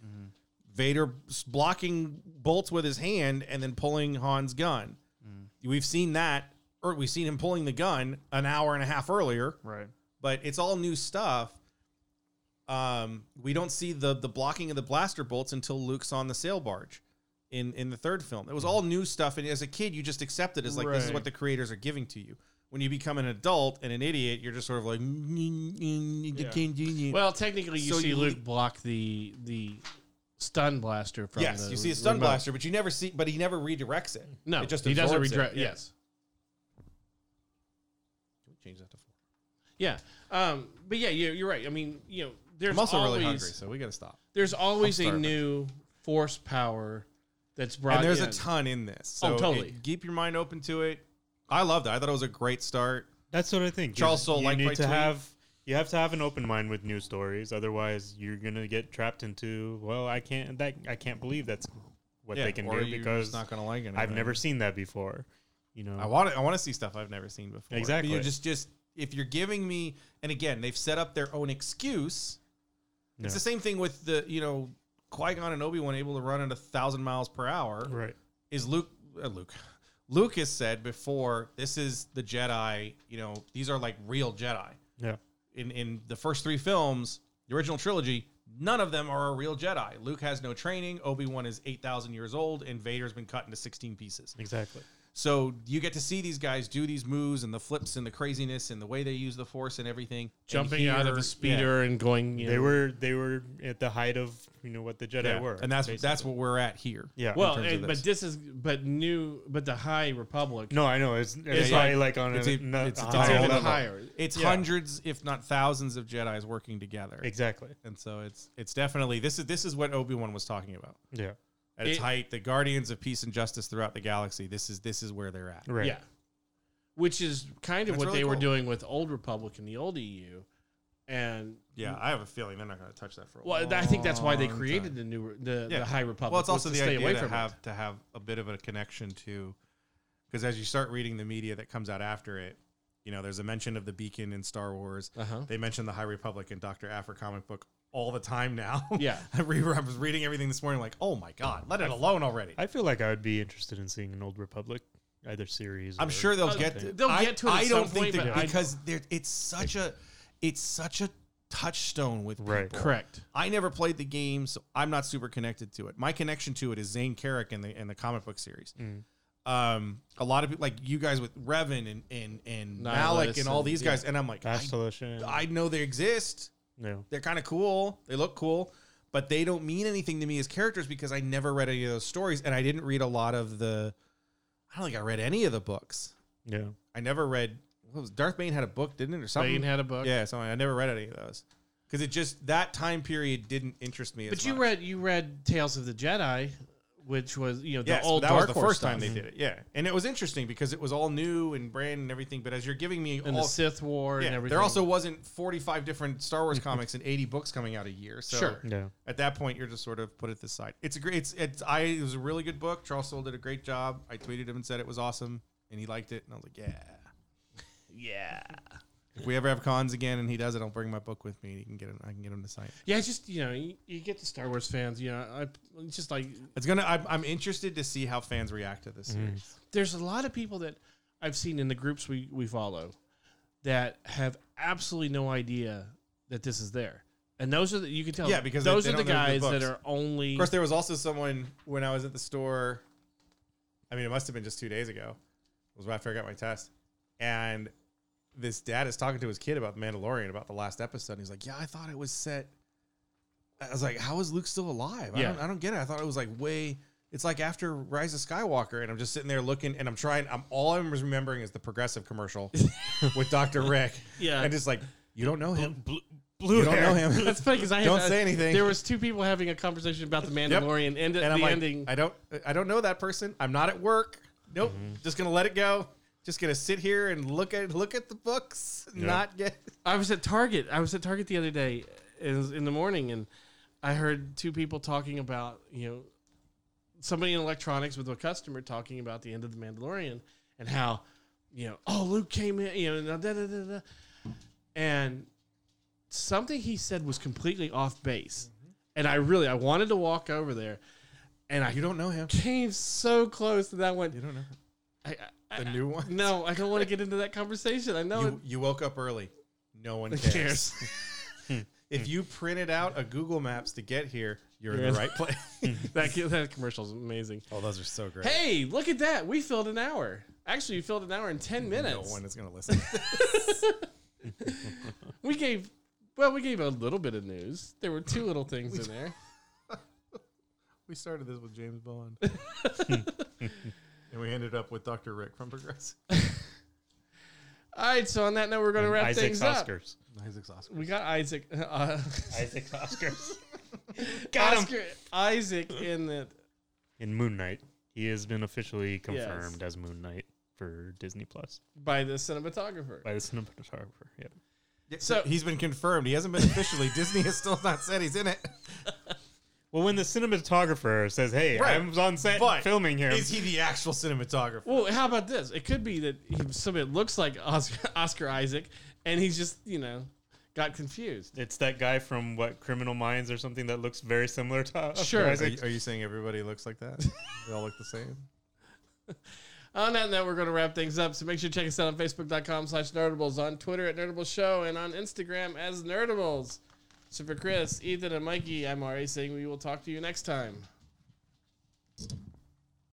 [SPEAKER 2] Vader s- blocking bolts with his hand and then pulling Han's gun. We've seen that, or we've seen him pulling the gun an hour and a half earlier
[SPEAKER 4] Right.
[SPEAKER 2] but it's all new stuff. Um, we don't see the the blocking of the blaster bolts until Luke's on the sail barge in in the third film. It was all new stuff, and as a kid, you just accept it as like this is
[SPEAKER 4] Right.
[SPEAKER 2] what the creators are giving to you. When you become an adult and an idiot, you're just sort of like, well,
[SPEAKER 1] Well, technically, you
[SPEAKER 2] So
[SPEAKER 1] see
[SPEAKER 2] you-
[SPEAKER 1] Luke block the the stun blaster from.
[SPEAKER 2] yes,
[SPEAKER 1] the
[SPEAKER 2] you see a stun
[SPEAKER 1] remote.
[SPEAKER 2] blaster, but you never see, but he never redirects it.
[SPEAKER 1] No,
[SPEAKER 2] it just
[SPEAKER 1] he doesn't
[SPEAKER 2] absorbs it.
[SPEAKER 1] redirect.
[SPEAKER 2] Yeah.
[SPEAKER 1] Yes,
[SPEAKER 2] Can we change that to four?
[SPEAKER 1] yeah, um, but yeah, you, you're right. I mean, you know, there's
[SPEAKER 2] I'm also
[SPEAKER 1] always
[SPEAKER 2] really hungry, so we got to stop.
[SPEAKER 1] there's always
[SPEAKER 2] I'm
[SPEAKER 1] a
[SPEAKER 2] starving.
[SPEAKER 1] new force power that's brought.
[SPEAKER 2] and there's
[SPEAKER 1] in.
[SPEAKER 2] a ton in this. So
[SPEAKER 1] Oh, totally.
[SPEAKER 2] it- keep your mind open to it. I loved it. I thought it was a great start.
[SPEAKER 3] That's what I think.
[SPEAKER 2] Charles
[SPEAKER 3] You-
[SPEAKER 2] Soule,
[SPEAKER 3] you
[SPEAKER 2] like
[SPEAKER 3] need
[SPEAKER 2] my
[SPEAKER 3] to
[SPEAKER 2] tweet.
[SPEAKER 3] have you have to have an open mind with new stories. Otherwise, you're gonna get trapped into well, I can't that I can't believe that's what they can
[SPEAKER 2] or
[SPEAKER 3] do
[SPEAKER 2] you're
[SPEAKER 3] because
[SPEAKER 2] just not going to like it.
[SPEAKER 3] I've never seen that before. You know,
[SPEAKER 2] I want to, I want to see stuff I've never seen before. But
[SPEAKER 3] Exactly.
[SPEAKER 2] you just just if you're giving me and again they've set up their own excuse. It's
[SPEAKER 3] Yeah.
[SPEAKER 2] the same thing with the you know Qui Gon and Obi Wan able to run at a thousand miles per hour.
[SPEAKER 3] right?
[SPEAKER 2] Is Luke uh, Luke Luke has said before this is the Jedi. You know these are like real Jedi.
[SPEAKER 3] Yeah,
[SPEAKER 2] In in the first three films, the original trilogy. None of them are a real Jedi. Luke has no training. Obi Wan is eight thousand years old, and Vader's been cut into sixteen pieces.
[SPEAKER 3] exactly.
[SPEAKER 2] So you get to see these guys do these moves and the flips and the craziness and the way they use the force and everything. And
[SPEAKER 1] jumping out
[SPEAKER 2] here-
[SPEAKER 1] of a
[SPEAKER 2] yeah,
[SPEAKER 1] speeder and going. You
[SPEAKER 3] They
[SPEAKER 1] know-
[SPEAKER 3] were they were at the height of you know what the Jedi
[SPEAKER 2] yeah.
[SPEAKER 3] were,
[SPEAKER 2] and that's that's
[SPEAKER 3] basically.
[SPEAKER 2] what we're at here.
[SPEAKER 3] yeah.
[SPEAKER 1] well,
[SPEAKER 2] terms of
[SPEAKER 1] and, but this is but new, but the High Republic.
[SPEAKER 3] no, I know it's it's
[SPEAKER 2] yeah,
[SPEAKER 3] probably like on
[SPEAKER 2] It's
[SPEAKER 3] a,
[SPEAKER 2] a-
[SPEAKER 3] no-
[SPEAKER 2] it's a
[SPEAKER 3] a
[SPEAKER 2] different
[SPEAKER 1] it's
[SPEAKER 3] higher
[SPEAKER 1] even
[SPEAKER 2] level.
[SPEAKER 1] higher.
[SPEAKER 2] It's
[SPEAKER 3] Yeah.
[SPEAKER 2] hundreds, if not thousands, of Jedi's working together.
[SPEAKER 3] Exactly.
[SPEAKER 2] And so it's it's definitely this is this is what Obi Wan was talking about
[SPEAKER 3] Yeah.
[SPEAKER 2] at its
[SPEAKER 1] It-
[SPEAKER 2] height. The guardians of peace and justice throughout the galaxy. This is this is where they're at.
[SPEAKER 3] Right.
[SPEAKER 1] Yeah. Which is kind of
[SPEAKER 2] That's
[SPEAKER 1] what
[SPEAKER 2] really
[SPEAKER 1] they were
[SPEAKER 2] cool.
[SPEAKER 1] doing with Old Republic and the Old EU. And
[SPEAKER 2] Yeah, I have a feeling they're not going to touch that for a
[SPEAKER 1] well,
[SPEAKER 2] long
[SPEAKER 1] I think that's why they
[SPEAKER 2] time.
[SPEAKER 1] created the new the,
[SPEAKER 2] Yeah.
[SPEAKER 1] the High Republic.
[SPEAKER 2] Well, it's
[SPEAKER 1] was
[SPEAKER 2] also
[SPEAKER 1] to
[SPEAKER 2] the
[SPEAKER 1] stay
[SPEAKER 2] idea
[SPEAKER 1] away
[SPEAKER 2] to
[SPEAKER 1] from it.
[SPEAKER 2] have to have a bit of a connection to, because as you start reading the media that comes out after it, you know, there's a mention of the beacon in Star Wars.
[SPEAKER 1] Uh-huh.
[SPEAKER 2] They mention the High Republic in Doctor Aphra comic book all the time now.
[SPEAKER 1] Yeah.
[SPEAKER 2] I, re- I was reading everything this morning, like, oh my god, let it alone already.
[SPEAKER 3] I feel like I would be interested in seeing an Old Republic, either series.
[SPEAKER 2] I'm
[SPEAKER 3] or-
[SPEAKER 2] sure they'll
[SPEAKER 1] Uh,
[SPEAKER 2] get
[SPEAKER 1] th- they'll
[SPEAKER 2] I,
[SPEAKER 1] get to it at
[SPEAKER 2] I don't
[SPEAKER 1] some point,
[SPEAKER 2] think
[SPEAKER 1] but
[SPEAKER 2] that
[SPEAKER 1] I-
[SPEAKER 2] because there, it's such a, it's such a touchstone with
[SPEAKER 3] Right.
[SPEAKER 2] people.
[SPEAKER 1] Correct.
[SPEAKER 2] I never played the game, so I'm not super connected to it. My connection to it is Zane Carrick and the and the comic book series. Um, a lot of people like you guys with Revan and and and Malik
[SPEAKER 1] Nihilus
[SPEAKER 2] and all
[SPEAKER 1] and-
[SPEAKER 2] these guys, and I'm like, I,
[SPEAKER 3] Last Solution.
[SPEAKER 2] I know they exist.
[SPEAKER 3] no.
[SPEAKER 2] They're kind of cool. They look cool, but they don't mean anything to me as characters because I never read any of those stories, and I didn't read a lot of the. I don't think I read any of the books.
[SPEAKER 3] Yeah.
[SPEAKER 2] I never read. What was Darth Bane had a book, didn't it, or something?
[SPEAKER 1] Bane had a book.
[SPEAKER 2] Yeah, something. I never read any of those because it just that time period didn't interest me.
[SPEAKER 1] But
[SPEAKER 2] as
[SPEAKER 1] you
[SPEAKER 2] much.
[SPEAKER 1] read you read Tales of the Jedi, which was you know the
[SPEAKER 2] Yes,
[SPEAKER 1] old
[SPEAKER 2] that
[SPEAKER 1] Dark
[SPEAKER 2] was the
[SPEAKER 1] Horse
[SPEAKER 2] first time they
[SPEAKER 1] stuff.
[SPEAKER 2] did it. Yeah, and it was interesting because it was all new and brand and everything. But as you're giving me
[SPEAKER 1] and
[SPEAKER 2] all,
[SPEAKER 1] the Sith War and
[SPEAKER 2] yeah,
[SPEAKER 1] everything.
[SPEAKER 2] there also wasn't 45 different Star Wars comics and 80 books coming out a year. So
[SPEAKER 1] Sure.
[SPEAKER 3] Yeah.
[SPEAKER 2] at that point, you're just sort of put it this side. It's a great. It's, it's I. It was a really good book. Charles Soule did a great job. I tweeted him and said it was awesome, and he liked it. And I was like, yeah.
[SPEAKER 1] yeah,
[SPEAKER 2] If we ever have cons again and he does it, I'll bring my book with me. And he can get him, I can get him to sign. it.
[SPEAKER 1] yeah. it's Just you know, you, you get the Star Wars fans. You know, I it's just like
[SPEAKER 2] It's gonna. I'm, I'm interested to see how fans react to this series.
[SPEAKER 1] there's a lot of people that I've seen in the groups we, we follow that have absolutely no idea that this is there. And those are the, you can tell.
[SPEAKER 2] Yeah, because they-
[SPEAKER 1] those
[SPEAKER 2] they
[SPEAKER 1] are the
[SPEAKER 2] don't know the
[SPEAKER 1] guys that
[SPEAKER 2] books.
[SPEAKER 1] are only.
[SPEAKER 2] Of course, there was also someone when I was at the store. I mean, it must have been just two days ago. It was right after I got my test, and this dad is talking to his kid about the Mandalorian about the last episode. And he's like, "Yeah, I thought it was set." I was like, "How is Luke still alive?" I,
[SPEAKER 1] Yeah.
[SPEAKER 2] don't, I don't get it. I thought it was like way. It's like after Rise of Skywalker, and I'm just sitting there looking, and I'm trying. I'm all I'm remembering is the progressive commercial with Doctor Rick,
[SPEAKER 1] yeah,
[SPEAKER 2] and just like you don't know him,
[SPEAKER 3] Blue,
[SPEAKER 2] you don't know him.
[SPEAKER 1] that's funny because I had-
[SPEAKER 2] Don't
[SPEAKER 1] I-
[SPEAKER 2] say anything.
[SPEAKER 1] There was two people having a conversation about the Mandalorian and,
[SPEAKER 2] and I'm
[SPEAKER 1] the
[SPEAKER 2] like,
[SPEAKER 1] ending.
[SPEAKER 2] Mm-hmm. I don't, I don't know that person. I'm not at work. Nope, just gonna let it go. Just gonna sit here and look at look at the books, and
[SPEAKER 3] Yeah.
[SPEAKER 2] not get.
[SPEAKER 1] I was at Target. I was at Target the other day it was in the morning, and I heard two people talking about you know somebody in electronics with a customer talking about the end of the Mandalorian and how you know oh Luke came in you know da da da da, and something he said was completely off base,
[SPEAKER 2] Mm-hmm.
[SPEAKER 1] and I really I wanted to walk over there, and I
[SPEAKER 2] You don't know him.
[SPEAKER 1] came so close to that one.
[SPEAKER 2] You don't know
[SPEAKER 1] I, I,
[SPEAKER 2] the
[SPEAKER 1] I-
[SPEAKER 2] new one.
[SPEAKER 1] no, I don't want to get into that conversation. I know
[SPEAKER 2] You, you woke up early. No one
[SPEAKER 1] it
[SPEAKER 2] cares.
[SPEAKER 1] cares.
[SPEAKER 2] If you printed out a Google Maps to get here, you're
[SPEAKER 1] You're
[SPEAKER 2] in
[SPEAKER 1] in-
[SPEAKER 2] the right place.
[SPEAKER 1] that that commercial's amazing.
[SPEAKER 2] Oh, those are so great.
[SPEAKER 1] Hey, look at that. We filled an hour. Actually, we filled an hour and 10
[SPEAKER 2] no
[SPEAKER 1] minutes.
[SPEAKER 2] one is gonna listen.
[SPEAKER 1] We gave, well, we gave a little bit of news. There were two little things in there.
[SPEAKER 7] We started this with James Bond. and we ended up with Dr. Rick from Progressive.
[SPEAKER 1] All right, so on that note, we're going to wrap
[SPEAKER 3] Isaac's
[SPEAKER 1] things up.
[SPEAKER 3] Oscars.
[SPEAKER 7] Isaac's Oscar.
[SPEAKER 1] We got Isaac. Uh,
[SPEAKER 3] Isaac's Oscars. Got him.
[SPEAKER 1] Oscar- Isaac in the.
[SPEAKER 3] In Moon Knight, he has been officially confirmed as Moon Knight for Disney Plus
[SPEAKER 1] By the cinematographer.
[SPEAKER 3] by the cinematographer. Yep.
[SPEAKER 1] So-
[SPEAKER 7] So he's been confirmed. He hasn't been officially. Disney has still not said he's in it.
[SPEAKER 3] Well, when the cinematographer says, "Hey,
[SPEAKER 7] Right.
[SPEAKER 3] I was on set
[SPEAKER 7] But
[SPEAKER 3] filming here,"
[SPEAKER 7] Is he the actual cinematographer?
[SPEAKER 1] Well, how about this? It could be that he, somebody looks like Oscar, Oscar Isaac, and he's just, you know, got confused.
[SPEAKER 3] it's that guy from what Criminal Minds or something that looks very similar to Oscar
[SPEAKER 1] Sure.
[SPEAKER 7] Are
[SPEAKER 3] Isaac.
[SPEAKER 7] you, are you saying everybody looks like that? They all look the same?
[SPEAKER 1] On that note, we're going to wrap things up. So make sure you check us out on Facebook.com slash Nerdables, on Twitter at Nerdable Show, and on Instagram as Nerdables. So for Chris, Ethan, and Mikey, I'm Ari saying we will talk to you next time.